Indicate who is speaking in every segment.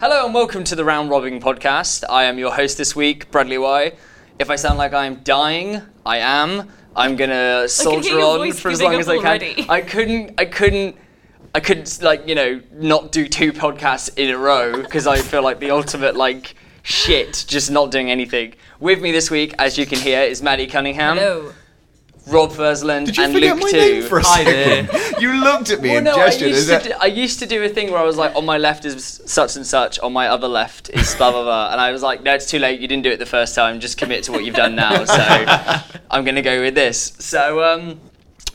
Speaker 1: and welcome to the Round Robin podcast. I am your host this week, Bradley Y. If I sound like I'm dying, I am. I'm gonna soldier
Speaker 2: hear your
Speaker 1: on
Speaker 2: voice
Speaker 1: for as
Speaker 2: giving
Speaker 1: long
Speaker 2: up
Speaker 1: as I can.
Speaker 2: already.
Speaker 1: I couldn't. I couldn't. I couldn't like you know not do two podcasts in a row because I feel like the ultimate like shit just not doing anything. With me this week, as you can hear, is Maddie Cunningham,
Speaker 2: No.
Speaker 1: Rob Versland,
Speaker 3: you
Speaker 1: and
Speaker 3: forget
Speaker 1: Luke
Speaker 3: my
Speaker 1: too.
Speaker 3: name for a
Speaker 4: Hi
Speaker 3: second? You looked at me
Speaker 1: Well,
Speaker 3: and
Speaker 1: no, I
Speaker 3: gestured.
Speaker 1: used,
Speaker 3: Is
Speaker 1: to
Speaker 3: that
Speaker 1: do, I used to do a thing where I was like, on my left is such and such, on my other left is blah blah blah, and I was like, no, it's too late. You didn't do it the first time. Just commit to what you've done now. So I'm gonna go with this. So um,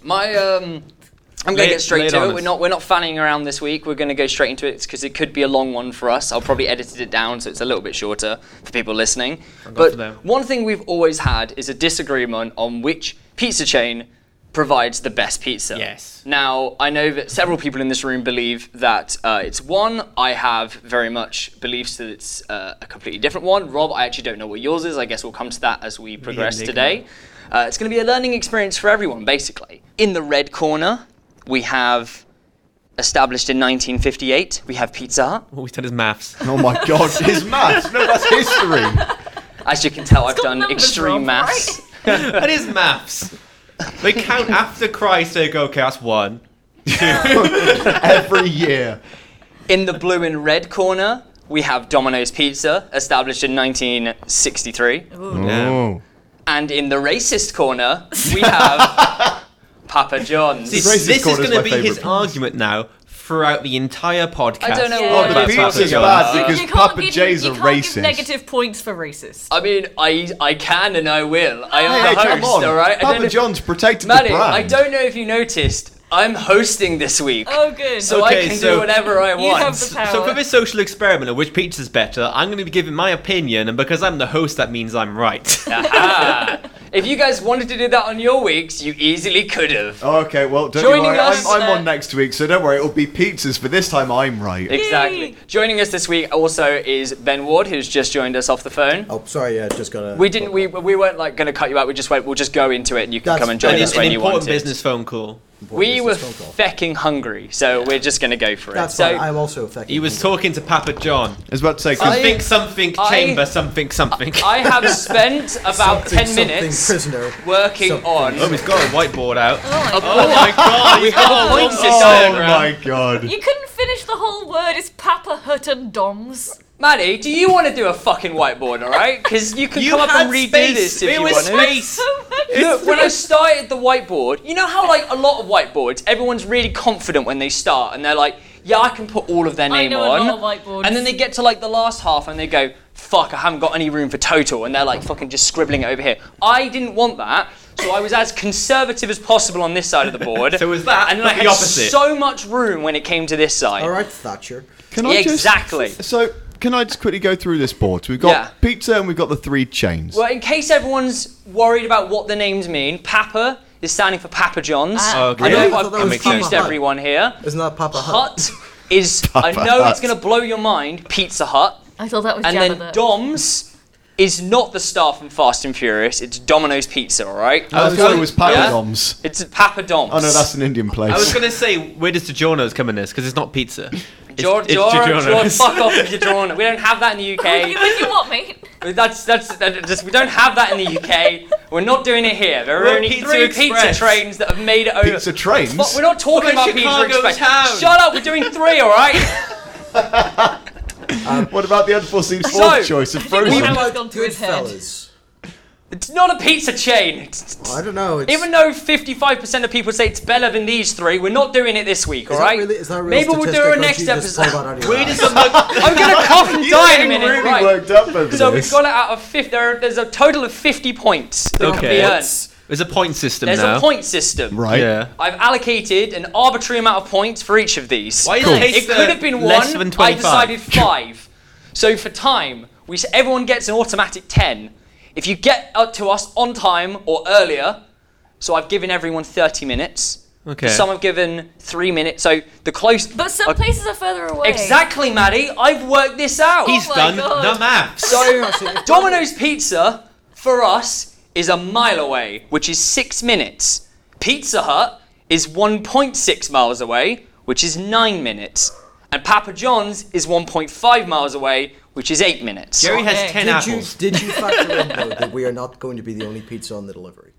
Speaker 1: my um, I'm gonna
Speaker 4: Lay-
Speaker 1: get straight
Speaker 4: lay it
Speaker 1: to
Speaker 4: on
Speaker 1: it. We're
Speaker 4: us.
Speaker 1: not we're not fanning around this week. We're gonna go straight into it because it could be a long one for us. I'll probably edit it down so it's a little bit shorter for people listening.
Speaker 4: for them.
Speaker 1: But one thing we've always had is a disagreement on which pizza chain provides the best pizza.
Speaker 4: Yes.
Speaker 1: Now, I know that several people in this room believe that uh, it's one. I have very much beliefs that it's uh, a completely different one. Rob, I actually don't know what yours is. I guess we'll come to that as we progress
Speaker 4: enigma.
Speaker 1: today. Uh, it's going to be a learning experience for everyone, basically. In the red corner, we have established in 1958, we have Pizza Hut.
Speaker 4: All he's done is maths.
Speaker 3: Oh my god, his maths. No, that's history.
Speaker 1: As you can tell, I've
Speaker 2: got
Speaker 1: done
Speaker 2: numbers,
Speaker 1: extreme
Speaker 2: Rob,
Speaker 1: maths.
Speaker 4: that is maths. They count after Christ. They go, okay, that's one.
Speaker 3: Every year.
Speaker 1: In the blue and red corner, we have Domino's Pizza, established in 1963.
Speaker 3: Oh.
Speaker 1: And in the racist corner, we have Papa John's.
Speaker 4: See,
Speaker 3: Racist
Speaker 4: this is
Speaker 3: corner's
Speaker 4: going to
Speaker 3: my
Speaker 4: be
Speaker 3: favourite
Speaker 4: his
Speaker 3: piece. argument
Speaker 4: argument now throughout the entire podcast.
Speaker 1: I don't know
Speaker 2: Yeah.
Speaker 1: what
Speaker 2: Oh, the
Speaker 1: about Papa
Speaker 3: pizza's
Speaker 1: John's.
Speaker 3: bad because-
Speaker 2: you can't
Speaker 3: Papa
Speaker 2: give,
Speaker 3: J's
Speaker 2: you
Speaker 3: are
Speaker 2: can't
Speaker 3: racist.
Speaker 2: Give negative points for racist.
Speaker 1: I mean, I I can and I will. I am
Speaker 3: Hey,
Speaker 1: the
Speaker 3: come
Speaker 1: host,
Speaker 3: on.
Speaker 1: all right? I don't
Speaker 3: Papa
Speaker 1: know-
Speaker 3: John's protected
Speaker 1: Maddie,
Speaker 3: the brand.
Speaker 1: I don't know if you noticed, I'm hosting this week.
Speaker 2: oh, good.
Speaker 1: So I
Speaker 4: Okay,
Speaker 1: can do
Speaker 4: so-
Speaker 1: whatever I
Speaker 2: you
Speaker 1: want.
Speaker 2: have the power.
Speaker 4: So for this social experiment of which pizza's better, I'm going to be giving my opinion, and because I'm the host, that means I'm right.
Speaker 1: Aha. Ah. if you guys wanted to do that on your weeks, you easily could have.
Speaker 3: Okay, well, don't
Speaker 1: Joining
Speaker 3: you worry.
Speaker 1: us,
Speaker 3: I'm, I'm
Speaker 1: uh,
Speaker 3: on next week, so don't worry. It'll be pizzas, but this time I'm right.
Speaker 1: Exactly. Joining us this week also is Ben Ward, who's just joined us off the phone.
Speaker 5: Oh, sorry, yeah, just got a.
Speaker 1: We didn't. We, we weren't like going to cut you out. We just went. We'll just go into it, and you can
Speaker 5: That's-
Speaker 1: come and join
Speaker 4: and
Speaker 5: Yeah,
Speaker 1: us
Speaker 4: it's an
Speaker 5: that's
Speaker 1: when you want
Speaker 4: important
Speaker 1: it.
Speaker 4: business phone call.
Speaker 1: We were
Speaker 5: Important business phone call.
Speaker 1: fecking hungry, so we're just going to go for it.
Speaker 5: That's
Speaker 1: so
Speaker 5: fine. I'm also affected.
Speaker 4: He was talking to Papa John.
Speaker 3: I was about to say, 'cause
Speaker 1: I-
Speaker 4: Think something,
Speaker 1: I-
Speaker 4: chamber something, something.
Speaker 1: I have spent about
Speaker 5: Something,
Speaker 1: 10
Speaker 5: something,
Speaker 1: minutes
Speaker 5: prisoner.
Speaker 1: working
Speaker 5: Something.
Speaker 1: on
Speaker 4: oh, he's got a whiteboard out.
Speaker 2: Oh my-
Speaker 4: Oh my god, we have
Speaker 1: a point system.
Speaker 3: oh
Speaker 1: Instagram.
Speaker 3: my god.
Speaker 2: you couldn't finish the whole word. It's Papa Hut and Doms.
Speaker 1: Maddie, do you want to do a fucking whiteboard, all right? Because you can
Speaker 4: You
Speaker 1: come up
Speaker 4: had
Speaker 1: and redo
Speaker 4: space.
Speaker 1: this if
Speaker 4: It
Speaker 1: you
Speaker 4: was
Speaker 1: want to.
Speaker 4: space.
Speaker 2: So much.
Speaker 1: Look, when I started the whiteboard, you know how like a lot of whiteboards, everyone's really confident when they start and they're like, yeah, I can put all of their
Speaker 2: I
Speaker 1: name
Speaker 2: know a
Speaker 1: on.
Speaker 2: lot of whiteboards.
Speaker 1: And then they get to like the last half and they go, fuck, I haven't got any room for total. And they're like fucking just scribbling it over here. I didn't want that. So I was as conservative as possible on this side of the board.
Speaker 4: So it was that,
Speaker 1: and then I
Speaker 4: but the
Speaker 1: had
Speaker 4: opposite.
Speaker 1: so much room when it came to this side.
Speaker 5: All right, Thatcher.
Speaker 3: Can
Speaker 1: Yeah,
Speaker 3: I just,
Speaker 1: exactly.
Speaker 3: So, can I just quickly go through this board? So we've got
Speaker 1: Yeah.
Speaker 3: pizza and we've got the three chains.
Speaker 1: But in case everyone's worried about what the names mean, Papa is standing for Papa John's.
Speaker 2: Ah.
Speaker 4: Okay.
Speaker 1: I
Speaker 5: Oh, Really?
Speaker 1: know
Speaker 5: I
Speaker 1: I've
Speaker 5: thought that was
Speaker 1: confused
Speaker 5: Papa Hut.
Speaker 1: everyone here.
Speaker 5: Isn't that Papa Hut?
Speaker 1: Hut is I
Speaker 3: Papa
Speaker 1: know it's
Speaker 3: Hut.
Speaker 1: gonna blow your mind, Pizza Hut.
Speaker 2: I thought that was
Speaker 1: And
Speaker 2: Jabba
Speaker 1: then Dom's is not the star from Fast and Furious, it's Domino's Pizza, alright?
Speaker 3: I
Speaker 4: was
Speaker 3: thought Uh, it
Speaker 4: gonna-
Speaker 3: was
Speaker 1: Yeah.
Speaker 3: Papadoms.
Speaker 1: It's Papa Dom's.
Speaker 3: Oh no, that's an Indian place.
Speaker 4: I was gonna say, where does DiGiorno's come in this? Because it's not pizza. It's,
Speaker 1: George,
Speaker 4: it's
Speaker 1: George, George,
Speaker 4: DiGiorno's.
Speaker 1: fuck off with your Giorno. We don't have that in the
Speaker 2: you
Speaker 1: UK.
Speaker 2: think you want, mate?
Speaker 1: that's, that's, that- just, we don't have that in the UK. We're not doing it here. There are
Speaker 4: We're
Speaker 1: only
Speaker 4: Pizza
Speaker 1: three pizza
Speaker 4: Express.
Speaker 1: trains that have made it over.
Speaker 3: Pizza trains.
Speaker 1: Fuck, we're not talking
Speaker 4: What
Speaker 1: about
Speaker 4: about
Speaker 1: Pizza
Speaker 4: Chicago
Speaker 1: Express.
Speaker 4: town?
Speaker 1: Shut up, we're doing three, all right?
Speaker 3: What about the unforeseen fourth
Speaker 1: So-
Speaker 3: choice of
Speaker 2: we
Speaker 3: frozen?
Speaker 2: have-
Speaker 5: What
Speaker 2: It's
Speaker 5: about
Speaker 2: gone to his head.
Speaker 5: Goodfellas?
Speaker 1: It's not a pizza chain. It's-
Speaker 5: I don't know. It's,
Speaker 1: Even though 55% of people say it's better than these three, we're not doing it this week, all
Speaker 5: is
Speaker 1: right?
Speaker 5: That really, is that a real
Speaker 1: Maybe we'll do
Speaker 5: statistic,
Speaker 1: our
Speaker 5: or
Speaker 1: next
Speaker 5: do you just
Speaker 1: episode.
Speaker 5: pull that out of your
Speaker 4: Where
Speaker 5: ass?
Speaker 4: does the mug?
Speaker 1: I'm going to cough and
Speaker 3: You're
Speaker 1: die in a
Speaker 3: getting
Speaker 1: minute,
Speaker 3: really
Speaker 1: right?
Speaker 3: worked up over
Speaker 1: So
Speaker 3: this.
Speaker 1: we've got it out of fifth. There, there's a total of 50 points that can be
Speaker 4: Okay.
Speaker 1: earned.
Speaker 4: What's- There's a point system
Speaker 1: There's
Speaker 4: now.
Speaker 1: a point system.
Speaker 3: right.
Speaker 4: Yeah.
Speaker 1: I've allocated an arbitrary amount of points for each of these.
Speaker 4: Why is
Speaker 3: Cool.
Speaker 4: it,
Speaker 1: It
Speaker 4: taste, uh,
Speaker 1: could have been one.
Speaker 4: less than
Speaker 1: I
Speaker 4: 25?
Speaker 1: decided five. so for time, we s- everyone gets an automatic ten. If you get up to us on time or earlier, so I've given everyone thirty minutes.
Speaker 4: Okay.
Speaker 1: Some have given three minutes. So the close.
Speaker 2: But some
Speaker 1: Okay.
Speaker 2: places are further away.
Speaker 1: Exactly, Maddie. I've worked this out.
Speaker 4: He's
Speaker 2: Oh my
Speaker 4: done
Speaker 2: God.
Speaker 4: the maths.
Speaker 1: so
Speaker 5: Actually, if-
Speaker 1: Domino's Pizza for us is a mile away, which is six minutes. Pizza Hut is 1.6 miles away, which is nine minutes. and Papa John's is 1.5 miles away, which is eight minutes.
Speaker 4: Jerry has
Speaker 2: Okay.
Speaker 4: ten
Speaker 5: Did you,
Speaker 4: apples.
Speaker 5: did you factor in, though, that we are not going to be the only pizza on the delivery?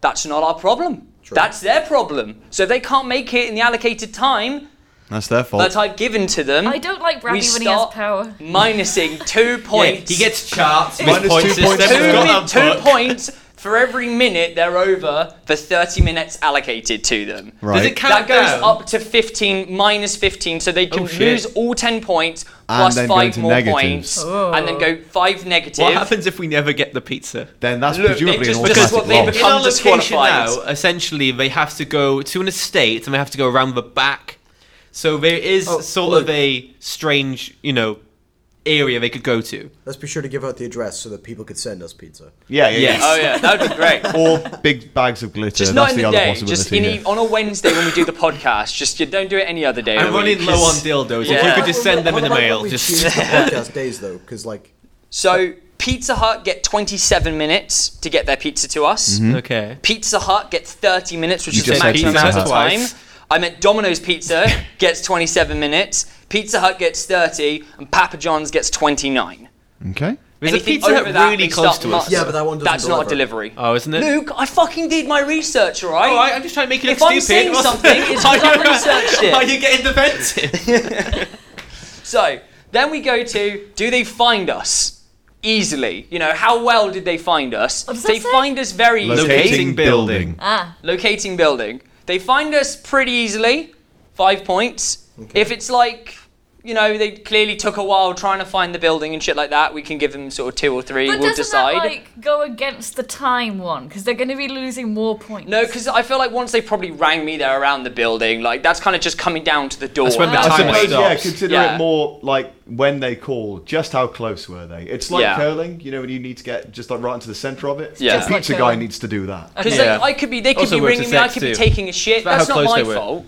Speaker 1: That's not our problem.
Speaker 5: True.
Speaker 1: That's their problem. So if they can't make it in the allocated time
Speaker 3: That's their fault.
Speaker 4: Oh.
Speaker 1: that I've given to them,
Speaker 2: I don't like
Speaker 1: we
Speaker 2: Bradley when he has
Speaker 1: start
Speaker 2: power.
Speaker 1: minusing two
Speaker 4: Yeah,
Speaker 1: points.
Speaker 4: he gets charts.
Speaker 3: Minus
Speaker 4: with point
Speaker 3: two
Speaker 4: system,
Speaker 1: two,
Speaker 3: points That's
Speaker 4: he's got
Speaker 1: mi-
Speaker 4: a
Speaker 1: two
Speaker 4: book.
Speaker 1: points for every minute they're over for 30 minutes allocated to them.
Speaker 3: Right.
Speaker 4: Does it
Speaker 1: That
Speaker 4: count
Speaker 1: goes
Speaker 4: down?
Speaker 1: up to 15, minus 15, so they can
Speaker 4: Oh, shit.
Speaker 1: lose all 10 points, plus
Speaker 3: then go
Speaker 1: five
Speaker 3: into
Speaker 1: more
Speaker 3: negatives.
Speaker 1: points, and then go five negative.
Speaker 4: Oh. What happens if we never get the pizza?
Speaker 3: then that's
Speaker 1: Look, it
Speaker 3: presumably an
Speaker 1: just- this is
Speaker 3: automatic
Speaker 1: what they
Speaker 3: loss.
Speaker 1: become- Become
Speaker 4: in our location
Speaker 1: disqualified.
Speaker 4: now, essentially, they have to go to an estate and they have to go around the back. So there is
Speaker 5: Oh,
Speaker 4: sort
Speaker 5: look.
Speaker 4: of a strange, you know, area they could go to.
Speaker 5: Let's be sure to give out the address so that people could send us pizza.
Speaker 3: Yeah, yeah,
Speaker 4: Yes.
Speaker 3: yeah.
Speaker 1: Oh, yeah, that would be great.
Speaker 3: Or big bags of glitter.
Speaker 1: Just
Speaker 3: that's
Speaker 1: not in
Speaker 3: the,
Speaker 1: the
Speaker 3: other
Speaker 1: day.
Speaker 3: possibility.
Speaker 1: Just in
Speaker 3: here.
Speaker 1: e- on a Wednesday when we do the podcast. Just you don't do it any other day. of
Speaker 4: I'm
Speaker 1: the
Speaker 4: running
Speaker 1: week,
Speaker 4: low on
Speaker 1: 'cause-
Speaker 4: dildos. If
Speaker 1: Yeah.
Speaker 4: you could just send them in
Speaker 5: What
Speaker 4: the
Speaker 5: about
Speaker 4: mail,
Speaker 5: when we
Speaker 4: just
Speaker 5: choose the podcast days, though, because, like,
Speaker 1: So Pizza Hut get 27 minutes to get their pizza to us.
Speaker 3: Mm-hmm.
Speaker 4: okay.
Speaker 1: Pizza Hut gets 30 minutes, which
Speaker 3: You
Speaker 1: is the
Speaker 3: just said
Speaker 1: maximum
Speaker 3: Pizza
Speaker 1: amount of
Speaker 3: Hut.
Speaker 1: time.
Speaker 4: Twice.
Speaker 1: I meant Domino's Pizza gets 27 minutes, Pizza Hut gets 30, and Papa John's gets 29.
Speaker 3: Okay.
Speaker 4: There's a
Speaker 1: Anything
Speaker 4: pizza
Speaker 1: over that,
Speaker 4: Hut really
Speaker 1: they
Speaker 4: close
Speaker 1: start
Speaker 4: to us.
Speaker 1: mu-
Speaker 5: Yeah, but that one doesn't
Speaker 1: That's not a
Speaker 5: deliver.
Speaker 1: delivery.
Speaker 4: Oh, isn't it?
Speaker 1: Luke, I fucking did my research, all right?
Speaker 4: All right, I'm just trying to make you look
Speaker 1: If I'm
Speaker 4: Oh, stupid.
Speaker 1: saying something, it's 'cause I researched it.
Speaker 4: Are you getting defensive?
Speaker 1: So then we go to do they find us easily? You know, how well did they find us?
Speaker 2: does
Speaker 1: They
Speaker 2: that say?
Speaker 1: find us very easily.
Speaker 4: Locating building.
Speaker 2: Ah,
Speaker 1: Locating building. They find us pretty easily. Five points. If it's like, you know, they clearly took a while trying to find the building and shit like that, we can give them sort of two or three.
Speaker 2: but
Speaker 1: we'll
Speaker 2: doesn't
Speaker 1: decide.
Speaker 2: that like go against the time one? Because they're going to be losing more points.
Speaker 1: no, because I feel like once they probably rang me, they're around the building. Like that's kind of just coming down to the door.
Speaker 4: That's when the
Speaker 1: at that
Speaker 4: timer
Speaker 1: point.
Speaker 3: I
Speaker 4: Timing.
Speaker 3: suppose, yeah,
Speaker 4: stops.
Speaker 3: consider
Speaker 1: Yeah.
Speaker 3: it more like when they call, just how close were they? It's like
Speaker 1: Yeah.
Speaker 3: curling, you know, when you need to get just like right into the centre of it.
Speaker 1: Yeah.
Speaker 3: The
Speaker 1: Just
Speaker 2: like
Speaker 3: pizza guy
Speaker 2: curling.
Speaker 3: needs to do that.
Speaker 1: Because
Speaker 4: Yeah.
Speaker 1: I could be, they could
Speaker 4: Also
Speaker 1: be
Speaker 4: works
Speaker 1: ringing
Speaker 4: with
Speaker 1: me, I
Speaker 4: sex
Speaker 1: could be
Speaker 4: too.
Speaker 1: taking a shit.
Speaker 4: about
Speaker 1: That's
Speaker 4: how
Speaker 1: not
Speaker 4: close
Speaker 1: my
Speaker 4: they were.
Speaker 1: fault.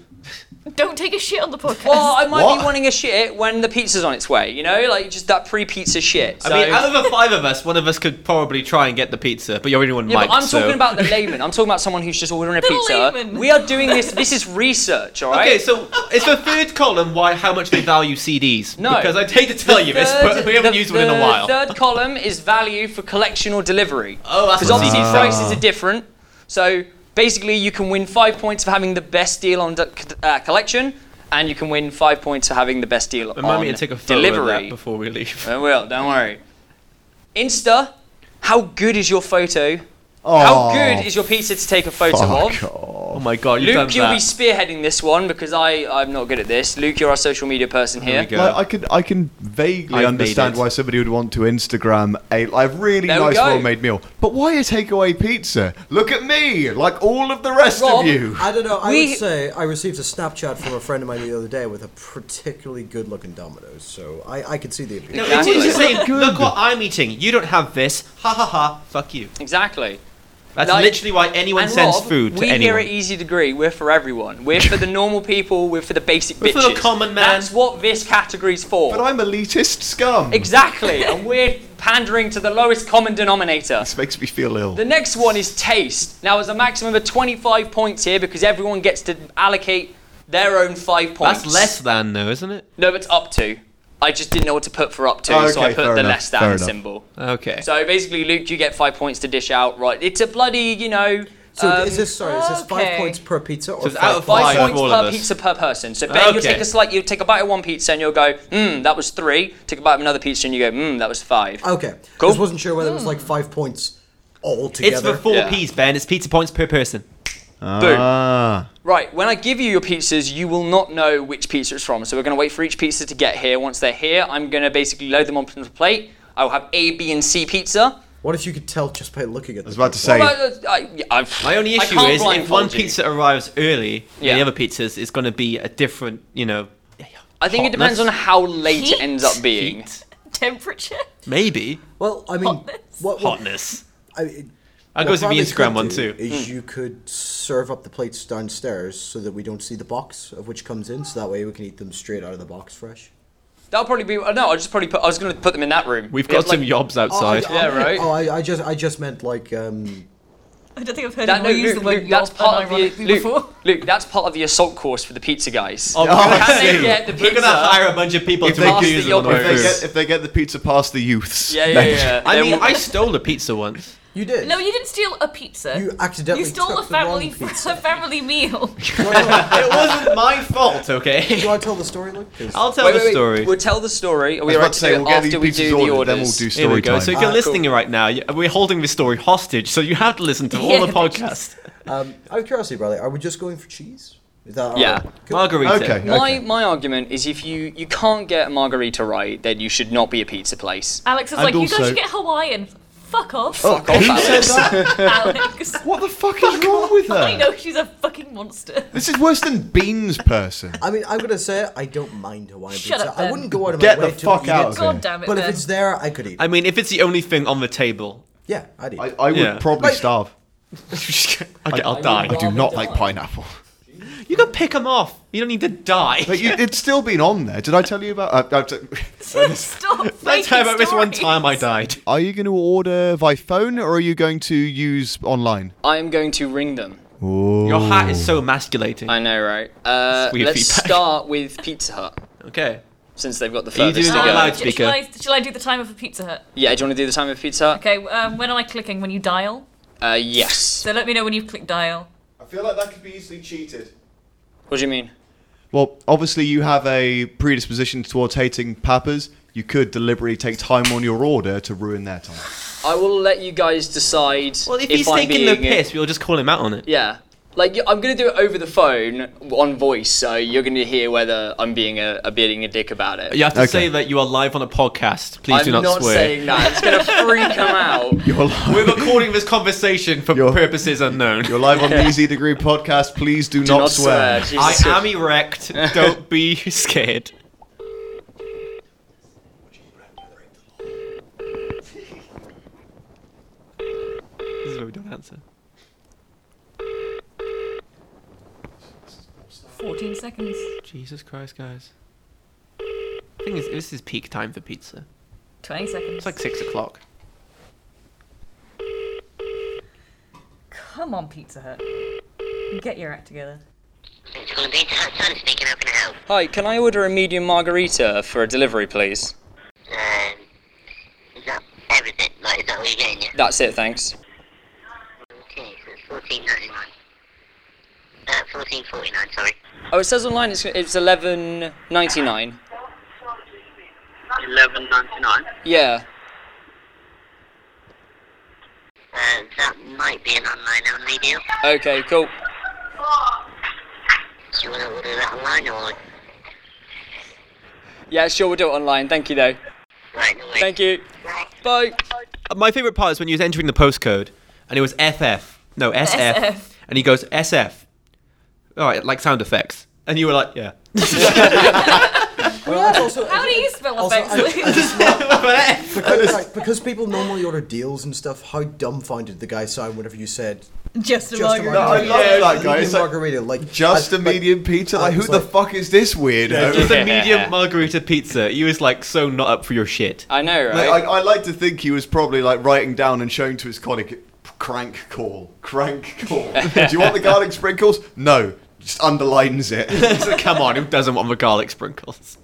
Speaker 2: don't take a shit on the podcast.
Speaker 1: Well, I might
Speaker 3: What?
Speaker 1: be wanting a shit when the pizza's on its way, you know? Like, just that pre pizza shit.
Speaker 4: I mean,
Speaker 1: So-
Speaker 4: out of the five of us, one of us could probably try and get the pizza, but you're the only one
Speaker 1: yeah,
Speaker 4: might.
Speaker 1: but I'm
Speaker 4: so-
Speaker 1: talking about the layman. I'm talking about someone who's just ordering a
Speaker 2: The
Speaker 1: pizza.
Speaker 2: layman.
Speaker 1: We are doing this. This is research, all right?
Speaker 4: Okay, so it's the third column why how much they value CDs.
Speaker 1: No.
Speaker 4: Because I'd hate to tell you this, but we haven't
Speaker 1: the-
Speaker 4: used one in
Speaker 1: the
Speaker 4: a while.
Speaker 1: Third column is value for collection or delivery.
Speaker 4: Oh, that's
Speaker 1: Because
Speaker 4: what
Speaker 1: obviously
Speaker 4: CDs are.
Speaker 1: prices are different. So basically, you can win five points for having the best deal on d- uh, collection, and you can win five points for having the best deal
Speaker 4: Remind
Speaker 1: on
Speaker 4: me to take a photo
Speaker 1: delivery.
Speaker 4: of that before we leave.
Speaker 1: I will, don't worry. Insta, how good is your photo?
Speaker 3: Oh,
Speaker 1: how good is your pizza to take a photo
Speaker 3: fuck
Speaker 1: of?
Speaker 4: Oh
Speaker 3: off.
Speaker 4: my god, you've
Speaker 1: Luke,
Speaker 4: done
Speaker 1: you'll
Speaker 4: that.
Speaker 1: be spearheading this one because I, I'm not good at this. Luke, you're our social media person here.
Speaker 4: we go.
Speaker 3: Like, I can I can vaguely
Speaker 4: I've made
Speaker 3: understand
Speaker 4: it.
Speaker 3: why somebody would want to Instagram a like really
Speaker 1: There we
Speaker 3: nice
Speaker 1: go.
Speaker 3: well made meal, but why a takeaway pizza? Look at me, like all of the rest
Speaker 1: Rob,
Speaker 3: of you.
Speaker 5: I don't know. I
Speaker 1: We-
Speaker 5: would say I received a Snapchat from a friend of mine the other day with a particularly good-looking Domino's, so I, I could see the appeal.
Speaker 4: No,
Speaker 1: Exactly.
Speaker 4: it's just saying,
Speaker 3: Good.
Speaker 4: look what I'm eating. You don't have this. Ha ha ha. Fuck you.
Speaker 1: Exactly.
Speaker 4: That's
Speaker 1: Like-
Speaker 4: literally why anyone
Speaker 1: and
Speaker 4: sends
Speaker 1: Rob,
Speaker 4: food to
Speaker 1: we here
Speaker 4: anyone.
Speaker 1: at Easy Degree, we're for everyone. We're for the normal people. We're for the basic
Speaker 4: We're for
Speaker 1: bitches.
Speaker 4: the common man.
Speaker 1: That's what this category's for.
Speaker 3: But I'm elitist scum.
Speaker 1: exactly, and we're pandering to the lowest common denominator.
Speaker 3: This makes me feel ill.
Speaker 1: The next one is taste. Now, there's a maximum of 25 points here because everyone gets to allocate their own five points.
Speaker 4: That's less than, though, isn't it?
Speaker 1: No, it's up to. I just didn't know what to put for up to,
Speaker 3: Oh,
Speaker 1: so
Speaker 3: okay,
Speaker 1: I put the
Speaker 3: fair enough,
Speaker 1: less
Speaker 3: fair
Speaker 1: than
Speaker 3: enough.
Speaker 1: symbol.
Speaker 4: Okay.
Speaker 1: So basically, Luke, you get five points to dish out. Right? It's a bloody, you know.
Speaker 5: So
Speaker 1: um,
Speaker 5: is this sorry? Is this
Speaker 2: okay.
Speaker 5: five points per pizza or
Speaker 4: it's
Speaker 5: five
Speaker 4: out of
Speaker 5: points-
Speaker 1: Five
Speaker 4: Five
Speaker 1: points
Speaker 4: for all
Speaker 1: per
Speaker 4: of us.
Speaker 1: pizza per person. So Ben, you'll
Speaker 4: Okay.
Speaker 1: take a slight, you'll take a bite of one pizza and you'll go, hmm, that was three. Take a bite of another pizza and you go, hmm, that was five.
Speaker 4: Uh,
Speaker 5: Okay,
Speaker 1: Cool.
Speaker 5: just wasn't sure whether it was
Speaker 2: Hmm.
Speaker 5: like five points all
Speaker 4: it's
Speaker 5: together.
Speaker 4: for four
Speaker 1: Yeah.
Speaker 4: P's, Ben. It's pizza points per person.
Speaker 1: Boom.
Speaker 3: Ah.
Speaker 1: Right, when I give you your pizzas, you will not know which pizza it's from. So we're going to wait for each pizza to get here. Once they're here, I'm going to basically load them onto the plate. I will have A, B, and C pizza.
Speaker 5: What if you could tell just by looking at?
Speaker 3: I was about to say,
Speaker 1: Well, I, I, I,
Speaker 4: My only
Speaker 1: I
Speaker 4: issue
Speaker 1: can't
Speaker 4: is if
Speaker 1: blindfold
Speaker 4: one
Speaker 1: you.
Speaker 4: pizza arrives early,
Speaker 1: Yeah.
Speaker 4: the other pizzas is going to be a different, you know.
Speaker 1: I think it depends on
Speaker 4: hotness,
Speaker 1: how late it
Speaker 2: Heat?
Speaker 1: ends up being.
Speaker 4: Oh, heat,
Speaker 2: Temperature.
Speaker 4: maybe
Speaker 5: Well, I mean,
Speaker 2: Hotness.
Speaker 5: what, what
Speaker 4: hotness.
Speaker 5: I mean,
Speaker 4: That
Speaker 5: what
Speaker 4: goes with the
Speaker 5: probably
Speaker 4: Instagram
Speaker 5: could
Speaker 4: one
Speaker 5: do
Speaker 4: too.
Speaker 2: Hmm.
Speaker 5: Is you could serve up the plates downstairs so that we don't see the box of which comes in, so that way we can eat them straight out of the box fresh.
Speaker 1: That'll probably be. oh, No, I'll just probably put. I was going to put them in that room.
Speaker 4: We've
Speaker 1: We have,
Speaker 4: got some
Speaker 1: like-
Speaker 4: yobs
Speaker 5: Oh, I-
Speaker 4: outside.
Speaker 5: I-
Speaker 1: Yeah, right.
Speaker 5: Oh, I, I just I just meant like um,
Speaker 2: I don't think I've heard
Speaker 1: That, no,
Speaker 2: anyone use
Speaker 1: Luke,
Speaker 2: the word
Speaker 1: Luke, that's
Speaker 2: yop
Speaker 1: part of the
Speaker 2: unironically before.
Speaker 1: Luke, Luke, that's part of the assault course for the pizza guys.
Speaker 4: Oh, we're
Speaker 3: Oh,
Speaker 4: gonna,
Speaker 3: I
Speaker 4: have
Speaker 1: see.
Speaker 4: to-
Speaker 1: Get the
Speaker 4: we're gonna
Speaker 1: pizza.
Speaker 4: hire a bunch of people
Speaker 3: If
Speaker 4: to
Speaker 3: they
Speaker 4: make
Speaker 1: pass
Speaker 4: use
Speaker 1: the
Speaker 4: of one
Speaker 1: yogurt
Speaker 4: of
Speaker 3: If they,
Speaker 1: first.
Speaker 4: those.
Speaker 3: get, if they get the pizza past the youths.
Speaker 1: yeah, yeah,
Speaker 3: then-
Speaker 1: yeah.
Speaker 4: I
Speaker 1: They're
Speaker 4: mean,
Speaker 1: wa-
Speaker 4: I stole a pizza once.
Speaker 5: You did.
Speaker 2: No, you didn't steal a pizza.
Speaker 5: You accidentally
Speaker 2: You stole
Speaker 5: took
Speaker 2: a
Speaker 5: the wrong
Speaker 2: family
Speaker 5: pizza.
Speaker 2: a family meal.
Speaker 5: Do you wanna tell-
Speaker 4: It wasn't my fault, okay?
Speaker 5: do you want to tell the story, Luke? 'Cause-
Speaker 4: I'll tell
Speaker 1: Wait,
Speaker 4: the
Speaker 1: wait, wait.
Speaker 4: story.
Speaker 1: We'll tell the story. Are
Speaker 3: I was
Speaker 1: we
Speaker 3: about
Speaker 1: right
Speaker 3: to
Speaker 1: to
Speaker 3: say,
Speaker 1: do
Speaker 3: we'll
Speaker 1: it
Speaker 3: get the
Speaker 1: after we
Speaker 3: pizzas
Speaker 1: do the
Speaker 3: ordered, then we'll
Speaker 1: orders?
Speaker 3: do
Speaker 4: Here
Speaker 3: story
Speaker 4: we go.
Speaker 3: time.
Speaker 4: So if you're
Speaker 5: Ah,
Speaker 4: listening right now, you- we're holding this story hostage, so you have to listen to all
Speaker 2: Yeah.
Speaker 4: the podcast.
Speaker 5: Um, out of curiosity, Bradley, are we just going for cheese? Is that all
Speaker 1: Yeah.
Speaker 5: right? Cool.
Speaker 4: Margarita.
Speaker 3: Okay.
Speaker 1: My my argument is if you you can't get a margarita right, then you should not be a pizza place.
Speaker 2: Alex is
Speaker 3: And
Speaker 2: like, you
Speaker 3: also-
Speaker 2: guys should get Hawaiian. Fuck off,
Speaker 1: Fuck off,
Speaker 3: Who said
Speaker 1: Alex.
Speaker 3: that?
Speaker 2: Alex.
Speaker 3: What the fuck is wrong with
Speaker 2: I
Speaker 3: her?
Speaker 2: know she's a fucking monster.
Speaker 3: This is worse than beans person.
Speaker 5: I mean, I'm gonna say I don't mind Hawaiian
Speaker 2: Shut
Speaker 5: pizza.
Speaker 2: up,
Speaker 5: I
Speaker 2: Ben.
Speaker 5: wouldn't go out of
Speaker 3: Get
Speaker 5: my
Speaker 3: the
Speaker 5: way to
Speaker 3: fuck
Speaker 5: eat
Speaker 3: out.
Speaker 5: it,
Speaker 2: God damn it.
Speaker 5: but if
Speaker 2: Ben.
Speaker 5: it's there, I could eat.
Speaker 4: I
Speaker 5: it.
Speaker 4: mean, if it's the only thing on the table,
Speaker 5: Yeah, I'd eat.
Speaker 3: I,
Speaker 5: it.
Speaker 3: I would
Speaker 4: Yeah.
Speaker 3: probably
Speaker 5: Like-
Speaker 3: starve.
Speaker 4: okay, I'll die.
Speaker 3: I do not like pineapple.
Speaker 4: You can pick them off. You don't need to die.
Speaker 3: But you, it's still been on there. Did I tell you about? Uh, uh, t-
Speaker 2: Stop.
Speaker 4: Let's
Speaker 2: making
Speaker 4: have about this one
Speaker 2: stories.
Speaker 4: time I died.
Speaker 3: are you going to order by phone or are you going to use online?
Speaker 1: I am going to ring them.
Speaker 4: Your hat is so emasculating.
Speaker 1: I know, right? Uh,
Speaker 4: That's weird
Speaker 1: let's
Speaker 4: feedback.
Speaker 1: start with Pizza Hut
Speaker 4: Okay.
Speaker 1: since they've got the
Speaker 4: Are you
Speaker 1: furthest to
Speaker 4: doing it
Speaker 1: go.
Speaker 4: on loud?
Speaker 2: Shall
Speaker 4: Speaker.
Speaker 2: I, shall I do the time of a Pizza Hut?
Speaker 1: Yeah, do you want to do the time of Pizza Hut?
Speaker 2: Okay, um, when am I clicking? When you dial?
Speaker 1: Uh, yes.
Speaker 2: So let me know when you've clicked dial.
Speaker 3: I feel like that could be easily cheated.
Speaker 1: What do you mean?
Speaker 3: Well, obviously you have a predisposition towards hating Pappers. You could deliberately take time on your order to ruin their time.
Speaker 1: I will let you guys decide.
Speaker 4: Well, if, he's
Speaker 1: I'm
Speaker 4: taking the
Speaker 1: being-
Speaker 4: piss, we'll just call him out on it.
Speaker 1: Yeah. Like y- I'm gonna do it over the phone on voice, so you're gonna hear whether I'm being a, a being a dick about it.
Speaker 4: You have to
Speaker 3: Okay.
Speaker 4: say that you are live on a podcast. Please
Speaker 1: I'm
Speaker 4: do not, swear.
Speaker 1: saying that. It's gonna freak him out.
Speaker 3: You're live,
Speaker 4: We're recording this conversation for
Speaker 3: You're-
Speaker 4: purposes unknown.
Speaker 3: you're live on the Easy Degree podcast. Please do,
Speaker 1: Do
Speaker 3: not,
Speaker 1: not
Speaker 3: swear.
Speaker 1: swear.
Speaker 4: I
Speaker 1: Jesus.
Speaker 4: am erect. Don't be scared. this is where we don't answer.
Speaker 2: 14 seconds.
Speaker 4: Jesus Christ, guys. The thing is, this is peak time for pizza.
Speaker 2: 20 seconds.
Speaker 4: It's like six o'clock.
Speaker 2: Come on, Pizza Hut. Get your act together.
Speaker 6: Calling Pizza Hut, son speaking, how can I help?
Speaker 1: Hi, can I order a medium margarita for a delivery, please?
Speaker 6: Um, is that everything? Like, is that what you're getting, yeah?
Speaker 1: That's it, thanks.
Speaker 6: Okay, so it's fourteen ninety nine. Uh, fourteen forty nine, sorry.
Speaker 1: Oh, it says online it's it's eleven ninety nine.
Speaker 6: Eleven ninety nine.
Speaker 1: Yeah.
Speaker 6: Uh, that might be an online only deal.
Speaker 1: Okay, cool.
Speaker 6: Do you want to order that online or?
Speaker 1: Yeah, sure, we'll do it online. Thank you, though.
Speaker 6: Right, no worries.
Speaker 1: Thank you.
Speaker 6: Right.
Speaker 1: Bye.
Speaker 4: Uh, My favorite part is when he was entering the postcode, and it was FF. No, SF.
Speaker 2: SF.
Speaker 4: And he goes, SF. All right, like sound effects. And you were like, yeah.
Speaker 5: Well, that's also-
Speaker 2: How do you spell
Speaker 5: Also, I-
Speaker 2: offensive?
Speaker 5: because, like, because people normally order deals and stuff, how dumbfounded the guy sounded whenever you said
Speaker 2: Just a
Speaker 5: just a
Speaker 2: margarita.
Speaker 3: I love
Speaker 4: Yeah,
Speaker 3: that
Speaker 5: medium
Speaker 3: guy. It's like,
Speaker 5: margarita, like
Speaker 3: just
Speaker 5: I-
Speaker 3: a medium pizza. Like,
Speaker 5: I
Speaker 3: who
Speaker 5: was
Speaker 3: the
Speaker 5: like-
Speaker 3: fuck is this weirdo?
Speaker 4: Just a medium margarita pizza. He was like so not up for your shit.
Speaker 1: I know,
Speaker 3: Like,
Speaker 1: right?
Speaker 3: I, I like to think he was probably like writing down and showing to his colleague, crank call, crank call. Do you want the garlic sprinkles? No, just underlines it.
Speaker 4: So come on, who doesn't want the garlic sprinkles?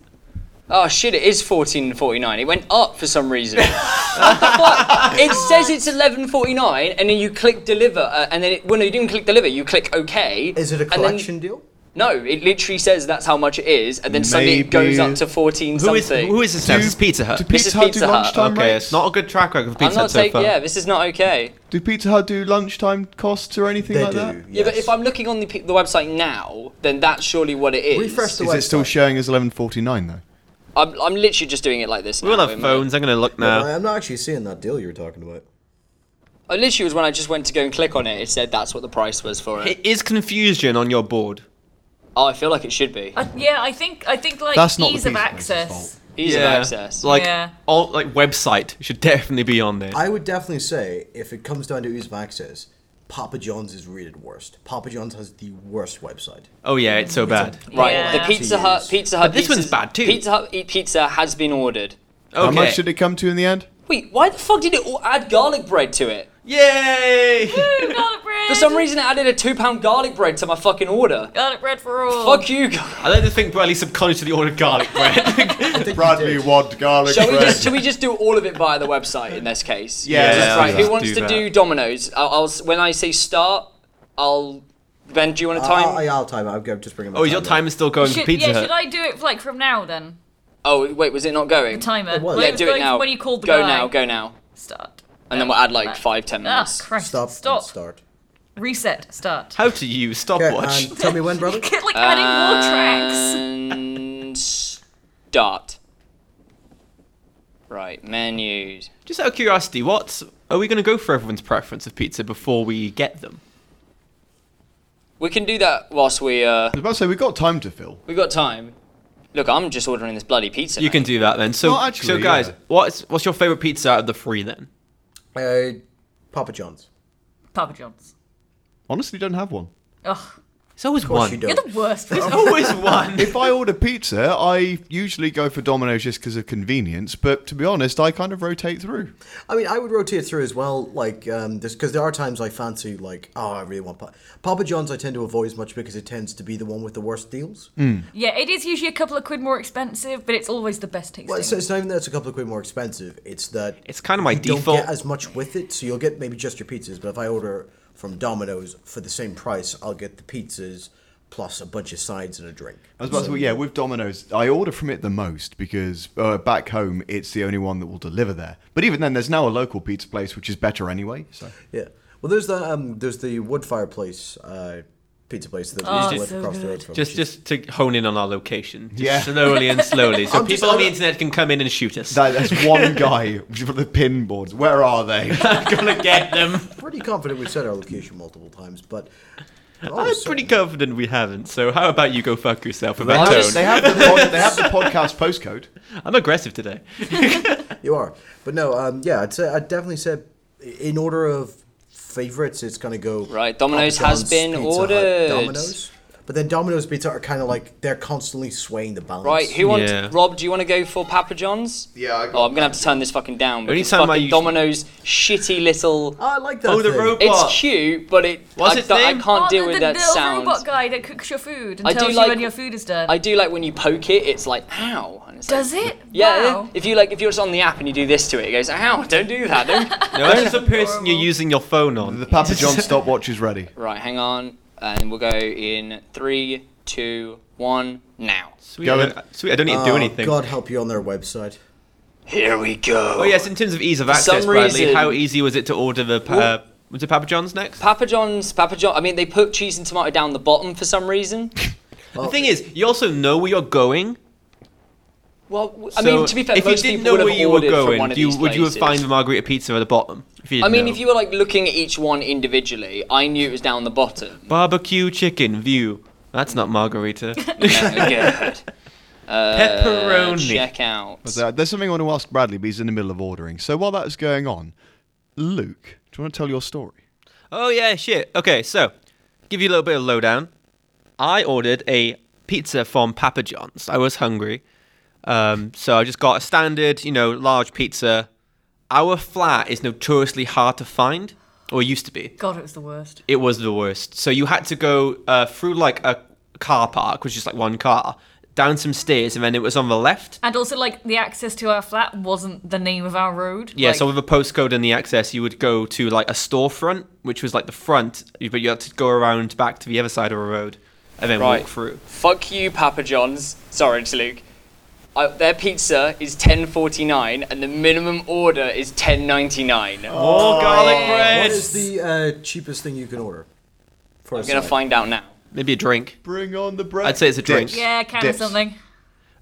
Speaker 1: Oh shit! It is fourteen forty nine. It went up for some reason. What the fuck? It says it's eleven forty nine, and then you click deliver, uh, and then it, well, no, you didn't click deliver. You click OK.
Speaker 5: Is it a
Speaker 1: and then-
Speaker 5: collection deal?
Speaker 1: no, it literally says that's how much it is, and then suddenly it goes
Speaker 3: Maybe-
Speaker 1: up to fourteen
Speaker 4: Who is
Speaker 1: something.
Speaker 4: who is this? now? This is Pizza Hut.
Speaker 3: Do
Speaker 1: This
Speaker 3: Pizza,
Speaker 1: is
Speaker 3: Hut do
Speaker 1: Pizza Hut.
Speaker 3: lunchtime
Speaker 4: okay,
Speaker 3: rates?
Speaker 4: it's not a good track record for
Speaker 1: I'm
Speaker 4: Pizza
Speaker 1: not
Speaker 4: Hut so
Speaker 1: taking.
Speaker 4: far.
Speaker 1: yeah, this is not okay.
Speaker 3: Do Pizza Hut do lunchtime costs or anything
Speaker 5: They
Speaker 3: like
Speaker 5: do.
Speaker 3: that? Is
Speaker 1: Yeah, but
Speaker 5: yes.
Speaker 1: if I'm looking on the, p- the website now, then that's surely what it is.
Speaker 5: refresh the website,
Speaker 3: it still showing as 11.49 though?
Speaker 1: I'm, I'm literally just doing it like this.
Speaker 4: we all
Speaker 1: now,
Speaker 4: have
Speaker 1: am I?
Speaker 4: phones. I'm gonna look
Speaker 5: No,
Speaker 4: now.
Speaker 5: I'm not actually seeing that deal you were talking about.
Speaker 1: I literally was when I just went to go and click on it. It said that's what the price was for it.
Speaker 4: It is confusion on your board.
Speaker 1: Oh, I feel like it should be
Speaker 2: I- yeah, I think I think like
Speaker 3: That's not the
Speaker 2: ease of
Speaker 3: pizza place's fault.
Speaker 2: access.
Speaker 1: ease
Speaker 4: Yeah,
Speaker 1: of access.
Speaker 4: Like
Speaker 2: Yeah.
Speaker 4: all like website should definitely be on there.
Speaker 5: I would definitely say if it comes down to ease of access, Papa John's is rated worst. Papa John's has the worst website.
Speaker 4: oh yeah, it's so bad.
Speaker 1: Right,
Speaker 2: Yeah.
Speaker 1: the Pizza Hut,
Speaker 5: Jeez.
Speaker 1: Pizza Hut.
Speaker 4: But this one's
Speaker 1: pizzas-
Speaker 4: bad too.
Speaker 1: Pizza Hut eat pizza has been ordered.
Speaker 4: Okay.
Speaker 3: How much did it come to in the end?
Speaker 1: Wait, why the fuck did it all add garlic bread to it?
Speaker 4: Yay!
Speaker 2: Woo, garlic bread.
Speaker 1: For some reason, it added a two-pound garlic bread to my fucking order.
Speaker 2: garlic bread for all.
Speaker 1: Fuck you. guys.
Speaker 4: I like to think Bradley subconsciously ordered garlic bread.
Speaker 3: Bradley Wad garlic
Speaker 1: Shall we,
Speaker 3: bread.
Speaker 1: just, shall we just do all of it via the website in this case?
Speaker 3: Yeah,
Speaker 1: Is this
Speaker 4: yeah,
Speaker 1: right.
Speaker 4: let's
Speaker 1: Who wants
Speaker 4: do
Speaker 1: to
Speaker 4: that.
Speaker 1: do dominoes? I'll, I'll s- when I say start, I'll. Ben, do you
Speaker 4: Uh,
Speaker 1: want to time?
Speaker 5: I'll, I'll time it. I'll go- just bring him.
Speaker 4: oh, your time is still going for
Speaker 2: Should,
Speaker 4: Pizza
Speaker 2: yeah,
Speaker 4: Hut.
Speaker 2: should I do it like from now then?
Speaker 1: oh wait, was it not going?
Speaker 2: Timer.
Speaker 5: It
Speaker 2: Well,
Speaker 5: was. Yeah,
Speaker 1: Yeah,
Speaker 2: was
Speaker 1: do it
Speaker 2: going
Speaker 1: now.
Speaker 2: from When you called the
Speaker 1: go
Speaker 2: guy.
Speaker 1: now, go now,
Speaker 2: Start.
Speaker 1: and then we'll add like
Speaker 2: Right.
Speaker 1: five, ten
Speaker 2: Ah,
Speaker 1: minutes.
Speaker 2: Christ.
Speaker 5: Stop.
Speaker 2: Stop.
Speaker 5: and
Speaker 2: Stop.
Speaker 5: Start.
Speaker 2: Reset. Start.
Speaker 4: How to use
Speaker 5: Okay,
Speaker 4: stopwatch.
Speaker 5: and tell me when, brother.
Speaker 2: Get like adding
Speaker 1: Uh,
Speaker 2: more tracks.
Speaker 1: And start. Right, menus.
Speaker 4: Just out of curiosity, what are we going to go for everyone's preference of pizza before we get them?
Speaker 1: We can do that whilst we uh
Speaker 3: I was about to say we've got time to fill.
Speaker 1: we've got time. Look, I'm just ordering this bloody pizza.
Speaker 4: You
Speaker 1: mate.
Speaker 4: can do that then. So,
Speaker 3: Well, actually,
Speaker 4: so guys,
Speaker 3: yeah.
Speaker 4: what's what's your favorite pizza out of the three then?
Speaker 5: Uh, Papa John's.
Speaker 2: Papa John's.
Speaker 3: Honestly, don't have one.
Speaker 2: Ugh.
Speaker 4: It's always
Speaker 5: Of course
Speaker 4: one.
Speaker 5: you
Speaker 2: You're
Speaker 5: don't.
Speaker 2: the worst.
Speaker 4: It's always one.
Speaker 3: If I order pizza, I usually go for Domino's just because of convenience. But to be honest, I kind of rotate through.
Speaker 5: I mean, I would rotate through as well, like um, this, because there are times I fancy, like, oh, I really want pa- Papa John's. I tend to avoid as much because it tends to be the one with the worst deals.
Speaker 4: Mm.
Speaker 2: yeah, it is usually a couple of quid more expensive, but it's always the best tasting.
Speaker 5: Well, it's, it's not even that it's a couple of quid more expensive. It's that
Speaker 4: It's kind of my
Speaker 5: you don't
Speaker 4: default.
Speaker 5: get as much with it, so you'll get maybe just your pizzas. But if I order from Domino's for the same price, I'll get the pizzas plus a bunch of sides and a drink.
Speaker 3: I was about to say, yeah, with Domino's, I order from it the most because uh, back home, it's the only one that will deliver there. But even then, there's now a local pizza place which is better anyway. So
Speaker 5: Yeah. Well, there's the um, there's the wood fireplace uh, pizza place that
Speaker 2: Oh,
Speaker 5: we used to
Speaker 2: so
Speaker 5: live across the road
Speaker 2: good.
Speaker 5: from.
Speaker 4: just just to hone in on our location, just
Speaker 3: Yeah.
Speaker 4: slowly and slowly, so
Speaker 5: I'm just-
Speaker 4: people on the
Speaker 5: I'm-
Speaker 4: internet can come in and shoot us.
Speaker 3: that, that's one guy for the pin boards. Where are they?
Speaker 4: I'm gonna get them.
Speaker 5: pretty confident we've said our location multiple times, but
Speaker 4: I'm pretty confident we haven't. So how about you go fuck yourself with that
Speaker 1: I'm
Speaker 4: tone?
Speaker 1: just-
Speaker 3: they have the pod, they have the podcast postcode.
Speaker 4: I'm aggressive today.
Speaker 5: You are, but no, um, yeah, I'd say I'd definitely say in order of favorites, it's gonna go
Speaker 1: Right, Domino's
Speaker 5: Papa
Speaker 1: has
Speaker 5: John's,
Speaker 1: been
Speaker 5: Pizza Hut,
Speaker 1: ordered.
Speaker 5: Domino's, but then Domino's Pizza are kind of like they're constantly swaying the balance.
Speaker 1: Right, who wants
Speaker 4: Yeah.
Speaker 1: Rob? Do you want to go for Papa John's?
Speaker 3: Yeah, I got
Speaker 1: oh, I'm gonna have to turn this fucking down
Speaker 4: Only
Speaker 1: because
Speaker 4: time I
Speaker 1: fucking
Speaker 4: use-
Speaker 1: Domino's shitty little.
Speaker 5: I like that.
Speaker 4: Oh, the
Speaker 5: thing.
Speaker 4: robot.
Speaker 1: It's cute, but it.
Speaker 4: What's
Speaker 1: I,
Speaker 4: its
Speaker 1: don't- I
Speaker 4: name?
Speaker 1: can't
Speaker 2: oh,
Speaker 1: deal
Speaker 2: the,
Speaker 1: with
Speaker 2: the
Speaker 1: that
Speaker 2: little
Speaker 1: sound.
Speaker 2: robot guy that cooks your food and
Speaker 1: I do
Speaker 2: tells you
Speaker 1: like-
Speaker 2: when your food is done.
Speaker 1: I do like when you poke it. It's like ow. And it's like-
Speaker 2: Does it?
Speaker 1: Yeah.
Speaker 2: Wow.
Speaker 1: If you like, if you're just on the app and you do this to it, it goes ow. Don't do that. Don't.
Speaker 4: No, that's just the person you're using your phone on.
Speaker 3: The Papa John stopwatch is ready.
Speaker 1: Right, hang on, and we'll go in three, two, one, now.
Speaker 4: Sweet,
Speaker 3: Go
Speaker 4: I
Speaker 3: in.
Speaker 4: don't- sweet, I don't need to
Speaker 5: Oh,
Speaker 4: do anything.
Speaker 5: God help you on their website.
Speaker 1: Here we go.
Speaker 4: Oh yes, in terms of ease of
Speaker 1: some
Speaker 4: access, Bradley,
Speaker 1: reason-
Speaker 4: how easy was it to order the pa-
Speaker 1: Well-
Speaker 4: was it Papa John's next?
Speaker 1: Papa John's, Papa John. I mean, they put cheese and tomato down the bottom for some reason.
Speaker 4: the thing is, you also know where you're going.
Speaker 1: Well, w- I
Speaker 4: so
Speaker 1: mean, to be fair,
Speaker 4: if you
Speaker 1: most
Speaker 4: didn't
Speaker 1: people
Speaker 4: know
Speaker 1: would have
Speaker 4: where you were
Speaker 1: ordered from one
Speaker 4: going,
Speaker 1: of
Speaker 4: do you,
Speaker 1: these
Speaker 4: would you have
Speaker 1: places.
Speaker 4: found the margarita pizza at the bottom? If you
Speaker 1: I
Speaker 4: didn't
Speaker 1: mean,
Speaker 4: know?
Speaker 1: if you were like looking at each one individually, I knew it was down the bottom.
Speaker 4: barbecue chicken view. That's not margarita.
Speaker 1: Yeah, good. Uh,
Speaker 4: Pepperoni.
Speaker 1: Check out.
Speaker 3: So uh, there's something I want to ask Bradley, but he's in the middle of ordering. So while that is going on, Luke, do you want to tell your story?
Speaker 4: oh yeah, shit. Okay, so give you a little bit of lowdown. I ordered a pizza from Papa John's. I was hungry, um, so I just got a standard, you know, large pizza. Our flat is notoriously hard to find, or used to be.
Speaker 2: God, it was the worst.
Speaker 4: It was the worst. So you had to go uh, through like a car park, which is like one car, down some stairs, and then it was on the left.
Speaker 2: And also, like the access to our flat wasn't the name of our road.
Speaker 4: Yeah,
Speaker 2: like,
Speaker 4: so with a postcode and the access, you would go to like a storefront, which was like the front, but you had to go around back to the other side of a road and then
Speaker 1: Right.
Speaker 4: walk through.
Speaker 1: Fuck you, Papa John's. Sorry, it's Luke. I, Uh, their pizza is 10.49 and the minimum order is 10.99.
Speaker 4: Oh, garlic
Speaker 5: What
Speaker 4: bread!
Speaker 5: is the uh, cheapest thing you can order? For
Speaker 1: I'm gonna find out now.
Speaker 4: Maybe a drink.
Speaker 3: Bring on the bread.
Speaker 4: I'd say it's a drink.
Speaker 2: yeah, can
Speaker 3: Dips.
Speaker 2: something.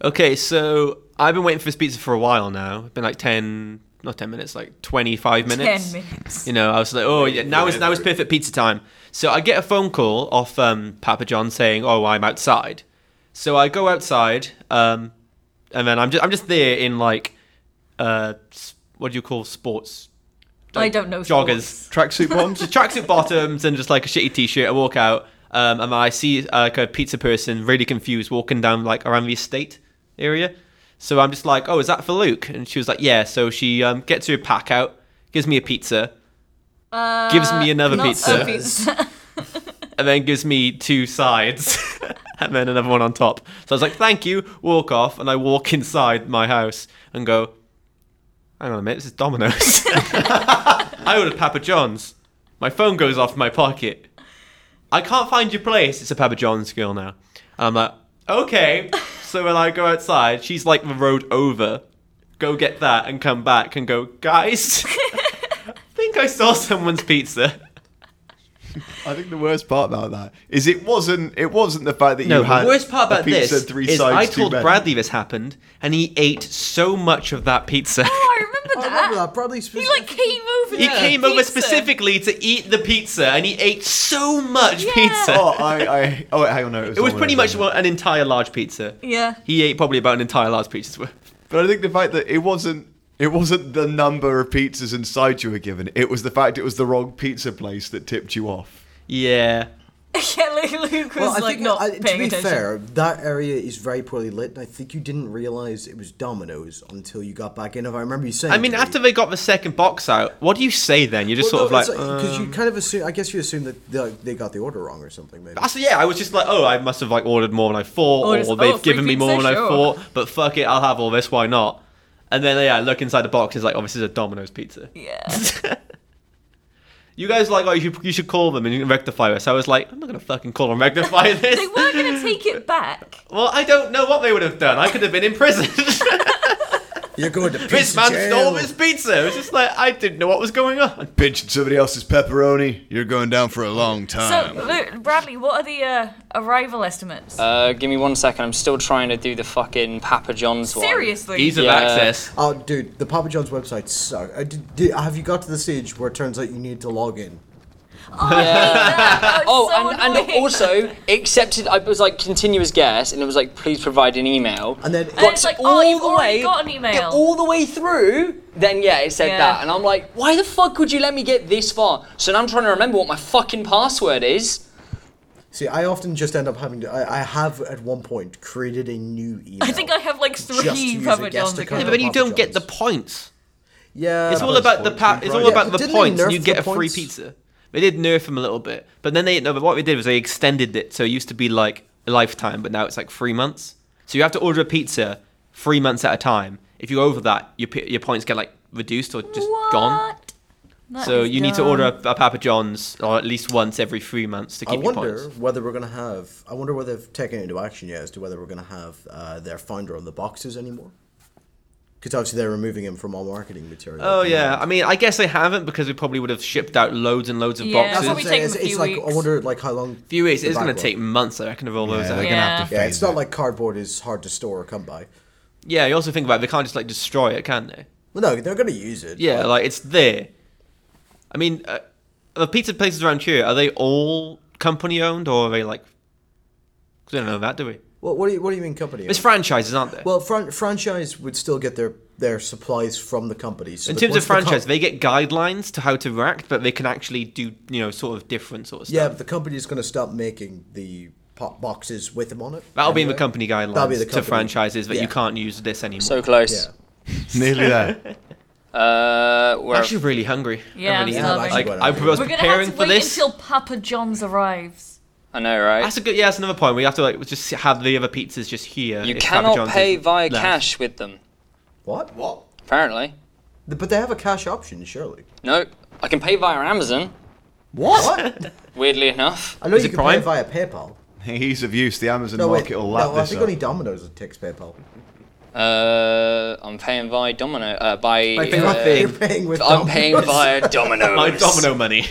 Speaker 4: Okay, so I've been waiting for this pizza for a while now. It's been like 10, not 10 minutes, like 25 minutes.
Speaker 2: Ten minutes.
Speaker 4: You know, I was like, oh, yeah, now is now is perfect pizza time. So I get a phone call off um, Papa John saying, oh, I'm outside. So I go outside, um, and then I'm just I'm just there in like, uh, s- what do you call sports?
Speaker 2: I don't know.
Speaker 4: Joggers,
Speaker 2: sports.
Speaker 3: Tracksuit bombs.
Speaker 4: just tracksuit bottoms, and just like a shitty t-shirt. I walk out, um, and I see uh, like a pizza person really confused walking down like around the estate area. So I'm just like, oh, is that for Luke? And she was like, yeah. So she um, gets her pack out, gives me a pizza,
Speaker 2: Uh,
Speaker 4: Gives me another
Speaker 2: not a
Speaker 4: pizza.
Speaker 2: pizza.
Speaker 4: and then gives me two sides and then another one on top. So I was like, thank you, walk off. And I walk inside my house and go, hang on a minute, this is Domino's. I ordered Papa John's. My phone goes off my pocket. I can't find your place. It's a Papa John's girl now. And I'm like, okay. So when I go outside, she's like the road over. Go get that and come back and go, guys, I think I saw someone's pizza.
Speaker 3: I think the worst part about that is it wasn't it wasn't the fact that
Speaker 4: No,
Speaker 3: you had
Speaker 4: the worst part
Speaker 3: a
Speaker 4: about
Speaker 3: pizza
Speaker 4: this
Speaker 3: three
Speaker 4: is
Speaker 3: sides
Speaker 4: I
Speaker 3: too
Speaker 4: told
Speaker 3: many.
Speaker 4: Bradley this happened, and he ate so much of that pizza.
Speaker 2: oh, I remember
Speaker 5: I
Speaker 2: that.
Speaker 5: remember that. Bradley
Speaker 2: He
Speaker 5: specifically.
Speaker 2: like came over.
Speaker 4: he
Speaker 2: there.
Speaker 4: came over
Speaker 2: Pizza.
Speaker 4: specifically to eat the pizza, and he ate so much
Speaker 2: Yeah.
Speaker 4: pizza.
Speaker 3: Oh, I, I oh wait, hang on, no, it was,
Speaker 4: it was
Speaker 3: Domino's,
Speaker 4: pretty much
Speaker 3: wasn't it?
Speaker 4: an entire large pizza.
Speaker 2: Yeah.
Speaker 4: He ate probably about an entire large pizza's worth.
Speaker 3: But I think the fact that it wasn't it wasn't the number of pizzas inside you were given. It was the fact it was the wrong pizza place that tipped you off.
Speaker 4: Yeah.
Speaker 2: yeah, like Luke was
Speaker 5: Well, I
Speaker 2: like
Speaker 5: think
Speaker 2: not
Speaker 5: I,
Speaker 2: paying
Speaker 5: to be
Speaker 2: attention.
Speaker 5: fair, that area is very poorly lit, and I think you didn't realize it was Domino's until you got back in. If I remember you saying,
Speaker 4: I mean,
Speaker 5: to me.
Speaker 4: after they got the second box out, what do you say then? You're just
Speaker 5: Well,
Speaker 4: sort
Speaker 5: no,
Speaker 4: of like.
Speaker 5: it's because
Speaker 4: um,
Speaker 5: you kind of assume. I guess you assume that they, they got the order wrong or something. Maybe.
Speaker 4: I said, yeah, I was just like, oh, I must have like ordered more than I thought,
Speaker 2: Or
Speaker 4: or,
Speaker 2: just, oh,
Speaker 4: they've
Speaker 2: free
Speaker 4: given me more
Speaker 2: pizza,
Speaker 4: than I
Speaker 2: sure.
Speaker 4: thought. But fuck it, I'll have all this. Why not? And then yeah, I look inside the box. It's like, oh, this is a Domino's pizza.
Speaker 2: Yeah.
Speaker 4: You guys like, oh, you should, you should call them and you can rectify this. I was like, I'm not gonna fucking call and rectify this.
Speaker 2: They were gonna take it back.
Speaker 4: well, I don't know what they would have done. I could have been in prison.
Speaker 5: You're going to
Speaker 4: this
Speaker 5: pizza
Speaker 4: man
Speaker 5: jail.
Speaker 4: stole this pizza. It was just like I didn't know what was going on.
Speaker 3: Pinching somebody else's pepperoni, you're going down for a long
Speaker 2: So,
Speaker 3: time.
Speaker 4: Um,
Speaker 2: Luke, Bradley, what are the uh, arrival estimates?
Speaker 1: Uh, give me one second. I'm still trying to do the fucking Papa John's one.
Speaker 2: Seriously.
Speaker 4: Ease of
Speaker 1: Yeah.
Speaker 4: access.
Speaker 5: Oh, dude, the Papa John's website sucks. Uh, did, did, have you got to the stage where it turns out you need to log in?
Speaker 2: Yeah.
Speaker 1: Oh,
Speaker 2: oh, so
Speaker 1: and, and
Speaker 2: annoying.
Speaker 1: also accepted. I was like continuous guest, and it was like, please provide an email.
Speaker 5: And then
Speaker 2: And it's like, oh, you've already got an email.
Speaker 1: yeah, all the way through. Then yeah, it said
Speaker 2: Yeah.
Speaker 1: that, and I'm like, why the fuck would you let me get this far? So now I'm trying to remember what my fucking password is.
Speaker 5: see, I often just end up having to. I, I have at one point created a new email.
Speaker 2: I think I have like
Speaker 5: to use
Speaker 2: three
Speaker 5: a
Speaker 2: Papa John's
Speaker 4: Yeah,
Speaker 5: guest account. Yeah,
Speaker 4: but
Speaker 5: but
Speaker 2: accounts.
Speaker 4: then you
Speaker 5: Papa
Speaker 4: don't get the
Speaker 5: John's.
Speaker 4: points.
Speaker 5: yeah,
Speaker 4: It's all about the
Speaker 3: points,
Speaker 4: pa-
Speaker 3: you're
Speaker 4: It's
Speaker 3: right.
Speaker 4: all about
Speaker 5: Yeah,
Speaker 4: the
Speaker 5: didn't they
Speaker 4: points. and
Speaker 5: nerf
Speaker 4: You get
Speaker 5: the
Speaker 4: a free
Speaker 5: points?
Speaker 4: pizza. They did nerf them a little bit, but then they no. But what they did was they extended it. So it used to be like a lifetime, but now it's like three months. So you have to order a pizza three months at a time. If you go over that, your pi- your points get like reduced or just gone.
Speaker 2: What? That
Speaker 4: So
Speaker 2: is
Speaker 4: you need to
Speaker 2: dumb.
Speaker 4: order a, a Papa John's or at least once every three months to
Speaker 5: I
Speaker 4: keep your
Speaker 5: wonder
Speaker 4: points.
Speaker 5: whether we're gonna have. I wonder whether they've taken into action yet as to whether we're gonna have uh, their founder on the boxes anymore. Because obviously they're removing him from all marketing material.
Speaker 4: Oh yeah, I mean, I guess they haven't because we probably would have shipped out loads and loads of
Speaker 2: Yeah. That's
Speaker 5: That's
Speaker 4: boxes.
Speaker 5: what
Speaker 2: we
Speaker 5: I'm
Speaker 2: take
Speaker 5: saying. It's,
Speaker 2: them a
Speaker 5: it's
Speaker 2: few
Speaker 5: like I
Speaker 2: weeks.
Speaker 5: wonder, like how long?
Speaker 4: few weeks.
Speaker 5: the
Speaker 4: It's going to
Speaker 5: backlog-
Speaker 4: take months, I reckon, to roll those
Speaker 3: Yeah,
Speaker 4: out.
Speaker 3: they're
Speaker 2: Yeah.
Speaker 3: gonna have to
Speaker 5: Yeah,
Speaker 3: phase
Speaker 5: it's not
Speaker 3: it.
Speaker 5: like cardboard is hard to store or come by.
Speaker 4: Yeah, you also think about it, they can't just like destroy it, can they?
Speaker 5: Well, no, they're gonna use it.
Speaker 4: Yeah,
Speaker 5: but-
Speaker 4: like it's there. I mean, uh, the pizza places around here are they all company owned or are they like? 'cause we don't know that, do we?
Speaker 5: Well, what do you what do you mean company?
Speaker 4: It's
Speaker 5: owned?
Speaker 4: franchises, aren't they?
Speaker 5: well, fran- franchise would still get their their supplies from the company. So
Speaker 4: in
Speaker 5: that
Speaker 4: terms of
Speaker 5: once the com-
Speaker 4: franchise, they get guidelines to how to act, but they can actually do you know sort of different sort of stuff.
Speaker 5: yeah, but the company is gonna stop making the pop boxes with them on it.
Speaker 4: That'll be in the
Speaker 5: anyway.
Speaker 4: company guidelines
Speaker 5: That'll be the
Speaker 4: to
Speaker 5: company-
Speaker 4: franchises that
Speaker 5: yeah.
Speaker 4: you can't use this anymore.
Speaker 1: So close.
Speaker 5: Yeah.
Speaker 3: Nearly there.
Speaker 1: Uh, where?
Speaker 4: I'm actually really hungry.
Speaker 2: Yeah,
Speaker 4: I'm
Speaker 2: I'm
Speaker 4: really
Speaker 2: starving.
Speaker 4: hungry.
Speaker 5: I'm actually
Speaker 4: Like,
Speaker 5: quite
Speaker 4: I
Speaker 5: hungry.
Speaker 4: was
Speaker 2: We're gonna have
Speaker 4: preparing
Speaker 2: to
Speaker 4: for
Speaker 2: wait
Speaker 4: this.
Speaker 2: until Papa John's arrives.
Speaker 1: I know, right?
Speaker 4: That's a good. Yeah, that's another point. We have to like just have the other pizzas just here.
Speaker 1: you
Speaker 4: if Papa
Speaker 1: cannot
Speaker 4: John's
Speaker 1: pay
Speaker 4: isn't
Speaker 1: via
Speaker 4: left.
Speaker 1: cash with them.
Speaker 5: What?
Speaker 3: What?
Speaker 1: Apparently,
Speaker 5: Th- But they have a cash option, surely.
Speaker 1: no. I can pay via Amazon.
Speaker 5: What? what?
Speaker 1: Weirdly enough.
Speaker 5: I know
Speaker 4: Is
Speaker 5: you
Speaker 4: it
Speaker 5: can
Speaker 4: Prime?
Speaker 5: pay via PayPal.
Speaker 3: Ease of use. The Amazon
Speaker 5: No, wait,
Speaker 3: market will lap
Speaker 5: no, I
Speaker 3: this up.
Speaker 5: think only Domino's takes PayPal.
Speaker 1: Uh, I'm paying via Domino. Uh, by.
Speaker 4: By
Speaker 1: uh,
Speaker 4: Paypal. Thing.
Speaker 5: You're paying with.
Speaker 1: I'm paying
Speaker 5: Domino's.
Speaker 1: via Domino's.
Speaker 4: My Domino money.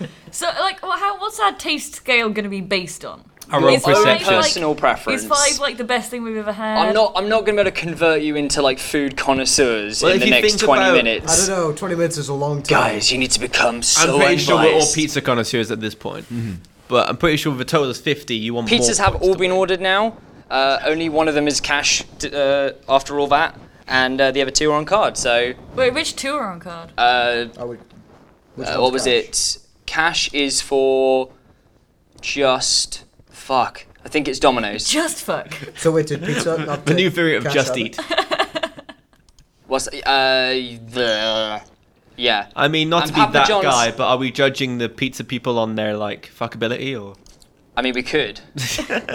Speaker 2: So, like, well, how what's our taste scale going to be based on?
Speaker 4: Our own
Speaker 2: Is five,
Speaker 4: perception.
Speaker 2: like-
Speaker 1: Personal preference.
Speaker 2: Is five like the best thing we've ever had?
Speaker 1: I'm not. I'm not going to be able to convert you into like food connoisseurs
Speaker 4: Well,
Speaker 1: in
Speaker 4: if
Speaker 1: the
Speaker 4: you
Speaker 1: next
Speaker 4: think
Speaker 1: 20
Speaker 4: about-
Speaker 5: I don't
Speaker 1: minutes.
Speaker 5: know. Twenty minutes is a long time.
Speaker 1: Guys, you need to become
Speaker 4: I'm
Speaker 1: so
Speaker 4: pretty
Speaker 1: unbiased.
Speaker 4: sure we're all pizza connoisseurs at this point. But I'm pretty sure if the total is 50, you want more
Speaker 1: Pizzas have
Speaker 4: points
Speaker 1: all
Speaker 4: to
Speaker 1: been
Speaker 4: win.
Speaker 1: ordered now. Uh, only one of them is cash. d- uh, after all that, and uh, the other two are on card. So,
Speaker 2: Wait, which two are on card?
Speaker 1: uh,
Speaker 5: I would. Which
Speaker 1: uh,
Speaker 5: one's
Speaker 1: what was
Speaker 5: cash?
Speaker 1: it? Cash is for just fuck. I think it's Domino's.
Speaker 2: Just fuck.
Speaker 5: So wait, did pizza Hut not
Speaker 4: The new
Speaker 5: take
Speaker 4: theory of
Speaker 5: cash
Speaker 4: Just
Speaker 5: out it?
Speaker 4: Eat.
Speaker 1: What's uh the? Yeah.
Speaker 4: I mean, not
Speaker 1: And
Speaker 4: to be
Speaker 1: Papa
Speaker 4: that
Speaker 1: John's-
Speaker 4: guy, but are we judging the pizza people on their like fuckability or?
Speaker 1: I mean, we could.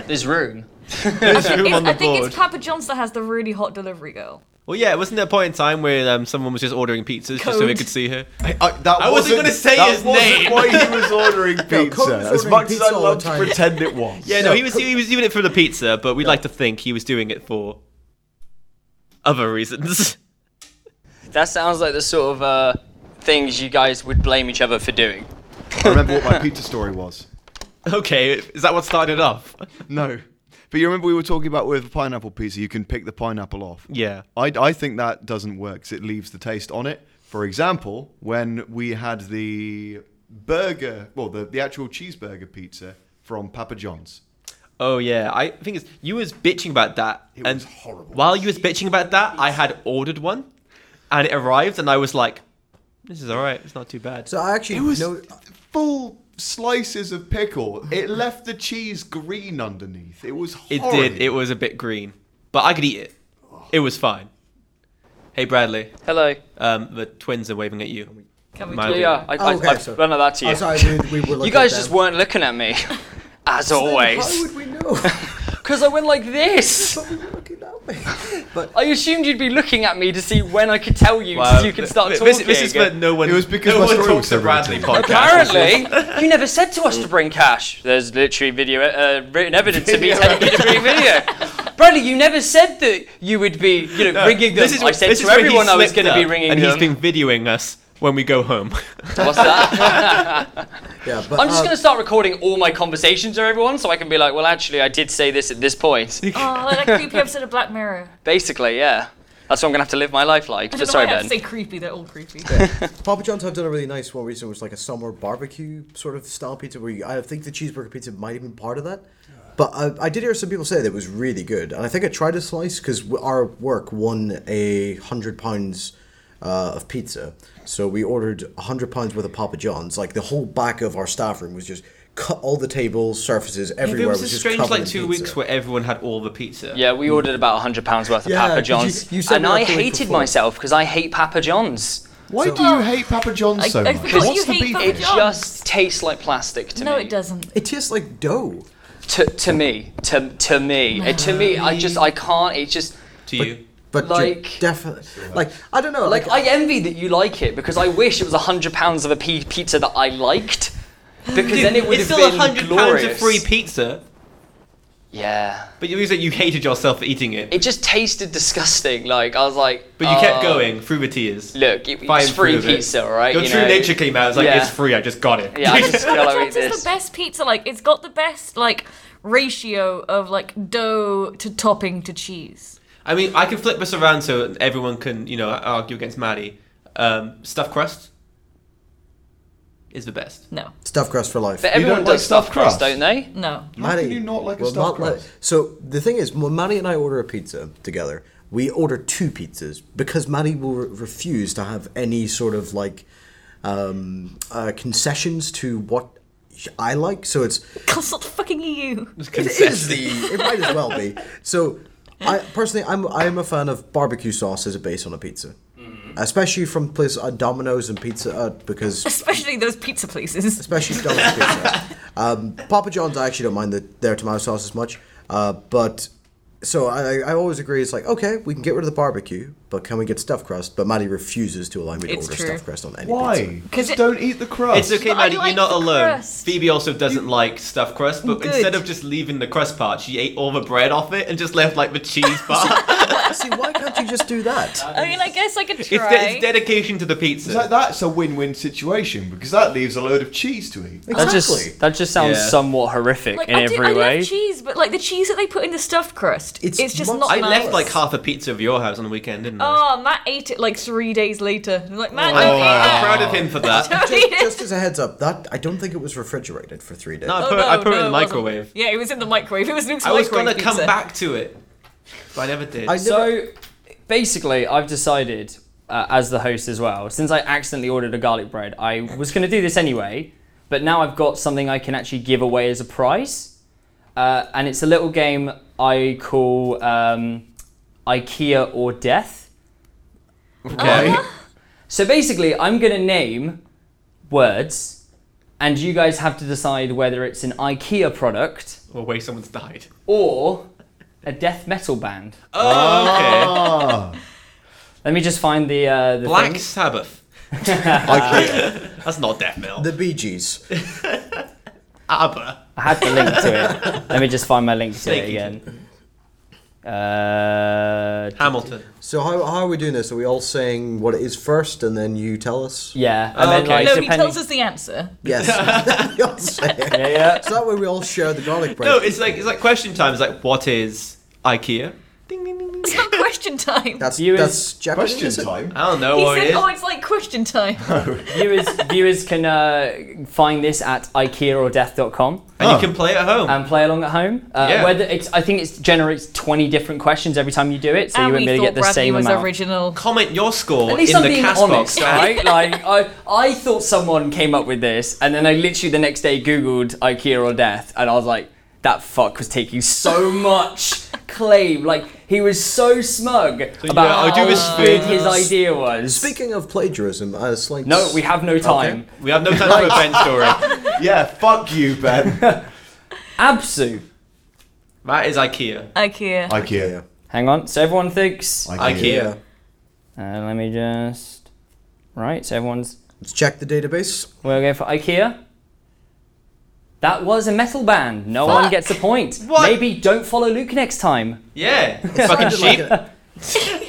Speaker 1: There's room.
Speaker 4: There's room
Speaker 2: It's-
Speaker 4: on the
Speaker 2: I think
Speaker 4: board.
Speaker 2: it's Papa John's that has the really hot delivery girl.
Speaker 4: well, yeah, wasn't there a point in time where um, someone was just ordering pizzas just so we
Speaker 2: Code.
Speaker 4: could see her?
Speaker 3: I, I- that
Speaker 4: I wasn't gonna say
Speaker 3: that
Speaker 4: his
Speaker 3: wasn't
Speaker 4: name.
Speaker 3: Why he was ordering pizza?
Speaker 5: Coleman's
Speaker 3: as
Speaker 5: ordering
Speaker 3: much as
Speaker 5: pizza
Speaker 3: I
Speaker 5: all the
Speaker 3: love to
Speaker 5: time.
Speaker 3: pretend it was.
Speaker 4: Yeah, no, he was he was doing it for the pizza, but we'd like to think he was doing it for other reasons.
Speaker 1: That sounds like the sort of uh, things you guys would blame each other for doing.
Speaker 3: I remember what my pizza story was.
Speaker 4: okay, is that what started off?
Speaker 3: No, but you remember we were talking about with pineapple pizza, you can pick the pineapple off.
Speaker 4: Yeah.
Speaker 3: I, I think that doesn't work 'cause it leaves the taste on it. For example, when we had the burger, well, the, the actual cheeseburger pizza from Papa John's.
Speaker 4: Oh yeah, I think it's you was bitching about that.
Speaker 3: It
Speaker 4: and
Speaker 3: was horrible.
Speaker 4: While you was bitching about that, I had ordered one, and it arrived, and I was like, "This is all right. It's not too bad."
Speaker 5: So I actually
Speaker 3: It was
Speaker 5: know.
Speaker 3: full slices of pickle. It left the cheese green underneath. It was
Speaker 4: it
Speaker 3: horrible.
Speaker 4: did. It was a bit green, but I could eat it. It was fine. Hey Bradley,
Speaker 1: Hello.
Speaker 4: um, the twins are waving at you.
Speaker 2: Can we
Speaker 4: My
Speaker 1: Yeah,
Speaker 4: Okay.
Speaker 1: yeah. I,
Speaker 5: Oh,
Speaker 1: I,
Speaker 5: okay,
Speaker 1: I've
Speaker 5: so-
Speaker 1: run that to you.
Speaker 5: Oh, sorry, we, we were looking
Speaker 1: you guys
Speaker 5: at
Speaker 1: just
Speaker 5: them.
Speaker 1: weren't looking at me, as
Speaker 5: How
Speaker 1: always.
Speaker 5: would we know?
Speaker 1: Because I went like this.
Speaker 5: How would we look at me?
Speaker 1: I assumed you'd be looking at me to see when I could tell you,
Speaker 4: Wow,
Speaker 1: so you could start
Speaker 4: th-
Speaker 1: talking.
Speaker 4: this, this is what no one.
Speaker 3: It was because
Speaker 4: no
Speaker 3: my
Speaker 4: one
Speaker 3: story
Speaker 4: talks
Speaker 3: was
Speaker 4: to
Speaker 3: everything.
Speaker 4: Bradley podcast.
Speaker 1: Apparently, you never said to us to bring cash. There's literally video, uh, written evidence of me telling you to bring video. Bradley, you never said that you would be, you know, ringing them.
Speaker 4: This is
Speaker 1: I
Speaker 4: where-
Speaker 1: said
Speaker 4: this
Speaker 1: to
Speaker 4: is where he
Speaker 1: everyone I was
Speaker 4: slipped
Speaker 1: going to be
Speaker 4: up,
Speaker 1: ringing
Speaker 4: and
Speaker 1: them.
Speaker 4: he's been videoing us when we go home.
Speaker 1: What's that?
Speaker 5: Yeah, but
Speaker 1: I'm just
Speaker 5: uh,
Speaker 1: going to start recording all my conversations with everyone, so I can be like, well, actually, I did say this at this point.
Speaker 2: Oh, like that creepy episode of Black Mirror.
Speaker 1: Basically, yeah. That's what I'm going to have to live my life like.
Speaker 2: I
Speaker 1: But
Speaker 2: don't know
Speaker 1: sorry,
Speaker 2: why I have
Speaker 1: Ben.
Speaker 2: to say creepy. They're all creepy.
Speaker 5: Papa John's have done a really nice one recently. It was like a summer barbecue sort of style pizza where you, I think the cheeseburger pizza might have been part of that. But I, I did hear some people say that it was really good, and I think I tried a slice because our work won a hundred pounds uh, of pizza. So we ordered a hundred pounds worth of Papa John's. Like the whole back of our staff room was just cut all the tables, surfaces everywhere
Speaker 4: it was a
Speaker 5: was just
Speaker 4: strange
Speaker 5: covered
Speaker 4: like
Speaker 5: in
Speaker 4: two
Speaker 5: pizza.
Speaker 4: weeks where everyone had all the pizza.
Speaker 1: Yeah, we ordered about £100 worth of
Speaker 5: Yeah,
Speaker 1: Papa
Speaker 5: 'cause you-
Speaker 1: John's.
Speaker 5: you said
Speaker 1: and
Speaker 5: we were
Speaker 1: I
Speaker 5: doing it
Speaker 1: hated
Speaker 5: before.
Speaker 1: myself because I hate Papa John's.
Speaker 3: Why do you hate Papa John's
Speaker 2: I-
Speaker 3: so
Speaker 2: I
Speaker 3: much?
Speaker 2: forgot
Speaker 3: What's
Speaker 2: you
Speaker 3: the
Speaker 2: hate
Speaker 3: beef?
Speaker 2: Papa
Speaker 3: with
Speaker 1: It
Speaker 3: it?
Speaker 2: John's.
Speaker 1: just tastes like plastic to
Speaker 2: no,
Speaker 1: me.
Speaker 2: it doesn't.
Speaker 5: It tastes like dough.
Speaker 1: To, to me, to, to me, Uh, to me, I just, I can't, it's just,
Speaker 4: To you.
Speaker 5: But
Speaker 1: Like-
Speaker 5: definitely, like I don't know,
Speaker 1: like, I envy that you like it because I wish it was £100 of a p- pizza that I liked. Because then it would
Speaker 4: it's
Speaker 1: have
Speaker 4: still
Speaker 1: been
Speaker 4: hundred pounds
Speaker 1: glorious.
Speaker 4: of free pizza,
Speaker 1: Yeah.
Speaker 4: but you said you hated yourself for eating it.
Speaker 1: It just tasted disgusting. Like, I was like,
Speaker 4: but you kept
Speaker 1: uh,
Speaker 4: going through the tears.
Speaker 1: Look, it,
Speaker 4: Buying
Speaker 1: it's free
Speaker 4: through it.
Speaker 1: pizza, right?
Speaker 4: Your
Speaker 1: you
Speaker 4: true
Speaker 1: know?
Speaker 4: nature came out. It's like
Speaker 1: Yeah.
Speaker 4: it's free. I just got it.
Speaker 1: Yeah, I just feel
Speaker 2: Papa
Speaker 1: like
Speaker 2: John's is
Speaker 1: this.
Speaker 2: the best pizza. Like, it's got the best like ratio of like dough to topping to cheese.
Speaker 4: I mean, I can flip this around so everyone can, you know, argue against Maddie. Um, stuffed crust is the best.
Speaker 2: No,
Speaker 5: stuffed crust for life.
Speaker 1: But everyone
Speaker 3: don't
Speaker 1: does
Speaker 3: like
Speaker 1: stuffed
Speaker 3: stuffed
Speaker 1: crust, don't
Speaker 3: crust?
Speaker 1: they?
Speaker 2: no.
Speaker 3: How can you not like a
Speaker 5: well,
Speaker 3: stuffed
Speaker 5: not like-
Speaker 3: crust?
Speaker 5: so the thing is, when Maddie and I order a pizza together, we order two pizzas because Maddie will re- refuse to have any sort of like um, uh, concessions to what I like. So it's
Speaker 2: Cause not fucking you.
Speaker 5: it is the it might as well be. So I personally, I'm I'm a fan of barbecue sauce as a base on a pizza, especially from places uh, Domino's and Pizza Hut because
Speaker 2: Especially those pizza places.
Speaker 5: especially Domino's Pizza. Um, Papa John's, I actually don't mind the, their tomato sauce as much, uh, but so I, I always agree. It's like okay, we can get rid of the barbecue, but can we get stuffed crust? But Maddie refuses to allow me to
Speaker 2: It's
Speaker 5: order
Speaker 2: true.
Speaker 5: stuffed crust on any pizza.
Speaker 3: Why?
Speaker 2: 'Cause
Speaker 3: Just
Speaker 2: it-
Speaker 3: don't eat the crust.
Speaker 4: It's okay,
Speaker 2: Oh. But I
Speaker 4: Maddie.
Speaker 2: like
Speaker 4: you're not
Speaker 2: the
Speaker 4: alone.
Speaker 2: crust.
Speaker 4: Phoebe also doesn't like stuffed crust, but
Speaker 2: Good.
Speaker 4: instead of just leaving the crust part, she ate all the bread off it and just left like the cheese part.
Speaker 5: See, why can't you just do that?
Speaker 2: I mean, I guess I could
Speaker 4: it's, de-
Speaker 2: try.
Speaker 4: it's dedication to the pizza.
Speaker 3: It's like that's a win-win situation because that leaves a load of cheese to eat.
Speaker 5: Exactly.
Speaker 1: that just sounds
Speaker 4: Yeah.
Speaker 1: somewhat horrific
Speaker 2: like, I, do, I love cheese, but like the cheese that they put in the stuffed crust,
Speaker 5: It's
Speaker 2: it's, just
Speaker 5: mon-
Speaker 2: not.
Speaker 4: I
Speaker 2: nice.
Speaker 4: left like half a pizza of your house on the weekend, didn't I?
Speaker 2: Oh, Matt ate it like three days later. I'm like, Matt,
Speaker 4: I'm,
Speaker 2: don't eat
Speaker 4: Oh, I'm
Speaker 2: that.
Speaker 4: proud of him for that.
Speaker 2: Don't
Speaker 5: just,
Speaker 2: eat it.
Speaker 5: just as a heads up, that I don't think it was refrigerated for three days.
Speaker 4: No, I
Speaker 2: Oh,
Speaker 4: put,
Speaker 2: no,
Speaker 4: I put
Speaker 2: no,
Speaker 4: it in the
Speaker 2: wasn't.
Speaker 4: microwave.
Speaker 2: Yeah, it was in the microwave. It was Luke's
Speaker 4: I was
Speaker 2: microwave
Speaker 4: gonna come
Speaker 2: pizza.
Speaker 4: back to it, but I never did.
Speaker 5: I never,
Speaker 1: So, basically, I've decided, uh, as the host as well, since I accidentally ordered a garlic bread, I was going to do this anyway, but now I've got something I can actually give away as a prize. Uh, and it's a little game I call um, IKEA or Death.
Speaker 4: okay.
Speaker 1: So basically, I'm going to name words, and you guys have to decide whether it's an IKEA product
Speaker 4: Or way someone's died.
Speaker 1: or a death metal band.
Speaker 4: Oh, okay.
Speaker 1: Let me just find the uh, the
Speaker 4: Black
Speaker 1: thing.
Speaker 4: Sabbath. That's not death metal.
Speaker 5: The Bee Gees.
Speaker 4: ABBA.
Speaker 1: I had the link to it. Let me just find my link to
Speaker 4: Snake
Speaker 1: it again. Uh,
Speaker 4: Hamilton.
Speaker 5: So how, how are we doing this? Are we all saying what it is first, and then you tell us?
Speaker 1: yeah, and then,
Speaker 4: okay.
Speaker 1: like,
Speaker 2: No, he
Speaker 1: depending-
Speaker 2: tells us the answer.
Speaker 5: Yes. we all say it.
Speaker 1: Yeah, yeah.
Speaker 5: So that way we all share the garlic bread.
Speaker 4: No, it's like it's like question time. It's like what is IKEA? Ding ding ding ding.
Speaker 2: It's not question time.
Speaker 5: that's
Speaker 1: Viewers-
Speaker 5: that's Japanese.
Speaker 3: Question
Speaker 5: is it?
Speaker 3: time.
Speaker 4: I don't know
Speaker 2: he
Speaker 4: what
Speaker 2: said,
Speaker 4: it is.
Speaker 2: "Oh, it's like question time."
Speaker 1: viewers viewers can uh, find this at ikeaordeath.com
Speaker 4: and
Speaker 3: Oh.
Speaker 4: you can play at home.
Speaker 5: Um,
Speaker 1: and play along at home. Uh,
Speaker 4: Yeah.
Speaker 1: Whether it's, I think it generates 20 different questions every time you do it, so
Speaker 2: and
Speaker 1: you won't
Speaker 2: we
Speaker 1: be able to
Speaker 2: thought
Speaker 1: get the
Speaker 2: Bradley
Speaker 1: same
Speaker 2: was
Speaker 1: amount.
Speaker 2: original.
Speaker 4: Comment your score
Speaker 1: At least
Speaker 4: in
Speaker 1: I'm
Speaker 4: the
Speaker 1: being
Speaker 4: cast
Speaker 1: honest,
Speaker 4: box. guys.
Speaker 1: right? like I, I thought someone came up with this, and then I literally the next day Googled IKEA or death, and I was like, that fuck was taking so much claim. Like he was so smug about
Speaker 4: yeah, I do
Speaker 1: how
Speaker 4: this
Speaker 1: good
Speaker 4: thing.
Speaker 1: his idea was.
Speaker 5: Speaking of plagiarism, uh, slight.
Speaker 1: no, we have no time.
Speaker 4: We have no time for a Ben story.
Speaker 3: Yeah, fuck you, Ben.
Speaker 1: Absu.
Speaker 4: That is IKEA.
Speaker 2: IKEA.
Speaker 5: Yeah.
Speaker 3: IKEA.
Speaker 1: Hang on. So everyone thinks.
Speaker 4: IKEA.
Speaker 5: Yeah.
Speaker 1: Uh, let me just. Right, so everyone's.
Speaker 5: Let's check the database.
Speaker 1: We're going for IKEA. That was a metal band. No one
Speaker 2: Fuck.
Speaker 1: gets a point.
Speaker 4: What?
Speaker 1: Maybe don't follow Luke next time.
Speaker 4: Yeah. Fucking
Speaker 5: Sounded like
Speaker 4: sheep.
Speaker 5: a-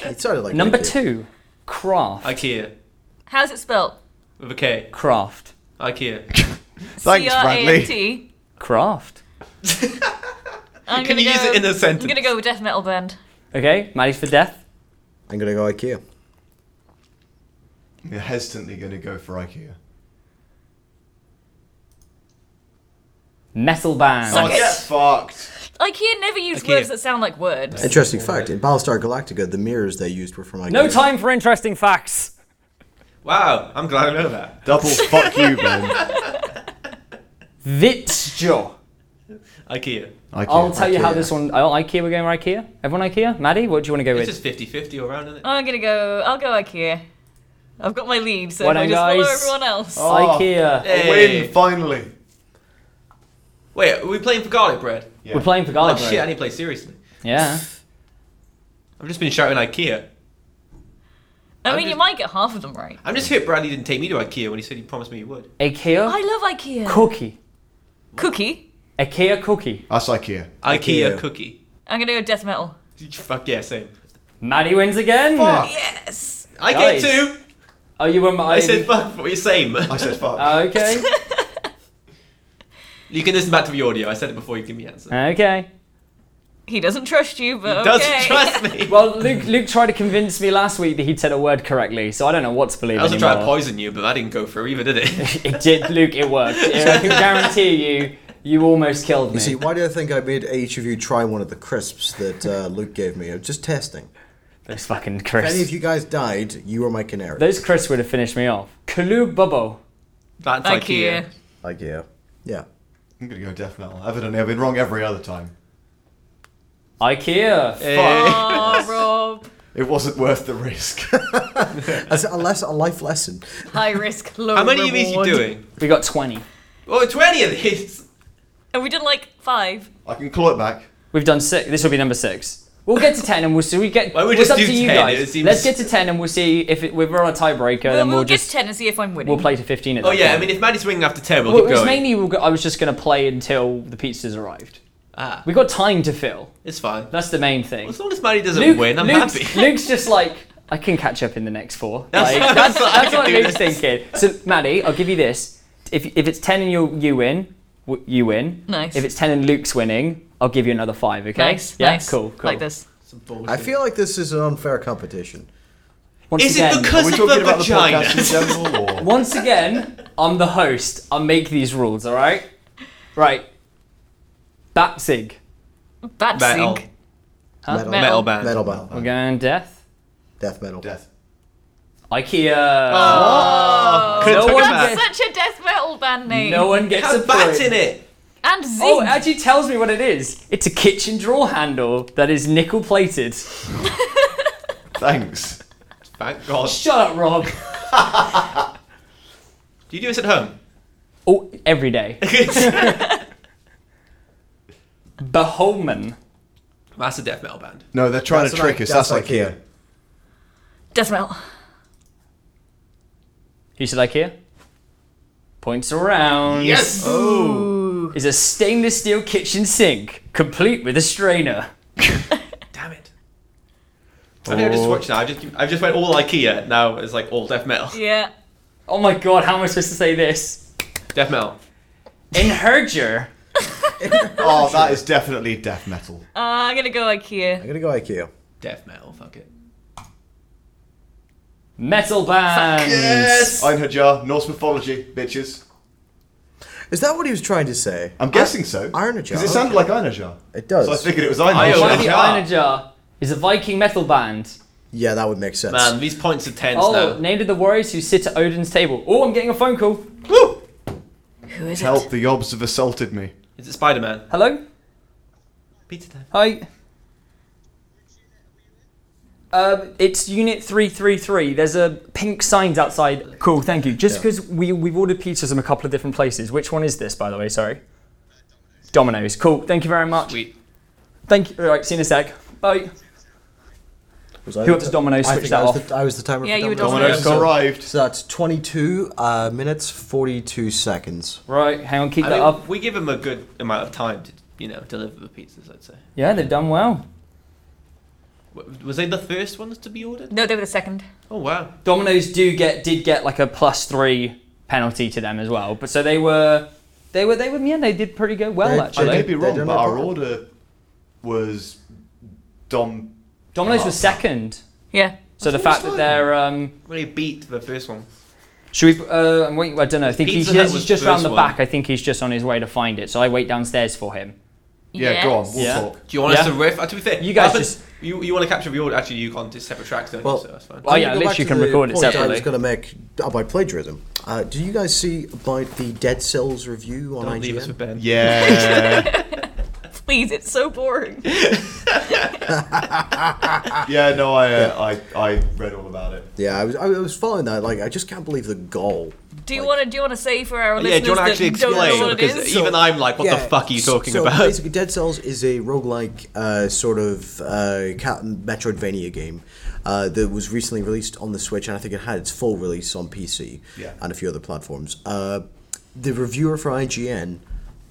Speaker 5: it sounded like
Speaker 1: Number
Speaker 5: IKEA.
Speaker 1: two, craft.
Speaker 4: IKEA.
Speaker 2: How's it spelled?
Speaker 4: With a K.
Speaker 1: craft.
Speaker 4: IKEA.
Speaker 3: Thanks, Bradley.
Speaker 2: C-R-A-F-T.
Speaker 1: Craft.
Speaker 2: I'm
Speaker 4: Can
Speaker 2: gonna
Speaker 4: you use
Speaker 2: go-
Speaker 4: it in a sentence?
Speaker 2: I'm gonna go with death metal band.
Speaker 1: Okay, Maddie's for death.
Speaker 5: I'm gonna go IKEA.
Speaker 3: You're hesitantly going to go for IKEA.
Speaker 1: Metal band.
Speaker 2: Suck it.
Speaker 3: Get fucked.
Speaker 2: IKEA never used
Speaker 4: IKEA.
Speaker 2: words that sound like words.
Speaker 5: Interesting fact: in Battlestar Galactica, the mirrors they used were from IKEA.
Speaker 1: No time for interesting facts.
Speaker 4: Wow, I'm glad I know that.
Speaker 3: Double fuck you, Ben.
Speaker 1: Vitsjo.
Speaker 4: IKEA.
Speaker 3: IKEA.
Speaker 1: I'll tell you how
Speaker 5: IKEA.
Speaker 1: this one. Oh, IKEA, we're going for IKEA? Everyone IKEA? Maddie, what do you want to go
Speaker 4: It's
Speaker 1: with?
Speaker 4: just 50 50 around, isn't it?
Speaker 2: I'm gonna go. I'll go IKEA. I've got my lead, so
Speaker 1: Well
Speaker 2: if I
Speaker 1: done,
Speaker 2: just follow
Speaker 1: guys.
Speaker 2: everyone else.
Speaker 3: Oh.
Speaker 1: IKEA.
Speaker 3: A
Speaker 4: Hey.
Speaker 3: win, finally.
Speaker 4: Wait, are we playing for garlic bread?
Speaker 1: We're playing for garlic
Speaker 4: Oh
Speaker 1: bread.
Speaker 4: shit, I need to play seriously.
Speaker 1: Yeah.
Speaker 4: I've just been shouting IKEA.
Speaker 2: I
Speaker 4: I'm
Speaker 2: mean, you
Speaker 4: just-
Speaker 2: might get half of them right.
Speaker 4: I'm just hit Bradley didn't take me to IKEA when he said he promised me he would.
Speaker 1: IKEA
Speaker 2: I love IKEA.
Speaker 1: cookie.
Speaker 2: Cookie.
Speaker 1: IKEA cookie.
Speaker 3: That's IKEA.
Speaker 4: IKEA,
Speaker 5: IKEA.
Speaker 4: cookie.
Speaker 2: I'm gonna go death metal.
Speaker 4: Fuck yeah, same.
Speaker 1: Maddie wins again.
Speaker 3: Fuck.
Speaker 2: Yes.
Speaker 4: I
Speaker 1: Guys.
Speaker 4: get two.
Speaker 1: Oh, you won.
Speaker 4: I said fuck, but you're same.
Speaker 3: I said fuck.
Speaker 1: Okay.
Speaker 4: you can listen back to the audio. I said it before you give me the answer.
Speaker 1: okay.
Speaker 2: He doesn't trust you, but
Speaker 4: Doesn't
Speaker 2: Uh, okay.
Speaker 4: trust me.
Speaker 1: Well, Luke, Luke tried to convince me last week that he'd said a word correctly, so I don't know what to believe
Speaker 4: I also
Speaker 1: anymore.
Speaker 4: tried to poison you, but that didn't go through either, did it?
Speaker 1: It did, Luke. It worked. I can guarantee you, you almost killed me.
Speaker 5: See, why do I think I made each of you try one of the crisps that uh, Luke gave me? It was just testing.
Speaker 1: Those fucking
Speaker 5: If any of
Speaker 1: Chris.
Speaker 5: you guys died, you were my canary.
Speaker 1: Those Chris would have finished me off. Kalu Bobo.
Speaker 4: That's IKEA.
Speaker 2: IKEA.
Speaker 5: IKEA. Yeah.
Speaker 3: I'm going to go death metal. Evidently, I've been wrong every other time.
Speaker 1: IKEA.
Speaker 4: Hey.
Speaker 2: Oh, Rob.
Speaker 3: It wasn't worth the risk.
Speaker 5: That's a, less, a life lesson.
Speaker 2: High risk, low
Speaker 4: How many of these you
Speaker 2: reward.
Speaker 4: doing?
Speaker 1: We got 20.
Speaker 4: Well, 20 of these.
Speaker 2: And we did like five.
Speaker 3: I can claw it back.
Speaker 1: We've done six. This will be number six. We'll get to 10 and we'll see. We get,
Speaker 4: Why don't we
Speaker 1: it's
Speaker 4: just
Speaker 1: up
Speaker 4: do
Speaker 1: to you
Speaker 4: 10? It
Speaker 1: guys.
Speaker 4: seems-
Speaker 1: Let's get to 10 and we'll see if it, we're on a tiebreaker,
Speaker 2: We'll,
Speaker 1: then
Speaker 2: we'll,
Speaker 1: we'll
Speaker 2: get
Speaker 1: just.
Speaker 2: to ten and see if I'm winning.
Speaker 1: We'll play to 15 at that
Speaker 4: Oh, yeah, I
Speaker 1: point.
Speaker 4: mean, if Maddie's winning after 10, we'll
Speaker 1: Well,
Speaker 4: keep
Speaker 1: it was
Speaker 4: going.
Speaker 1: mainly we go- I was just going to play until the pizzas arrived.
Speaker 4: Ah.
Speaker 1: We got time to fill.
Speaker 4: It's fine.
Speaker 1: That's the main thing.
Speaker 4: As long as Maddie doesn't win, I'm
Speaker 1: Luke's,
Speaker 4: happy.
Speaker 1: Luke's just like, I can catch up in the next four. Like,
Speaker 4: that's
Speaker 1: that's
Speaker 4: what I
Speaker 1: that's
Speaker 4: can
Speaker 1: what
Speaker 4: do
Speaker 1: Luke's
Speaker 4: this.
Speaker 1: thinking. So, Maddie, I'll give you this. If, if it's 10 and you, you win, w- you win.
Speaker 2: Nice.
Speaker 1: If it's 10 and Luke's winning, I'll give you another five, okay?
Speaker 2: Nice.
Speaker 1: Yeah,
Speaker 2: nice.
Speaker 1: cool, cool.
Speaker 2: Like this.
Speaker 4: Some bullshit.
Speaker 5: I feel like this is an unfair competition.
Speaker 1: Once
Speaker 4: Is
Speaker 1: again,
Speaker 4: it
Speaker 3: Are
Speaker 4: because
Speaker 3: we
Speaker 4: of the
Speaker 3: talking about the
Speaker 4: vagina?
Speaker 3: podcast in general? Or?
Speaker 1: Once again, I'm the host. I make these rules, all right? Right. Batzig.
Speaker 2: Bat
Speaker 4: Metal.
Speaker 2: sync.
Speaker 5: Metal,
Speaker 4: Metal band.
Speaker 5: Metal band.
Speaker 1: We're going death.
Speaker 5: Death metal.
Speaker 3: Death.
Speaker 1: IKEA.
Speaker 4: Oh,
Speaker 1: Oh. No
Speaker 4: Could've took it
Speaker 1: one
Speaker 4: back.
Speaker 1: gets-
Speaker 2: Such a death metal band name.
Speaker 1: No one gets
Speaker 4: Has
Speaker 1: a
Speaker 4: bats
Speaker 1: point.
Speaker 4: in it.
Speaker 2: And zinc.
Speaker 1: Oh, it actually tells me what it is. It's a kitchen drawer handle that is nickel plated.
Speaker 3: Thanks.
Speaker 4: Thank God.
Speaker 1: Shut up, Rob.
Speaker 4: Do you do this at home?
Speaker 1: Oh, every day. Beholman.
Speaker 4: That's a death metal band.
Speaker 3: No, they're trying to trick us. That's, IKEA.
Speaker 2: Decimel.
Speaker 1: Who said IKEA? Points around. Yes. Oh. Is a stainless steel kitchen sink complete with a strainer.
Speaker 4: Damn it. I think I
Speaker 3: Oh,
Speaker 4: just watched that. I just I just went all IKEA. Now it's like all death metal.
Speaker 2: Yeah.
Speaker 1: Oh my god, how am I supposed to say this?
Speaker 4: Death metal.
Speaker 1: In Herger.
Speaker 3: Oh, that is definitely death metal.
Speaker 2: Uh, I'm gonna go IKEA.
Speaker 5: I'm gonna go IKEA.
Speaker 4: Death metal. Fuck it.
Speaker 1: Metal band.
Speaker 3: Einherjar, Norse mythology, bitches.
Speaker 5: Is that what he was trying to say?
Speaker 1: Um,
Speaker 3: I'm guessing so.
Speaker 5: Einherjar,
Speaker 3: Because it sounded like Einherjar.
Speaker 5: It does.
Speaker 3: So I figured it was
Speaker 1: Why the
Speaker 3: Einherjar.
Speaker 4: Einherjar.
Speaker 1: Einherjar is a Viking metal band.
Speaker 5: yeah, that would make sense.
Speaker 4: Man, these points are tense
Speaker 1: Oh,
Speaker 4: now.
Speaker 1: named of the warriors who sit at Odin's table. Oh, I'm getting a phone call.
Speaker 2: Who is
Speaker 3: Help,
Speaker 2: it?
Speaker 3: the yobs have assaulted me.
Speaker 4: Is it Spider Man?
Speaker 1: Hello?
Speaker 4: Pizza time.
Speaker 1: Hi. Um, it's unit 333. There's a pink signs outside. Cool, thank you. Just because we, we've ordered pizzas from a couple of different places. Which one is this, by the way? Sorry. Domino's. Cool, thank you very much.
Speaker 4: Sweet.
Speaker 1: Thank you. All right, see you in a sec. Bye.
Speaker 5: Was I
Speaker 1: Who
Speaker 5: the
Speaker 1: up to
Speaker 5: ti-
Speaker 1: Domino's?
Speaker 5: I
Speaker 1: Switch
Speaker 5: think
Speaker 1: that
Speaker 5: I was
Speaker 1: off.
Speaker 5: The, I was the timer.
Speaker 2: Yeah,
Speaker 5: for
Speaker 2: you were
Speaker 3: Domino's
Speaker 5: Domino's.
Speaker 2: Domino's.
Speaker 5: So-
Speaker 3: arrived.
Speaker 5: So that's 22 uh, minutes, 42 seconds.
Speaker 1: Right, hang on, keep
Speaker 4: I
Speaker 1: that
Speaker 4: mean,
Speaker 1: up.
Speaker 4: we give them a good amount of time to, you know, deliver the pizzas. I'd say.
Speaker 1: Yeah, they've done well.
Speaker 4: W- Was they the first ones to be ordered?
Speaker 2: No, they were the second.
Speaker 4: Oh wow.
Speaker 1: Domino's do get did get like a plus three penalty to them as well, but so they were they were they were yeah they did pretty good well
Speaker 5: They-
Speaker 3: I
Speaker 1: actually.
Speaker 3: may be
Speaker 5: They
Speaker 3: wrong,
Speaker 5: done
Speaker 3: but
Speaker 5: it
Speaker 3: our
Speaker 5: right.
Speaker 3: order was Dom.
Speaker 1: Domino's was second,
Speaker 2: Yeah.
Speaker 1: so the fact that they're um,
Speaker 4: Well, they beat the first one.
Speaker 1: should we? Uh, I'm waiting. I don't know. I think
Speaker 4: Pizza
Speaker 1: he's,
Speaker 4: Hut
Speaker 1: he's
Speaker 4: was
Speaker 1: just round
Speaker 4: first
Speaker 1: the
Speaker 4: one.
Speaker 1: back. I think he's just on his way to find it. So I wait downstairs for him.
Speaker 3: Yeah, go on.
Speaker 2: Yes.
Speaker 3: We'll
Speaker 1: Yeah.
Speaker 3: talk.
Speaker 4: Do you want us
Speaker 1: Yeah.
Speaker 4: to riff? Uh, to be fair,
Speaker 1: You guys
Speaker 4: Papa,
Speaker 1: just-
Speaker 4: you, you want to capture the order? Actually, you can't do separate tracks, don't
Speaker 5: Well-
Speaker 4: you? So that's fine.
Speaker 1: Oh,
Speaker 5: Let me
Speaker 1: yeah,
Speaker 5: go
Speaker 1: literally
Speaker 5: back to
Speaker 1: you can
Speaker 5: the
Speaker 1: record it
Speaker 5: point I
Speaker 1: separately.
Speaker 5: was going to make about plagiarism. Uh, do you guys see about the Dead Cells review on
Speaker 4: Don't leave us
Speaker 5: IGN?
Speaker 4: with Ben.
Speaker 3: Yeah.
Speaker 2: Please, it's so boring.
Speaker 3: yeah, no, I, uh, I, I read all about it.
Speaker 5: Yeah, I was, I was following that. Like, I just can't believe the goal.
Speaker 2: Do you want to? Do you want to say for our
Speaker 4: Yeah,
Speaker 2: listeners
Speaker 4: do you want to actually
Speaker 2: that don't
Speaker 4: explain?
Speaker 2: know what it
Speaker 4: Because
Speaker 2: is?
Speaker 4: even I'm like, what
Speaker 5: yeah,
Speaker 4: the fuck are you
Speaker 5: so-
Speaker 4: talking
Speaker 5: so
Speaker 4: about?
Speaker 5: Basically, Dead Cells is a roguelike uh, sort of uh, cat Metroidvania game uh, that was recently released on the Switch, and I think it had its full release on PC
Speaker 3: Yeah.
Speaker 5: and a few other platforms. Uh, the reviewer for IGN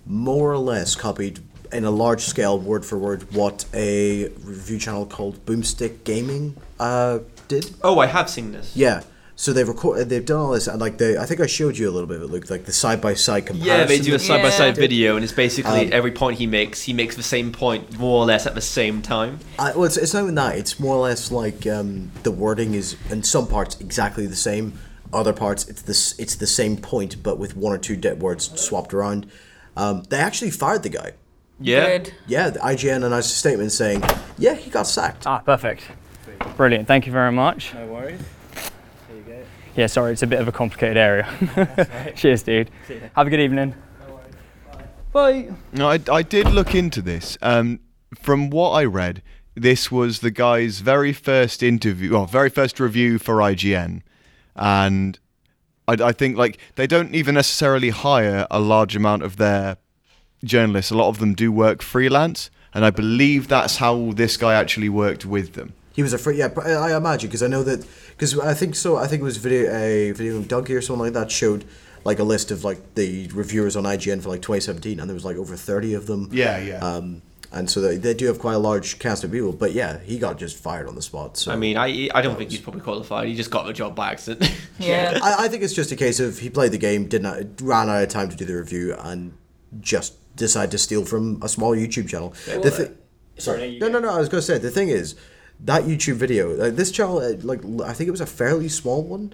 Speaker 5: more or less copied in a large scale, word for word, what a review channel called Boomstick Gaming uh, did.
Speaker 4: Oh, I have seen this.
Speaker 5: Yeah. So they've recorded, they've done all this, and like they, I think I showed you a little bit of it, Luke, like the side by side comparison.
Speaker 4: Yeah, they do a side by side
Speaker 2: Yeah.
Speaker 4: video, and it's basically every point he makes, he makes the same point more or less at the same time.
Speaker 5: I, well, it's, it's not even that. It's more or less like um, the wording is in some parts exactly the same. Other parts, it's this it's the same point, but with one or two dead words swapped around. Um, they actually fired the guy.
Speaker 4: Yeah.
Speaker 2: Good.
Speaker 5: Yeah, the IGN announced a statement saying, "Yeah, he got sacked."
Speaker 1: Ah, perfect. Brilliant. Thank you very much. No worries. There you go. Yeah, sorry, it's a bit of a complicated area. Cheers, dude. Have a good evening. Bye.
Speaker 3: No, I, I did look into this. Um, from what I read, this was the guy's very first interview, well, very first review for IGN, and I, I think like they don't even necessarily hire a large amount of their journalists. A lot of them do work freelance, and I believe that's how this guy actually worked with them.
Speaker 5: He was a free. Yeah, but I I imagine because I know that because I think so. I think it was video a video game donkey or something like that showed like a list of like the reviewers on IGN for like 2017, and there was like over 30 of them.
Speaker 3: Yeah, yeah.
Speaker 1: Uh,
Speaker 5: Um, and so they, they do have quite a large cast of people, but yeah, he got just fired on the spot. So
Speaker 4: I mean, I I don't think he's probably qualified. He just got the job by accident.
Speaker 2: Yeah.
Speaker 5: I, I think it's just a case of he played the game, didn't ran out of time to do the review, and just decided to steal from a small YouTube channel. The thi-
Speaker 1: Sorry,
Speaker 5: No, no, no. I was gonna say the thing is that YouTube video, like this channel, uh, like l- I think it was a fairly small one.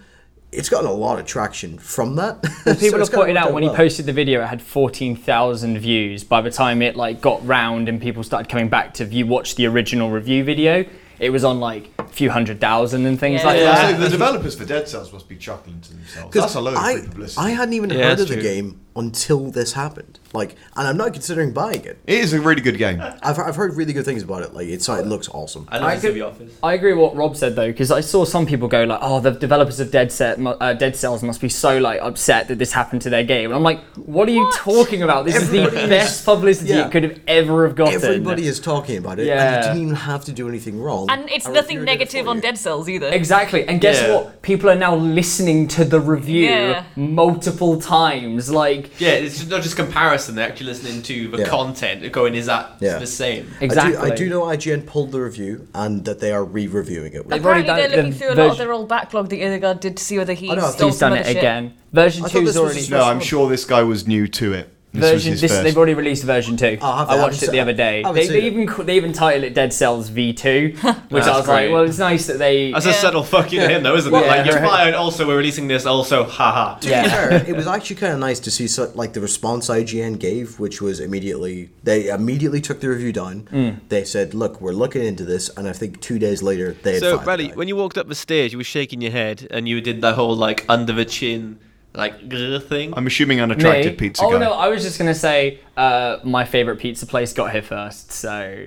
Speaker 5: It's gotten a lot of traction from that.
Speaker 1: People have pointed out when he posted the video, it had 14,000 views. By the time it like got round and people started coming back to view, watch the original review video, it was on like a few hundred thousand and things
Speaker 2: Yeah.
Speaker 1: like
Speaker 2: Yeah.
Speaker 1: that.
Speaker 3: the developers for Dead Cells must be chuckling to themselves.
Speaker 5: I, I hadn't even
Speaker 4: Yeah,
Speaker 5: heard
Speaker 4: that's
Speaker 5: of the
Speaker 4: true.
Speaker 5: game until this happened. Like, and I'm not considering buying it.
Speaker 3: It is a really good game.
Speaker 5: I've, I've heard really good things about it. Like, it's it looks awesome.
Speaker 4: I
Speaker 1: I
Speaker 4: love
Speaker 1: could-
Speaker 4: The Office.
Speaker 1: I agree with what Rob said though, because I saw some people go like, "Oh, the developers of Dead Set, mu- uh, Dead Cells must be so like upset that this happened to their game." And I'm like, "What are you
Speaker 2: What?
Speaker 1: talking about? This is
Speaker 5: Everybody
Speaker 1: the
Speaker 5: is-
Speaker 1: best publicity
Speaker 5: yeah.
Speaker 1: it could have ever have gotten."
Speaker 5: Everybody is talking about it, and
Speaker 1: Yeah.
Speaker 5: you didn't even have to do anything wrong.
Speaker 2: And it's
Speaker 5: A
Speaker 2: nothing
Speaker 5: reviewer did it
Speaker 2: negative
Speaker 5: for
Speaker 2: on
Speaker 5: you.
Speaker 2: Dead Cells either.
Speaker 1: Exactly, and guess
Speaker 4: Yeah.
Speaker 1: what? People are now listening to the review
Speaker 2: Yeah.
Speaker 1: multiple times. Like,
Speaker 4: Yeah, it's just not just comparison. They're actually listening to the
Speaker 5: Yeah.
Speaker 4: content. and Going, is that
Speaker 5: Yeah.
Speaker 4: the same?
Speaker 1: exactly.
Speaker 5: I do, I do know IGN pulled the review and that they are re-reviewing it.
Speaker 1: They've already
Speaker 2: Apparently they're
Speaker 1: done
Speaker 2: looking
Speaker 1: the
Speaker 2: through a lot of
Speaker 1: version-
Speaker 2: their old backlog that Illigar did to see whether he
Speaker 5: I know, I
Speaker 2: stole
Speaker 1: He's
Speaker 2: some
Speaker 1: done
Speaker 2: other
Speaker 1: it
Speaker 2: shit.
Speaker 1: again. Version
Speaker 5: I thought
Speaker 1: two is
Speaker 5: this was
Speaker 1: already.
Speaker 5: just-
Speaker 3: No, I'm sure this guy was new to it. This was
Speaker 1: version
Speaker 3: his
Speaker 1: this,
Speaker 3: first.
Speaker 1: they've already released version two.
Speaker 5: Oh, have they?
Speaker 1: I
Speaker 5: I
Speaker 1: watched
Speaker 5: haven't
Speaker 1: it the
Speaker 5: se-
Speaker 1: other day.
Speaker 5: I haven't
Speaker 1: They,
Speaker 5: seen
Speaker 1: they
Speaker 5: it.
Speaker 1: even ca- they even titled it Dead Cells V2, which I
Speaker 4: That's
Speaker 1: was
Speaker 4: great.
Speaker 1: like, well, it's nice that they.
Speaker 4: That's a
Speaker 2: Yeah.
Speaker 4: subtle fucking him, though, isn't it?
Speaker 1: Yeah.
Speaker 4: Like you're
Speaker 1: Yeah.
Speaker 4: fired. Also, we're releasing this. Also, haha.
Speaker 5: To be fair, it was actually kind of nice to see such, like the response IGN gave, which was immediately they immediately took the review down. They said, "Look, we're looking into this," and I think two days later they had
Speaker 4: So,
Speaker 5: fired
Speaker 4: Bradley,
Speaker 5: the guy.
Speaker 4: when you walked up the stairs, you were shaking your head and you did the whole like under the chin, like grr thing.
Speaker 3: I'm assuming unattractive
Speaker 1: Me?
Speaker 3: pizza
Speaker 1: oh
Speaker 3: guy.
Speaker 1: no, I was just gonna say uh, my favorite pizza place got here first, so.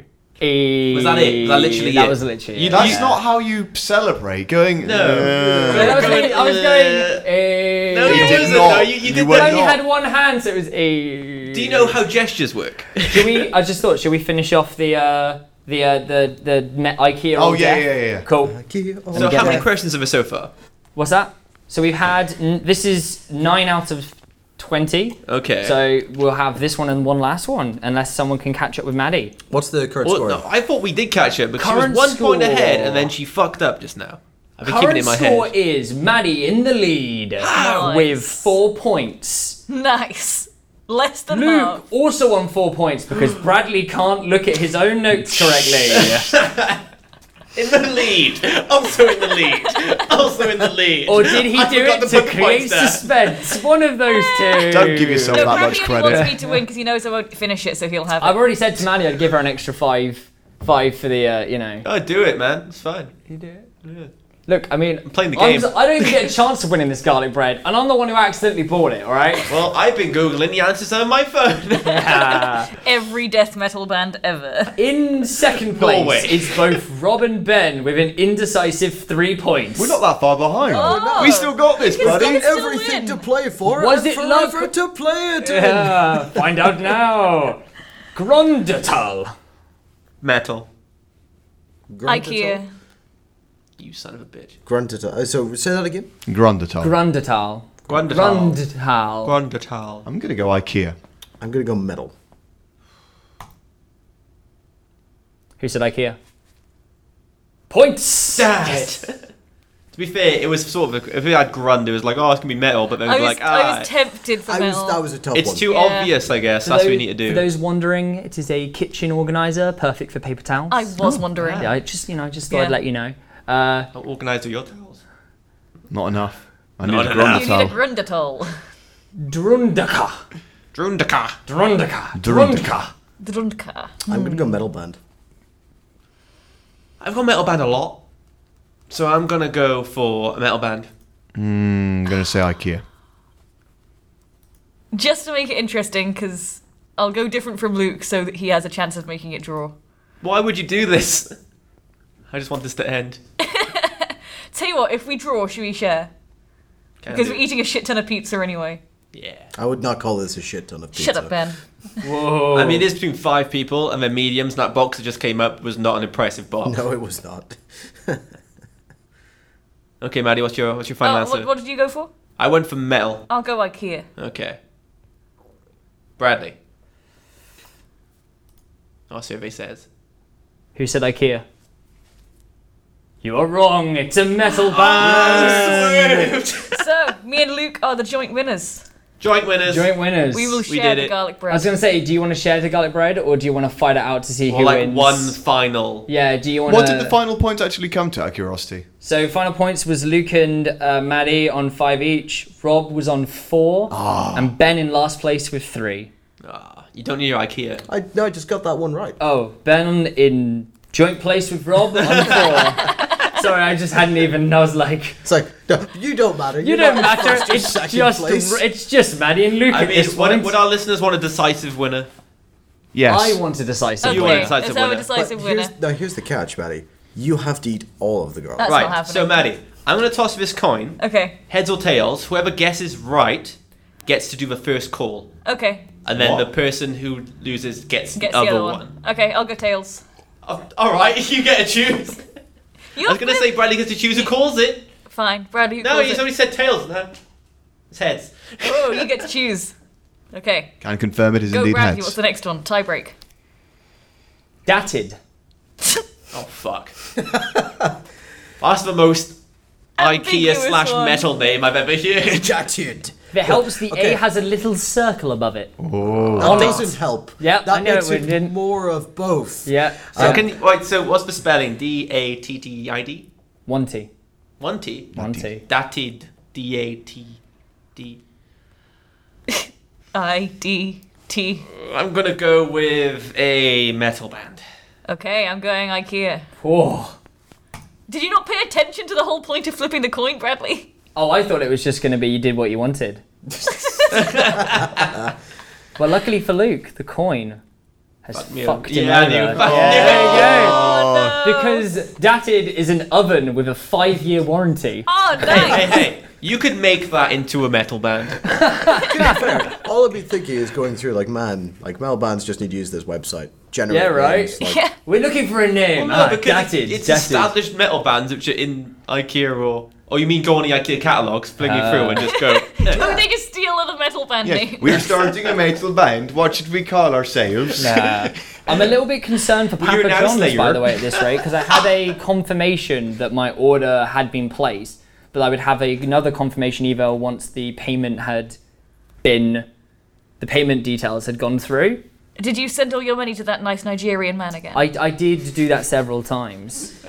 Speaker 1: E-
Speaker 4: Was that it? Was that literally
Speaker 1: That
Speaker 4: it?
Speaker 1: was literally.
Speaker 4: You-
Speaker 1: it.
Speaker 3: That's
Speaker 4: Yeah.
Speaker 3: not how you celebrate. Going. Uh,
Speaker 4: No.
Speaker 1: But I was
Speaker 4: Going,
Speaker 1: going. I was
Speaker 4: uh,
Speaker 1: going. eh.
Speaker 4: No, you
Speaker 3: did
Speaker 4: wasn't.
Speaker 3: not.
Speaker 4: No, you, you
Speaker 3: You
Speaker 4: did
Speaker 3: were
Speaker 1: I
Speaker 4: that.
Speaker 1: only
Speaker 3: not.
Speaker 1: had one hand, so it was a.
Speaker 4: Do you know how gestures work?
Speaker 1: Should we? I just thought. Should we finish off the uh, the uh, the the net IKEA?
Speaker 3: Oh,
Speaker 1: on
Speaker 3: yeah,
Speaker 1: death?
Speaker 3: yeah, yeah, yeah.
Speaker 1: Cool.
Speaker 4: so,
Speaker 1: get
Speaker 4: how many
Speaker 1: that.
Speaker 4: questions are there so far?
Speaker 1: What's that? So we've had n- this is nine out of twenty.
Speaker 4: Okay.
Speaker 1: So we'll have this one and one last one, unless someone can catch up with Maddie.
Speaker 5: What's the current
Speaker 4: Well,
Speaker 5: score?
Speaker 4: no, I thought we did catch her, but she
Speaker 1: Current
Speaker 4: was one point
Speaker 1: score.
Speaker 4: ahead, and then she fucked up just now. I've been keeping it
Speaker 1: Current
Speaker 4: in my
Speaker 1: score
Speaker 4: head. Ah,
Speaker 1: is Maddie in the lead with four points.
Speaker 2: Nice. Less than
Speaker 1: Luke
Speaker 2: half.
Speaker 1: also on four points because Bradley can't look at his own notes correctly.
Speaker 4: In the lead. Also in the lead. Also in the lead.
Speaker 1: or did he
Speaker 4: I
Speaker 1: do
Speaker 4: forgot
Speaker 1: it
Speaker 4: the
Speaker 1: to
Speaker 4: book
Speaker 1: create
Speaker 4: points there.
Speaker 1: suspense? One of those two.
Speaker 3: Don't give yourself
Speaker 2: No,
Speaker 3: that much
Speaker 2: Bradley only
Speaker 3: credit.
Speaker 2: wants me to win because he knows I won't finish it, so he'll have it.
Speaker 1: I've already said to Maddie I'd give her an extra five, five for the uh, you know.
Speaker 4: Oh, do it, man. It's fine.
Speaker 1: Look, I mean, I'm
Speaker 4: playing the game.
Speaker 1: I don't even get a chance of winning this garlic bread, and I'm the one who accidentally bought it. All right.
Speaker 4: Well, I've been googling the answers on my phone.
Speaker 2: Every death metal band ever.
Speaker 1: In second place
Speaker 4: Norway.
Speaker 1: is both Rob and Ben with an indecisive three points.
Speaker 3: We're not that far behind.
Speaker 2: Oh.
Speaker 3: We still got this,
Speaker 2: Buddy,
Speaker 3: buddy.
Speaker 2: It's still
Speaker 5: everything
Speaker 2: in.
Speaker 5: to play for.
Speaker 1: Was
Speaker 5: and
Speaker 1: it
Speaker 5: forever
Speaker 1: luck?
Speaker 5: to play it? in.
Speaker 1: Yeah,
Speaker 4: Uh,
Speaker 1: find out now. Grundatal.
Speaker 4: Metal.
Speaker 5: Grunt it
Speaker 2: IKEA.
Speaker 5: all.
Speaker 4: You son of a bitch.
Speaker 5: Grunt it all. Uh, So say that again.
Speaker 3: Grundatal.
Speaker 1: Grundatal.
Speaker 4: Grundatal.
Speaker 1: Grundatal.
Speaker 4: Grundatal.
Speaker 3: I'm gonna go IKEA.
Speaker 5: I'm gonna go metal.
Speaker 1: Who said IKEA? Points.
Speaker 4: Dad. to be fair, it was sort of a, if we had Grund, it was like, oh, it's gonna be metal, but then
Speaker 2: I
Speaker 4: we're
Speaker 2: was,
Speaker 4: like,
Speaker 2: I
Speaker 4: ah,
Speaker 2: was tempted for
Speaker 5: I was
Speaker 2: metal.
Speaker 5: that was a tough
Speaker 4: it's
Speaker 5: one.
Speaker 4: too
Speaker 2: Yeah.
Speaker 4: obvious, I guess. That's what we need to
Speaker 1: For
Speaker 4: do.
Speaker 1: those wondering, it is a kitchen organizer, perfect for paper towels.
Speaker 2: I was wondering.
Speaker 1: Yeah, I just you know, just thought
Speaker 2: Yeah.
Speaker 1: I'd let you know. Uh,
Speaker 4: I'll organise all your towels.
Speaker 3: Not enough. I
Speaker 4: Not
Speaker 3: need a
Speaker 4: enough.
Speaker 2: You need a
Speaker 3: Grundatal.
Speaker 2: Grundatal.
Speaker 1: Drundaka.
Speaker 4: Drundaka.
Speaker 1: Drundaka.
Speaker 3: Drundaka.
Speaker 2: Drundka.
Speaker 5: I'm
Speaker 1: Mm.
Speaker 5: gonna go metal band.
Speaker 4: I've got metal band a lot, so I'm gonna go for a metal band.
Speaker 3: I'm gonna say IKEA.
Speaker 2: Just to make it interesting, because I'll go different from Luke so that he has a chance of making it draw.
Speaker 4: Why would you do this? I just want this to end.
Speaker 2: Tell you what, if we draw, should we share?
Speaker 4: Can
Speaker 2: Because
Speaker 4: do.
Speaker 2: we're eating a shit ton of pizza anyway.
Speaker 4: Yeah.
Speaker 5: I would not call this a shit ton of pizza.
Speaker 2: Shut up, Ben.
Speaker 1: Whoa.
Speaker 4: I mean, it is between five people, and they're mediums. And that box that just came up was not an impressive box.
Speaker 5: No, it was not.
Speaker 4: Okay, Maddie, what's your what's your final
Speaker 2: Oh,
Speaker 4: answer?
Speaker 2: what, what did you go for?
Speaker 4: I went for metal.
Speaker 2: I'll go IKEA.
Speaker 4: Okay. Bradley. Our survey says.
Speaker 1: Who said IKEA? You are wrong. It's a metal
Speaker 2: Ah.
Speaker 1: band.
Speaker 2: so, me and Luke are the joint winners.
Speaker 4: Joint winners.
Speaker 1: Joint winners.
Speaker 2: We will
Speaker 4: We
Speaker 2: share
Speaker 4: did
Speaker 2: the
Speaker 4: it.
Speaker 2: garlic bread.
Speaker 1: I was gonna say, do you want to share the garlic bread, or do you want to fight it out to see
Speaker 4: Or
Speaker 1: who
Speaker 4: like
Speaker 1: wins?
Speaker 4: one final.
Speaker 1: Yeah. Do you want?
Speaker 3: What did the final points actually come to? Out of curiosity.
Speaker 1: So final points was Luke and uh, Maddie on five each. Rob was on four, and Ben in last place with three.
Speaker 4: Ah, you don't need your IKEA.
Speaker 5: I no, I just got that one right.
Speaker 1: Oh, Ben in joint place with Rob on four. Sorry, I just hadn't even. I was like,
Speaker 5: It's like, no, you don't matter.
Speaker 1: you don't matter. It's
Speaker 5: second
Speaker 1: just,
Speaker 5: place.
Speaker 1: it's just Maddie and Luke
Speaker 4: I
Speaker 1: at
Speaker 4: mean,
Speaker 1: this
Speaker 4: would,
Speaker 1: point.
Speaker 4: would our listeners want a decisive winner?
Speaker 3: Yes.
Speaker 1: I want a decisive.
Speaker 2: Okay,
Speaker 4: You
Speaker 1: win.
Speaker 4: are decisive
Speaker 2: is that
Speaker 4: winner.
Speaker 2: a
Speaker 5: But
Speaker 2: decisive winner?
Speaker 5: here's, now here's the catch, Maddie. You have to eat all of the garlic.
Speaker 2: That's not
Speaker 4: right.
Speaker 2: happening.
Speaker 4: So Maddie, I'm gonna toss this coin.
Speaker 2: Okay.
Speaker 4: Heads or tails. Whoever guesses right gets to do the first call,
Speaker 2: Okay.
Speaker 4: and then
Speaker 3: What?
Speaker 4: the person who loses gets,
Speaker 2: Gets
Speaker 4: the other one.
Speaker 2: one. Okay, I'll go tails.
Speaker 4: Oh, all right, you get to choose.
Speaker 2: You're
Speaker 4: I was gonna say Bradley gets to choose who calls it.
Speaker 2: fine, Bradley. who
Speaker 4: No,
Speaker 2: calls
Speaker 4: he's
Speaker 2: it?
Speaker 4: already said tails. No, it's heads.
Speaker 2: Oh, you get to choose. Okay,
Speaker 3: Can confirm it is
Speaker 2: go
Speaker 3: indeed
Speaker 2: Bradley.
Speaker 3: heads.
Speaker 2: What's the next one? Tiebreak.
Speaker 1: Datted.
Speaker 4: Oh fuck. That's the most IKEA
Speaker 2: Ambiguous
Speaker 4: slash
Speaker 2: one.
Speaker 4: metal name I've ever heard.
Speaker 5: Jacked.
Speaker 1: If it helps, the
Speaker 5: Okay.
Speaker 1: A has a little circle above it.
Speaker 3: oh.
Speaker 1: On
Speaker 5: That
Speaker 1: it.
Speaker 5: doesn't help.
Speaker 1: Yeah,
Speaker 5: that
Speaker 1: I know
Speaker 5: makes
Speaker 1: it
Speaker 5: it
Speaker 1: didn't.
Speaker 5: more of both.
Speaker 1: Yeah.
Speaker 4: So can wait, so what's the spelling? D A T T I D?
Speaker 1: One T.
Speaker 4: One T.
Speaker 1: One T.
Speaker 4: Datted D A T D.
Speaker 2: I D T.
Speaker 4: I'm gonna go with a metal band.
Speaker 2: Okay, I'm going IKEA.
Speaker 1: Oh.
Speaker 2: Did you not pay attention to the whole point of flipping the coin, Bradley?
Speaker 1: Oh, I thought it was just going to be you did what you wanted. well, luckily for Luke, the coin has
Speaker 4: me
Speaker 1: fucked
Speaker 4: up.
Speaker 1: him
Speaker 4: Yeah, I knew.
Speaker 1: over.
Speaker 4: Fuck
Speaker 1: There you go.
Speaker 2: Oh, no.
Speaker 1: Uh, Because Datted is an oven with a five-year warranty.
Speaker 2: Oh,
Speaker 4: Hey,
Speaker 2: nice.
Speaker 4: hey, you could make that into a metal band.
Speaker 5: All I've been thinking is going through like, man, like metal bands just need to use this website. Generate
Speaker 1: Yeah, right.
Speaker 5: names, like-
Speaker 2: yeah.
Speaker 1: We're looking for a name.
Speaker 4: No,
Speaker 1: Ah,
Speaker 4: because
Speaker 1: Datted.
Speaker 4: it's
Speaker 1: Datted.
Speaker 4: established metal bands which are in IKEA or or you mean go on the IKEA catalogs, fling it through and just go.
Speaker 2: Oh, they just steal other metal band names.
Speaker 3: We're starting a metal band. What should we call ourselves?
Speaker 1: Nah. I'm a little bit concerned for
Speaker 4: you
Speaker 1: Papa
Speaker 4: announce
Speaker 1: John's,
Speaker 4: later?
Speaker 1: by the way, at this rate, because I had a confirmation that my order had been placed, but I would have a, another confirmation email once the payment had been, the payment details had gone through.
Speaker 2: Did you send all your money to that nice Nigerian man again?
Speaker 1: I, I did do that several times.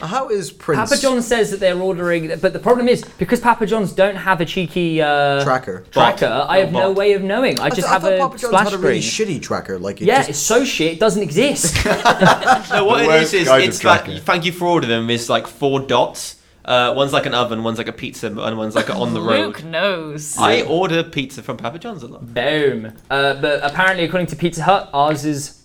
Speaker 5: How is Prince
Speaker 1: Papa John says that they're ordering, but the problem is because Papa John's don't have a cheeky uh,
Speaker 5: tracker?
Speaker 1: tracker, I have
Speaker 4: Bot.
Speaker 1: no way of knowing. I just
Speaker 5: I
Speaker 1: have
Speaker 5: thought
Speaker 1: a
Speaker 5: Papa John's
Speaker 1: splash
Speaker 5: had a really
Speaker 1: screen.
Speaker 5: shitty tracker. Like, it
Speaker 1: yeah,
Speaker 5: just,
Speaker 1: it's so shit it doesn't exist.
Speaker 4: No, what it is
Speaker 3: worst
Speaker 4: is
Speaker 3: kind
Speaker 4: it's
Speaker 3: of
Speaker 4: that.
Speaker 3: tracker.
Speaker 4: Thank you for ordering them. Is like four dots. Uh, one's like an oven, one's like a pizza, and one's like on the
Speaker 2: Luke
Speaker 4: road.
Speaker 2: knows.
Speaker 4: I order pizza from Papa John's a lot.
Speaker 1: Boom. Uh, but apparently, according to Pizza Hut, ours is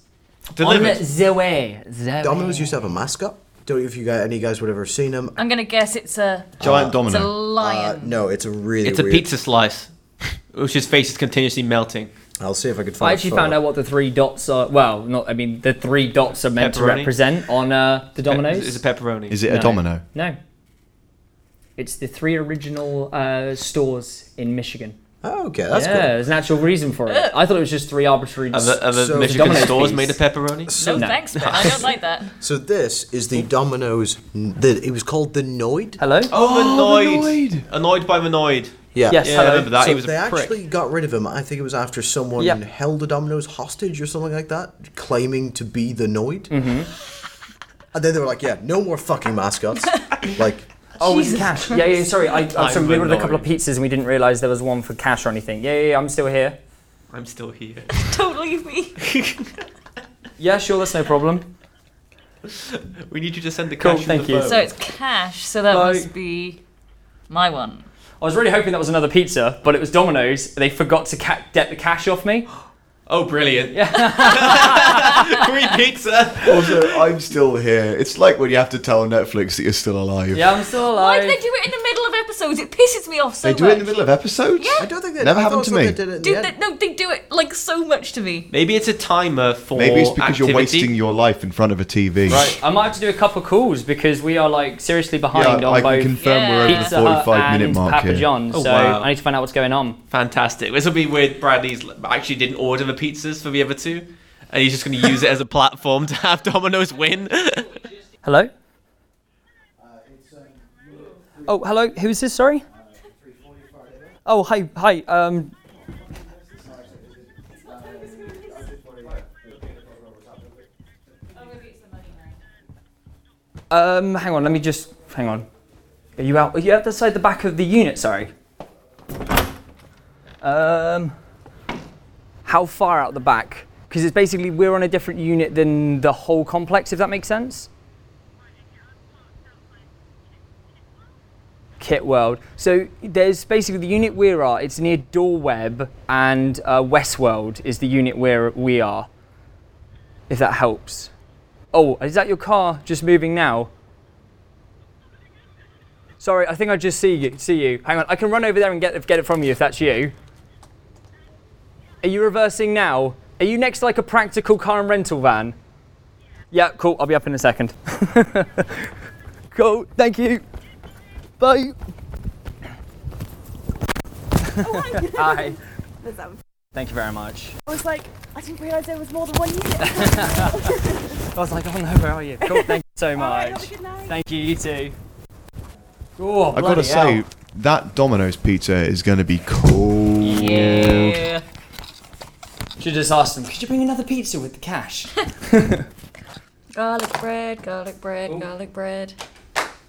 Speaker 4: Delivered.
Speaker 1: on the way. The way.
Speaker 5: Domino's used to have a mascot. Don't know if you guys, any guys would ever seen him.
Speaker 2: I'm gonna guess it's a
Speaker 3: Giant
Speaker 2: it's a
Speaker 3: domino.
Speaker 5: Uh,
Speaker 2: lion.
Speaker 5: no, it's a really
Speaker 4: it's a
Speaker 5: weird.
Speaker 4: pizza slice, which his face is continuously melting.
Speaker 5: I'll see if I could find.
Speaker 1: I
Speaker 5: a
Speaker 1: actually
Speaker 5: photo.
Speaker 1: found out what the three dots are. Well, not. I mean, the three dots are meant
Speaker 4: Pepperoni?
Speaker 1: to represent on uh, the Domino's.
Speaker 4: It's a pepperoni.
Speaker 3: Is it
Speaker 1: No.
Speaker 3: a domino?
Speaker 1: no. It's the three original uh, stores in Michigan.
Speaker 5: Oh, okay, that's
Speaker 1: yeah,
Speaker 5: good.
Speaker 1: there's an actual reason for it. I thought it was just three arbitrary.
Speaker 4: Are the, are the
Speaker 5: So-
Speaker 4: Michigan
Speaker 1: Domino's
Speaker 4: stores
Speaker 1: piece.
Speaker 4: made of pepperoni?
Speaker 2: No,
Speaker 1: No.
Speaker 2: thanks, but I don't like that.
Speaker 5: So this is the Domino's. The, it was called the Noid.
Speaker 1: Hello.
Speaker 4: Oh, annoyed.
Speaker 3: Annoyed.
Speaker 4: Annoyed by Manoid.
Speaker 5: Yeah.
Speaker 1: Yes.
Speaker 4: Yeah, I
Speaker 1: Hello.
Speaker 4: remember that.
Speaker 5: so
Speaker 4: he was
Speaker 5: they
Speaker 4: a prick.
Speaker 5: actually got rid of him. I think it was after someone
Speaker 1: Yep.
Speaker 5: held a Domino's hostage or something like that, claiming to be the Noid.
Speaker 1: Mm-hmm.
Speaker 5: And then they were like, "Yeah, no more fucking mascots." like,
Speaker 1: Oh, it's cash. Yeah, yeah. Sorry, I, I'm sorry, we
Speaker 4: I'm
Speaker 1: ordered a couple of
Speaker 4: annoyed.
Speaker 1: pizzas and we didn't realise there was one for cash or anything. Yeah, yeah, yeah. I'm still here.
Speaker 4: I'm still here.
Speaker 2: Don't leave me.
Speaker 1: Yeah, sure. That's no problem.
Speaker 4: We need you to send the
Speaker 1: Cool,
Speaker 4: cash from
Speaker 1: thank
Speaker 4: the
Speaker 1: you.
Speaker 4: phone.
Speaker 2: So it's cash, so that
Speaker 1: Bye.
Speaker 2: must be my one.
Speaker 1: I was really hoping that was another pizza, but it was Domino's. They forgot to ca- get the cash off me.
Speaker 4: oh, brilliant. Free pizza.
Speaker 3: Also, I'm still here. It's like when you have to tell Netflix that you're still alive.
Speaker 1: Yeah, I'm still
Speaker 2: Why
Speaker 1: alive.
Speaker 2: do they do it in the middle of episodes? It pisses me off so
Speaker 3: They do
Speaker 2: much.
Speaker 3: it in the middle of episodes.
Speaker 5: I don't think that
Speaker 3: Never
Speaker 5: I thought
Speaker 3: happened
Speaker 5: it
Speaker 3: to
Speaker 5: was
Speaker 3: me.
Speaker 5: like they did it at the
Speaker 2: Dude,
Speaker 5: end.
Speaker 2: they- no, they do it like so much to me.
Speaker 4: Maybe it's a timer for
Speaker 3: Maybe it's because
Speaker 4: activity.
Speaker 3: you're wasting your life in front of a TV.
Speaker 1: I might have to do a couple calls because we are like seriously
Speaker 3: Yeah,
Speaker 1: behind on
Speaker 3: I can
Speaker 1: both
Speaker 3: confirm we're
Speaker 2: Yeah.
Speaker 3: over
Speaker 1: Pizza
Speaker 3: the
Speaker 1: Hut
Speaker 3: 45
Speaker 1: and
Speaker 3: minute mark
Speaker 1: Papa
Speaker 3: here.
Speaker 1: John's.
Speaker 4: Oh,
Speaker 1: so
Speaker 4: wow.
Speaker 1: I need to find out what's going on.
Speaker 4: Fantastic. This will be weird. Bradley's actually didn't order the pizzas for the other two, and he's just going to use it as a platform to have Domino's win.
Speaker 1: Hello. Oh, hello. Who is this? Sorry. Oh, hi, hi. Um.
Speaker 2: Oh,
Speaker 1: Um, hang on. Let me just hang on. Are you out? Are you outside the back of the unit? Sorry. Um. How far out the back? Because it's basically we're on a different unit than the whole complex. If that makes sense. Kit World. So there's basically the unit we're at. It's near Doorweb and uh, Westworld is the unit where we are. If that helps. Oh, is that your car just moving now? Sorry, I think I just see you. See you. Hang on, I can run over there and get get it from you if that's you. Are you reversing now? Are you next to like a practical car and rental van? Yeah, cool. I'll be up in a second. cool. Thank you. Bye. Hi.
Speaker 7: There's that one.
Speaker 1: Thank you very much.
Speaker 7: I was like, I didn't realise there was more than one unit.
Speaker 1: I was like, oh no, where are you? Cool. Thank you so
Speaker 7: All right, Oh, have
Speaker 1: much.
Speaker 7: a good night.
Speaker 1: Thank you. You too. Oh,
Speaker 3: I gotta say, that Domino's pizza is gonna be cool.
Speaker 1: Yeah. Should just ask them. Could you bring another pizza with the cash?
Speaker 2: Garlic bread, garlic bread, garlic bread.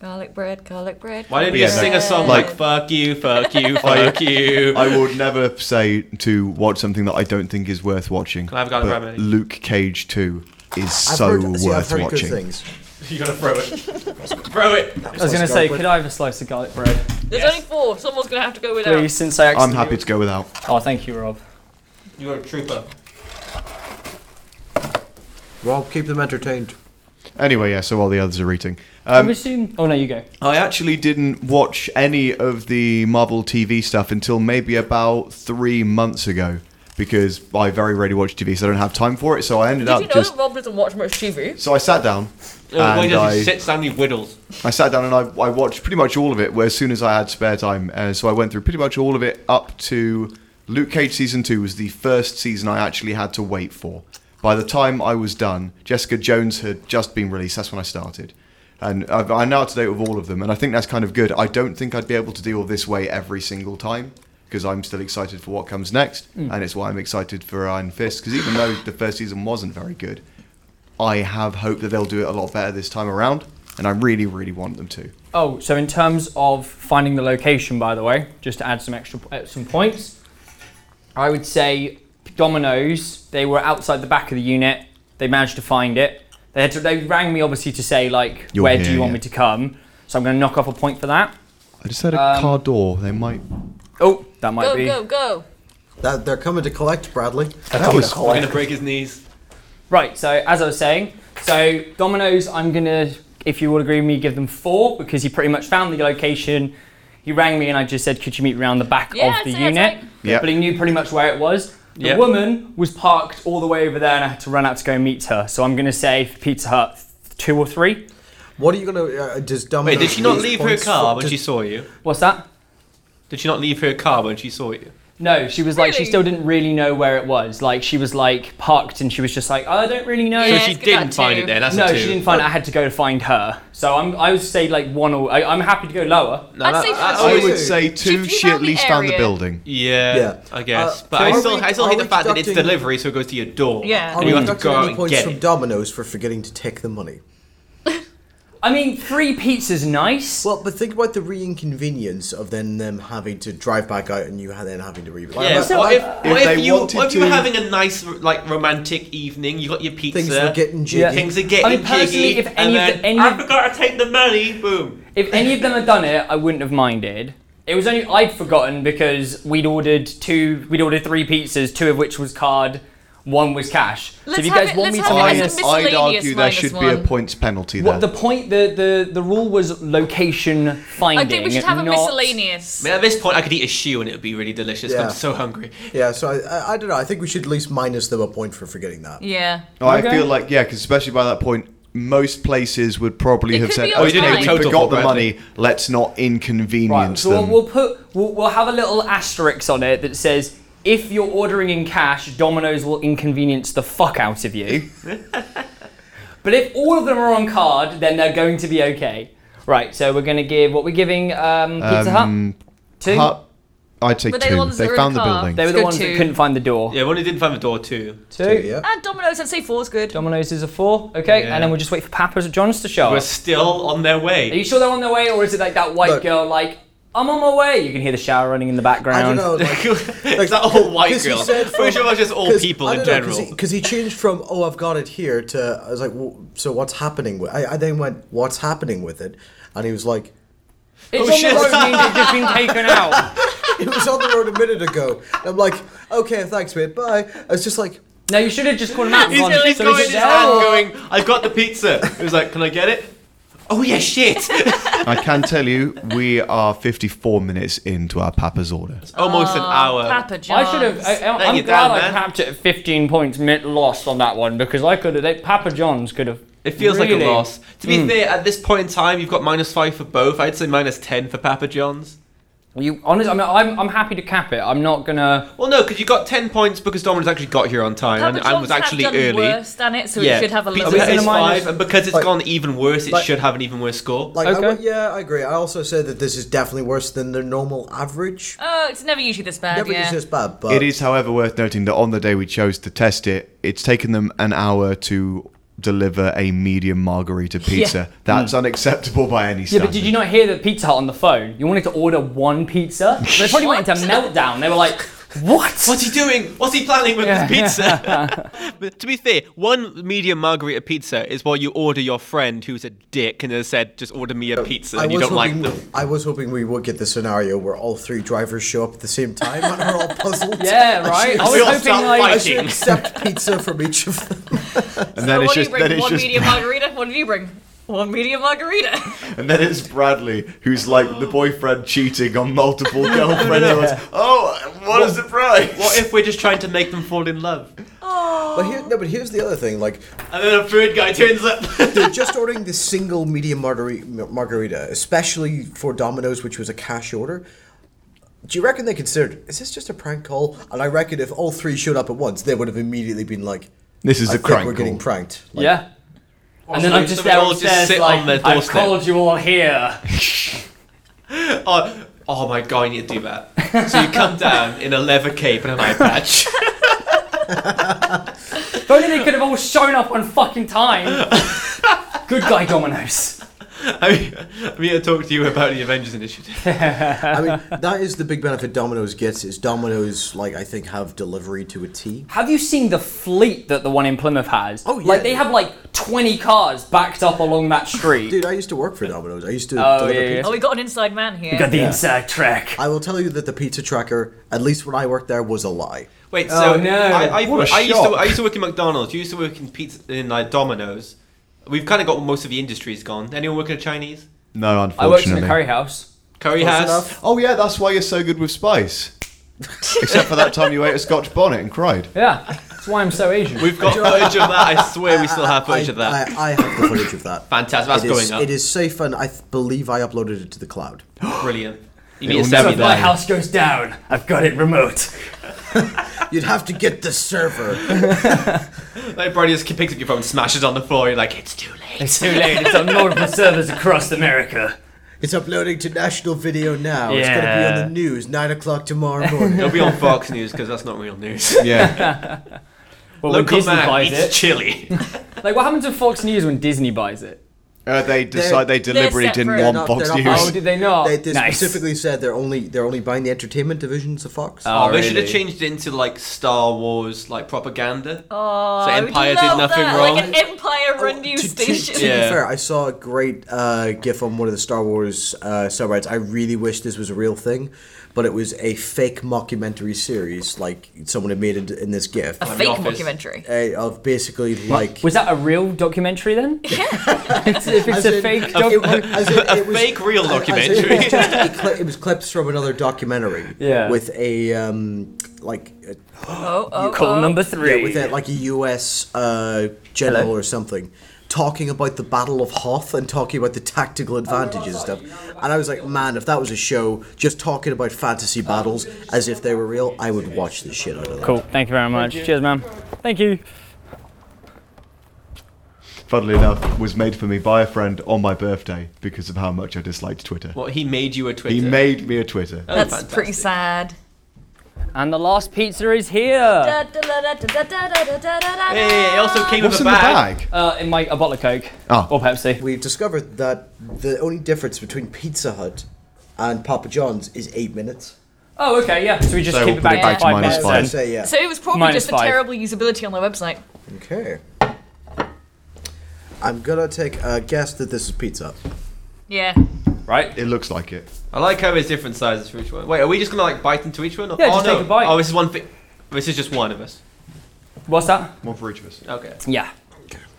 Speaker 2: Garlic bread, garlic bread.
Speaker 4: Why
Speaker 2: garlic
Speaker 4: did you
Speaker 3: Yeah, no.
Speaker 4: sing a song
Speaker 3: Like-
Speaker 4: like, fuck you, fuck you, fuck you?
Speaker 3: I would never say to watch something that I don't think is worth watching.
Speaker 4: I have a garlic
Speaker 3: but
Speaker 4: bread, mate?
Speaker 3: Luke Cage 2 is
Speaker 5: I've
Speaker 3: so
Speaker 5: heard, see, I've
Speaker 3: worth
Speaker 5: heard
Speaker 3: watching.
Speaker 5: good things.
Speaker 4: you gotta throw it. throw it.
Speaker 1: I was
Speaker 5: Slice
Speaker 1: gonna
Speaker 5: of
Speaker 1: say,
Speaker 5: garlic bread.
Speaker 1: could I have a slice of garlic bread,
Speaker 2: There's only four. Someone's gonna have to go without.
Speaker 1: please? Since I
Speaker 3: I'm
Speaker 1: accidentally-
Speaker 3: happy to go without.
Speaker 1: Oh, thank you, Rob.
Speaker 4: You're a trooper.
Speaker 5: Rob, keep them entertained.
Speaker 3: Anyway, yeah, so while the others are eating. Um,
Speaker 1: I'm assuming. Oh no, you go.
Speaker 3: I actually didn't watch any of the Marvel TV stuff until maybe about three months ago because I very rarely watch TV, so I don't have time for it. So I ended
Speaker 2: Did
Speaker 3: up
Speaker 2: you know
Speaker 3: just.
Speaker 2: that Rob doesn't watch much TV?
Speaker 3: So I sat down.
Speaker 4: Uh, Why
Speaker 3: and
Speaker 4: does he
Speaker 3: I,
Speaker 4: sit down? He whittles.
Speaker 3: I sat down and I, I watched pretty much all of it where, as soon as I had spare time. Uh, so I went through pretty much all of it up to Luke Cage season two was the first season I actually had to wait for. By the time I was done, Jessica Jones had just been released. That's when I started. And I've, I'm now up to date with all of them, and I think that's kind of good. I don't think I'd be able to deal this way every single time because I'm still excited for what comes next, and it's why I'm excited for Iron Fist. Because even though the first season wasn't very good, I have hope that they'll do it a lot better this time around, and I really, really want them to.
Speaker 1: Oh, so in terms of finding the location, by the way, just to add some extra uh, some points, I would say Domino's. They were outside the back of the unit. They managed to find it. They had to, they rang me obviously to say like,
Speaker 3: You're
Speaker 1: where do
Speaker 3: here,
Speaker 1: you want
Speaker 3: yeah.
Speaker 1: me to come? So I'm going to knock off a point for that.
Speaker 3: I just heard a car door. They might.
Speaker 1: Oh, that might
Speaker 2: Go,
Speaker 1: be
Speaker 2: go, go.
Speaker 5: That, they're coming to collect, Bradley.
Speaker 3: That was.
Speaker 4: We're gonna break his knees.
Speaker 1: right. So as I was saying, so Domino's. I'm going to, if you would agree with me, give them four because he pretty much found the location. He rang me and I just said, could you meet me around the back
Speaker 2: Yeah,
Speaker 1: of
Speaker 2: I'd
Speaker 1: the
Speaker 2: say that's
Speaker 1: unit?
Speaker 2: right.
Speaker 3: Yeah.
Speaker 1: But he knew pretty much where it was. The
Speaker 4: Yeah.
Speaker 1: woman was parked all the way over there, and I had to run out to go and meet her. So I'm going to say for Pizza Hut, th- two or three.
Speaker 5: What are you gonna? Uh, does Domino's
Speaker 4: Wait, did she not
Speaker 5: lose
Speaker 4: leave her
Speaker 5: points
Speaker 4: car
Speaker 5: for-
Speaker 4: when she
Speaker 5: does-
Speaker 4: saw you?
Speaker 1: What's that?
Speaker 4: Did she not leave her car when she saw you?
Speaker 1: No, she was like she
Speaker 2: Really?
Speaker 1: still didn't really know where it was. Like she was like parked, and she was just like, I don't really know.
Speaker 4: So
Speaker 2: Yeah,
Speaker 4: she
Speaker 2: let's give that
Speaker 4: didn't find
Speaker 2: two.
Speaker 4: it there. That's
Speaker 1: no,
Speaker 4: a two. Oh.
Speaker 1: she didn't find. it. I had to go to find her. So I'm. I would say like one or. I, I'm happy to go lower.
Speaker 4: No,
Speaker 2: I'd
Speaker 4: that-
Speaker 2: say
Speaker 4: that-
Speaker 2: for
Speaker 3: I
Speaker 2: two.
Speaker 3: would say two.
Speaker 2: She-
Speaker 3: She at
Speaker 2: found the
Speaker 3: least found the
Speaker 2: area.
Speaker 3: building.
Speaker 4: Yeah,
Speaker 5: Yeah.
Speaker 4: I guess.
Speaker 5: Uh,
Speaker 4: but
Speaker 5: so
Speaker 4: I
Speaker 5: are
Speaker 4: still,
Speaker 5: we-
Speaker 4: I still
Speaker 5: are
Speaker 4: hate the
Speaker 5: we
Speaker 4: fact that it's
Speaker 5: deducting-
Speaker 4: delivery, so it goes to your door.
Speaker 2: Yeah.
Speaker 5: Are
Speaker 4: and
Speaker 5: we
Speaker 4: you have to
Speaker 5: deducting
Speaker 4: go out
Speaker 5: any
Speaker 4: and
Speaker 5: points
Speaker 4: get
Speaker 5: from
Speaker 4: it.
Speaker 5: Domino's for forgetting to take the money?
Speaker 1: I mean, three pizzas, nice.
Speaker 5: Well, but think about the re-inconvenience of then them having to drive back out and you ha- then having to re.
Speaker 4: Yeah,
Speaker 5: Like,
Speaker 4: so
Speaker 5: like,
Speaker 4: if, what if
Speaker 3: they
Speaker 4: you
Speaker 3: wanted
Speaker 4: what if you were
Speaker 3: to-
Speaker 4: having a nice like romantic evening, you got your pizza,
Speaker 5: things are getting jiggy.
Speaker 1: Yeah.
Speaker 4: things are getting
Speaker 1: I mean, personally,
Speaker 4: jiggy,
Speaker 1: if any
Speaker 4: and
Speaker 1: of the-
Speaker 4: then
Speaker 1: any
Speaker 4: I
Speaker 1: of-
Speaker 4: forgot to take the money. Boom.
Speaker 1: If any of them had done it, I wouldn't have minded. It was only I'd forgotten because we'd ordered two, we'd ordered three pizzas, two of which was card, one was cash. so if
Speaker 2: Let's
Speaker 1: you
Speaker 2: have
Speaker 1: guys
Speaker 2: it-
Speaker 1: want me
Speaker 2: let's
Speaker 1: to
Speaker 2: have it as
Speaker 1: minus,
Speaker 2: a mis-
Speaker 3: I'd
Speaker 2: Miscellaneous
Speaker 3: argue there
Speaker 2: minus
Speaker 3: should be a
Speaker 2: one.
Speaker 3: points penalty there.
Speaker 1: what the point, the, the the rule was location finding.
Speaker 2: I think we should have a
Speaker 1: not-
Speaker 4: I
Speaker 2: miscellaneous.
Speaker 4: mean, at this point, I could eat a shoe and it would be really delicious. 'cause
Speaker 5: Yeah.
Speaker 4: I'm so hungry.
Speaker 5: yeah, so I, I, I don't know. I think we should at least minus them a point for forgetting that.
Speaker 2: Yeah.
Speaker 3: No, I
Speaker 1: Okay.
Speaker 3: feel like yeah, because especially by that point, most places would probably
Speaker 2: It
Speaker 3: have
Speaker 2: could
Speaker 3: said,
Speaker 2: be
Speaker 3: "Oh,
Speaker 2: on
Speaker 3: okay,
Speaker 2: time.
Speaker 3: we
Speaker 4: Total
Speaker 3: forgot the
Speaker 4: regret.
Speaker 3: money. Let's not
Speaker 1: Right,
Speaker 3: inconvenience
Speaker 1: so we'll,
Speaker 3: them."
Speaker 1: we'll put we'll, we'll have a little asterisk on it that says if you're ordering in cash, Domino's will inconvenience the fuck out of you. but if all of them are on card, then they're going to be okay. Right, so we're going to give what we're giving um, Pizza
Speaker 3: Um,
Speaker 1: Hut two.
Speaker 3: Hut- I'd say
Speaker 2: Were they the
Speaker 3: two.
Speaker 2: ones that
Speaker 3: They
Speaker 2: were in
Speaker 3: found
Speaker 2: the
Speaker 3: the
Speaker 2: car?
Speaker 3: building.
Speaker 1: they were the
Speaker 2: Let's go
Speaker 1: ones that
Speaker 2: two.
Speaker 1: couldn't find the door.
Speaker 4: Yeah, one who didn't find the door too.
Speaker 5: So,
Speaker 1: Two.
Speaker 5: yeah.
Speaker 2: And Domino's, I'd say four's good.
Speaker 1: Domino's is a four. Okay,
Speaker 4: Yeah.
Speaker 1: and then we'll just wait for Papa's John's to show
Speaker 4: We're
Speaker 1: us.
Speaker 4: still on their
Speaker 1: Are you
Speaker 4: way.
Speaker 1: sure they're on their way, or is it like that white
Speaker 5: Look.
Speaker 1: girl like? I'm on my way. You can hear the shower running in the background.
Speaker 5: I don't know. Like,
Speaker 4: It's that all white
Speaker 5: Because you
Speaker 4: girl.
Speaker 5: said
Speaker 4: Pretty sure it was just all people in general.
Speaker 5: Because he, changed from "Oh, I've got it here" to I was like, well, "So what's happening?" With I, I then went, "What's happening with it?" And he was like,
Speaker 1: It's
Speaker 5: Oh,
Speaker 1: on
Speaker 5: shit.
Speaker 1: the road means it's just been taken out.
Speaker 5: It was on the road a minute ago. And I'm like, okay, thanks, mate. Bye. I was just like,
Speaker 1: No, you should have just called him out. and
Speaker 4: He's,
Speaker 1: gone,
Speaker 4: he's
Speaker 1: "So "Oh,
Speaker 4: going
Speaker 1: is it
Speaker 4: in his
Speaker 1: there
Speaker 4: hand
Speaker 1: or-"
Speaker 4: going, I've got the pizza. He was like, can I get it? Oh, yeah, shit.
Speaker 3: I can tell you, we are 54 minutes into our Papa's order.
Speaker 4: Almost an hour.
Speaker 2: Ah, Papa John's.
Speaker 1: I should have. I, I,
Speaker 4: Let
Speaker 1: I'm
Speaker 4: you
Speaker 1: glad
Speaker 4: down,
Speaker 1: I
Speaker 4: man.
Speaker 1: capped it at 15 points mid loss on that one because I could have. They, Papa John's could have.
Speaker 4: It feels like
Speaker 1: really-
Speaker 4: a loss. To
Speaker 5: Hmm.
Speaker 4: be fair, at this point in time, you've got minus five for both. I'd say minus ten for Papa John's.
Speaker 1: You honest? I mean, I'm, I'm happy to cap it. I'm not gonna.
Speaker 4: Well, no, because you got ten points because Domino's actually got here on time
Speaker 2: Papa
Speaker 4: and, and
Speaker 2: John's
Speaker 4: was
Speaker 2: have
Speaker 4: actually
Speaker 2: done
Speaker 4: early.
Speaker 2: worse than it, so it should have a
Speaker 4: Pizza
Speaker 2: little
Speaker 1: Hut
Speaker 2: bit.
Speaker 1: is
Speaker 4: is
Speaker 1: a minus-
Speaker 4: five, and because it's
Speaker 5: Like-
Speaker 4: gone even worse, it
Speaker 5: like-
Speaker 4: should have an even worse score.
Speaker 5: like, I
Speaker 1: Okay.
Speaker 5: went- yeah, I agree. I also said that this is definitely worse than their normal average.
Speaker 2: Oh, it's never usually this bad.
Speaker 5: Never
Speaker 2: yeah.
Speaker 5: is this bad, but
Speaker 3: It is, however, worth noting that on the day we chose to test it, it's taken them an hour to deliver a medium margarita pizza. That's unacceptable by any
Speaker 1: Hmm. Yeah,
Speaker 3: standard.
Speaker 1: but did you not hear the Pizza Hut on the phone? You wanted to order one pizza. They probably went into meltdown. They were like, "What?
Speaker 4: What's he doing? What's he planning with his pizza? but to be fair, one medium margarita pizza is what you order your friend who's a dick and has said, just order me a pizza
Speaker 5: I
Speaker 4: and you
Speaker 5: was
Speaker 4: don't like
Speaker 5: hoping
Speaker 4: them.
Speaker 5: I was hoping we would get the scenario where all three drivers show up at the same time and are all puzzled.
Speaker 1: Yeah, right. I was
Speaker 4: We all
Speaker 1: hoping
Speaker 4: start
Speaker 1: like
Speaker 5: I
Speaker 4: fighting.
Speaker 5: should accept pizza from each of them.
Speaker 3: and
Speaker 2: so
Speaker 3: then
Speaker 2: what
Speaker 3: it's
Speaker 2: do
Speaker 3: just
Speaker 2: you bring?
Speaker 3: then it's
Speaker 2: One
Speaker 3: just
Speaker 2: medium margarita? What did you bring? One medium margarita.
Speaker 3: and then it's Bradley who's like the boyfriend cheating on multiple girlfriends. Everyone's, Oh, what a surprise!
Speaker 4: What if we're just trying to make them fall in love?
Speaker 5: But here, no, but here's the other thing. Like
Speaker 4: And then a third guy turns up.
Speaker 5: they're just ordering the single medium margarita, margarita, especially for Domino's, which was a cash order. Do you reckon they considered is this just a prank call? And I reckon if all three showed up at once, they would have immediately been like,
Speaker 3: This is
Speaker 5: I
Speaker 3: a
Speaker 5: think
Speaker 3: crank
Speaker 5: we're
Speaker 3: call.
Speaker 5: getting pranked." Like,
Speaker 1: yeah." And then
Speaker 4: so-
Speaker 1: I'm just
Speaker 4: so we
Speaker 1: there
Speaker 4: all just
Speaker 1: upstairs,
Speaker 4: sit
Speaker 1: like,
Speaker 4: on their
Speaker 1: I've
Speaker 4: doorstep."
Speaker 1: called you all here.
Speaker 4: oh, oh my god, I need to do that. So you come down in a leather cape and an eye patch.
Speaker 1: If only they could have all shown up on fucking time. Good guy, Domino's.
Speaker 4: I mean, I'm here to talk to you about the Avengers Initiative.
Speaker 5: I mean, that is the big benefit Domino's gets is Domino's like I think have delivery to a T.
Speaker 1: Have you seen the fleet that the one in Plymouth has?
Speaker 5: Oh, yeah.
Speaker 1: Like they have like 20 cars backed up along that street.
Speaker 5: Dude, I used to work for Domino's. I used to
Speaker 1: Oh,
Speaker 5: deliver
Speaker 1: yeah, yeah.
Speaker 5: pizza.
Speaker 2: oh, we got an inside man here.
Speaker 1: Got the inside track.
Speaker 5: I will tell you that the pizza tracker, at least when I worked there, was a lie.
Speaker 4: Wait, so
Speaker 1: Oh, no.
Speaker 4: I, I,
Speaker 3: What a
Speaker 4: I used to
Speaker 3: shock.
Speaker 4: I used to work in McDonald's. You used to work in pizza in like Domino's. We've kind of got most of the industries gone. Anyone working at Chinese?
Speaker 3: No,
Speaker 1: I worked in
Speaker 3: unfortunately.
Speaker 1: a curry house.
Speaker 4: Curry
Speaker 5: Close
Speaker 4: has.
Speaker 5: enough.
Speaker 3: oh yeah, that's why you're so good with spice. Except for that time you ate a Scotch bonnet and cried.
Speaker 1: Yeah, that's why I'm so Asian.
Speaker 4: We've got footage of that. I swear we still have footage
Speaker 5: I,
Speaker 4: of that.
Speaker 5: I, I have the footage of that.
Speaker 4: Fantastic. That's
Speaker 5: It is,
Speaker 4: going up.
Speaker 5: It is safe, and I th- believe I uploaded it to the cloud.
Speaker 4: Brilliant. You
Speaker 3: It
Speaker 4: need to
Speaker 3: will
Speaker 4: send
Speaker 3: never
Speaker 4: me
Speaker 3: die.
Speaker 1: My
Speaker 4: that.
Speaker 1: house goes down. I've got it remote.
Speaker 5: You'd have to get the server.
Speaker 4: Like Brody just picks up your phone, smashes on the floor. You're like, it's too late.
Speaker 1: It's too late. It's on multiple servers across America.
Speaker 5: It's uploading to national video now. It's going to be
Speaker 1: Yeah.
Speaker 5: on the news nine o'clock tomorrow morning.
Speaker 4: It'll be on Fox News because that's not real news.
Speaker 3: Yeah.
Speaker 1: Well, when
Speaker 4: Local
Speaker 1: Disney
Speaker 4: man
Speaker 1: buys
Speaker 4: eats
Speaker 1: it.
Speaker 4: chili.
Speaker 1: Like what happens to Fox News when Disney buys it?
Speaker 3: Uh, they decide they deliberately didn't
Speaker 2: separate.
Speaker 3: want
Speaker 5: They're not-
Speaker 3: Fox
Speaker 5: they're
Speaker 3: News.
Speaker 5: not-
Speaker 1: Oh, did they not?
Speaker 5: they, they
Speaker 1: nice.
Speaker 5: specifically said they're only they're only buying the entertainment divisions of Fox.
Speaker 4: Oh, they
Speaker 1: really?
Speaker 4: should have changed it into like Star Wars like propaganda.
Speaker 2: Oh,
Speaker 4: so
Speaker 2: I would
Speaker 4: Empire did
Speaker 2: love
Speaker 4: nothing
Speaker 2: that.
Speaker 4: wrong.
Speaker 2: Like an Empire run news
Speaker 5: Oh, to, to-
Speaker 2: station.
Speaker 5: To, be
Speaker 4: Yeah.
Speaker 5: fair, I saw a great uh, GIF on one of the Star Wars uh, subreddits. I really wish this was a real thing, but it was a fake mockumentary series, like someone had made it in this GIF,
Speaker 2: A fake
Speaker 4: office.
Speaker 2: documentary.
Speaker 5: uh, of basically like.
Speaker 1: Was that a real documentary then? Yeah. it's, if it's
Speaker 5: as
Speaker 1: a
Speaker 5: in-
Speaker 1: fake
Speaker 5: it-
Speaker 1: documentary.
Speaker 5: as in it was-
Speaker 4: Fake real
Speaker 5: as in
Speaker 4: documentary.
Speaker 5: It was, just a cli- it was clips from another documentary.
Speaker 1: Yeah.
Speaker 5: With a um, like a
Speaker 2: Oh, oh,
Speaker 1: Call
Speaker 2: oh.
Speaker 1: number three.
Speaker 5: with a, like a U.S. Uh, general or something, talking about the Battle of Hoth and talking about the tactical advantages and stuff. And I was like, man, if that was a show just talking about fantasy battles as if they were real, I would watch the shit out of that.
Speaker 1: Cool. Thank you very much. Cheers, man. Thank you.
Speaker 3: funnily enough, was made for me by a friend on my birthday because of how much I disliked Twitter.
Speaker 4: What he made you a Twitter.
Speaker 3: He made me a Twitter.
Speaker 4: Oh,
Speaker 2: That's
Speaker 4: fantastic.
Speaker 2: pretty sad.
Speaker 1: And the last pizza is here.
Speaker 2: Da, da, da, da, da, da, da, da, da, da, da.
Speaker 4: Hey, it also came
Speaker 3: What's
Speaker 4: with
Speaker 3: in
Speaker 4: a
Speaker 3: the
Speaker 4: bag.
Speaker 3: bag?
Speaker 1: Uh, in my a bottle of Coke
Speaker 3: Oh.
Speaker 1: or Pepsi.
Speaker 5: We discovered that the only difference between Pizza Hut and Papa John's is eight minutes.
Speaker 1: Oh, okay, yeah. So we just
Speaker 3: So
Speaker 1: keep
Speaker 3: we'll
Speaker 1: it
Speaker 3: put
Speaker 1: back,
Speaker 3: it
Speaker 1: to
Speaker 3: back to
Speaker 1: five
Speaker 3: minus
Speaker 1: minutes.
Speaker 5: I
Speaker 3: five.
Speaker 1: then.
Speaker 5: say yeah.
Speaker 2: So it was probably
Speaker 1: Minus
Speaker 2: just the
Speaker 1: five.
Speaker 2: terrible usability on their website.
Speaker 5: Okay. I'm gonna take a guess that this is Pizza Hut.
Speaker 2: Yeah.
Speaker 1: right?
Speaker 3: It looks like it.
Speaker 4: I like how there's different sizes for each one. Wait, are we just gonna like bite into each one?
Speaker 1: Yeah,
Speaker 4: oh,
Speaker 1: just
Speaker 4: no.
Speaker 1: take a bite.
Speaker 4: Oh, this is one thing. This is just one of us.
Speaker 1: What's that?
Speaker 3: One for each of us.
Speaker 4: Okay.
Speaker 1: Yeah.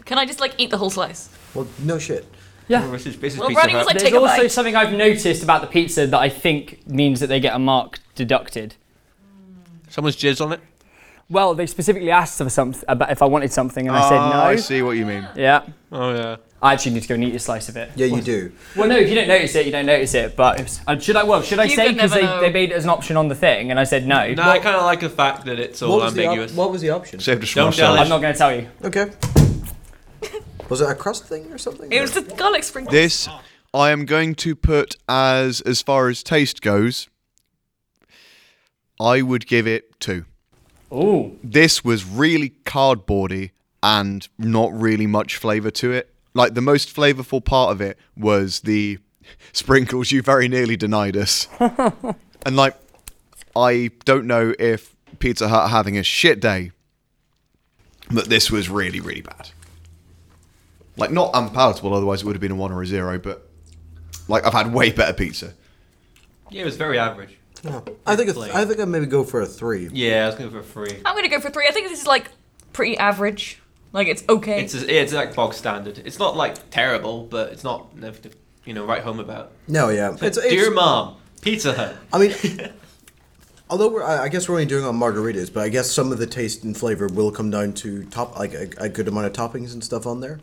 Speaker 2: Can I just like eat the whole slice?
Speaker 5: Well, no shit.
Speaker 1: Yeah.
Speaker 4: This is, this is
Speaker 2: Well,
Speaker 4: Pizza
Speaker 2: Brownie was
Speaker 4: Hut.
Speaker 2: like-
Speaker 1: There's
Speaker 2: take a
Speaker 1: also
Speaker 2: bite.
Speaker 1: something I've noticed about the pizza that I think means that they get a mark deducted.
Speaker 4: Someone's jizzed on it.
Speaker 1: Well, they specifically asked for something about if I wanted something, and I said
Speaker 3: Ah,
Speaker 1: no.
Speaker 3: I see what you mean.
Speaker 1: Yeah.
Speaker 4: Oh yeah.
Speaker 1: I actually need to go and eat a slice of it.
Speaker 5: Yeah, you do.
Speaker 1: Well, no, if you don't notice it, you don't notice it. But if, uh, should I? Well, should I
Speaker 2: You
Speaker 1: say
Speaker 2: could
Speaker 1: because
Speaker 2: never
Speaker 1: they,
Speaker 2: know.
Speaker 1: they made it as an option on the thing, and I said no.
Speaker 4: No, I kind of like the fact that it's all
Speaker 5: What was, the op-
Speaker 4: ambiguous.
Speaker 5: what was the option?
Speaker 3: Saved us from
Speaker 4: Don't tell
Speaker 1: I'm
Speaker 3: ourselves.
Speaker 1: not going to tell you.
Speaker 5: Okay. Was it a crust thing or something?
Speaker 2: It was the garlic sprinkles.
Speaker 3: This I am going to put as as far as taste goes. I would give it two.
Speaker 1: Ooh.
Speaker 3: This was really cardboardy and not really much flavour to it. Like the most flavourful part of it was the sprinkles you very nearly denied us. and like I don't know if Pizza Hut are having a shit day, but this was really, really bad. Like not unpalatable, otherwise it would have been a one or a zero, but like I've had way better pizza.
Speaker 4: yeah, it was very average.
Speaker 5: No. I think a th-
Speaker 4: Like-
Speaker 5: I think I maybe go for a three.
Speaker 4: Yeah, I was going for free.
Speaker 2: I'm gonna go for three. I think this is like pretty average. Like it's okay.
Speaker 4: It's a, it's like bog standard. It's not like terrible, but it's not nothing to, you know right home about.
Speaker 5: No, yeah. It's, it's,
Speaker 4: Dear mom, Pizza Hut.
Speaker 5: I mean, although we're, I I guess we're only doing it on margaritas, but I guess some of the taste and flavor will come down to top like a, a good amount of toppings and stuff on there.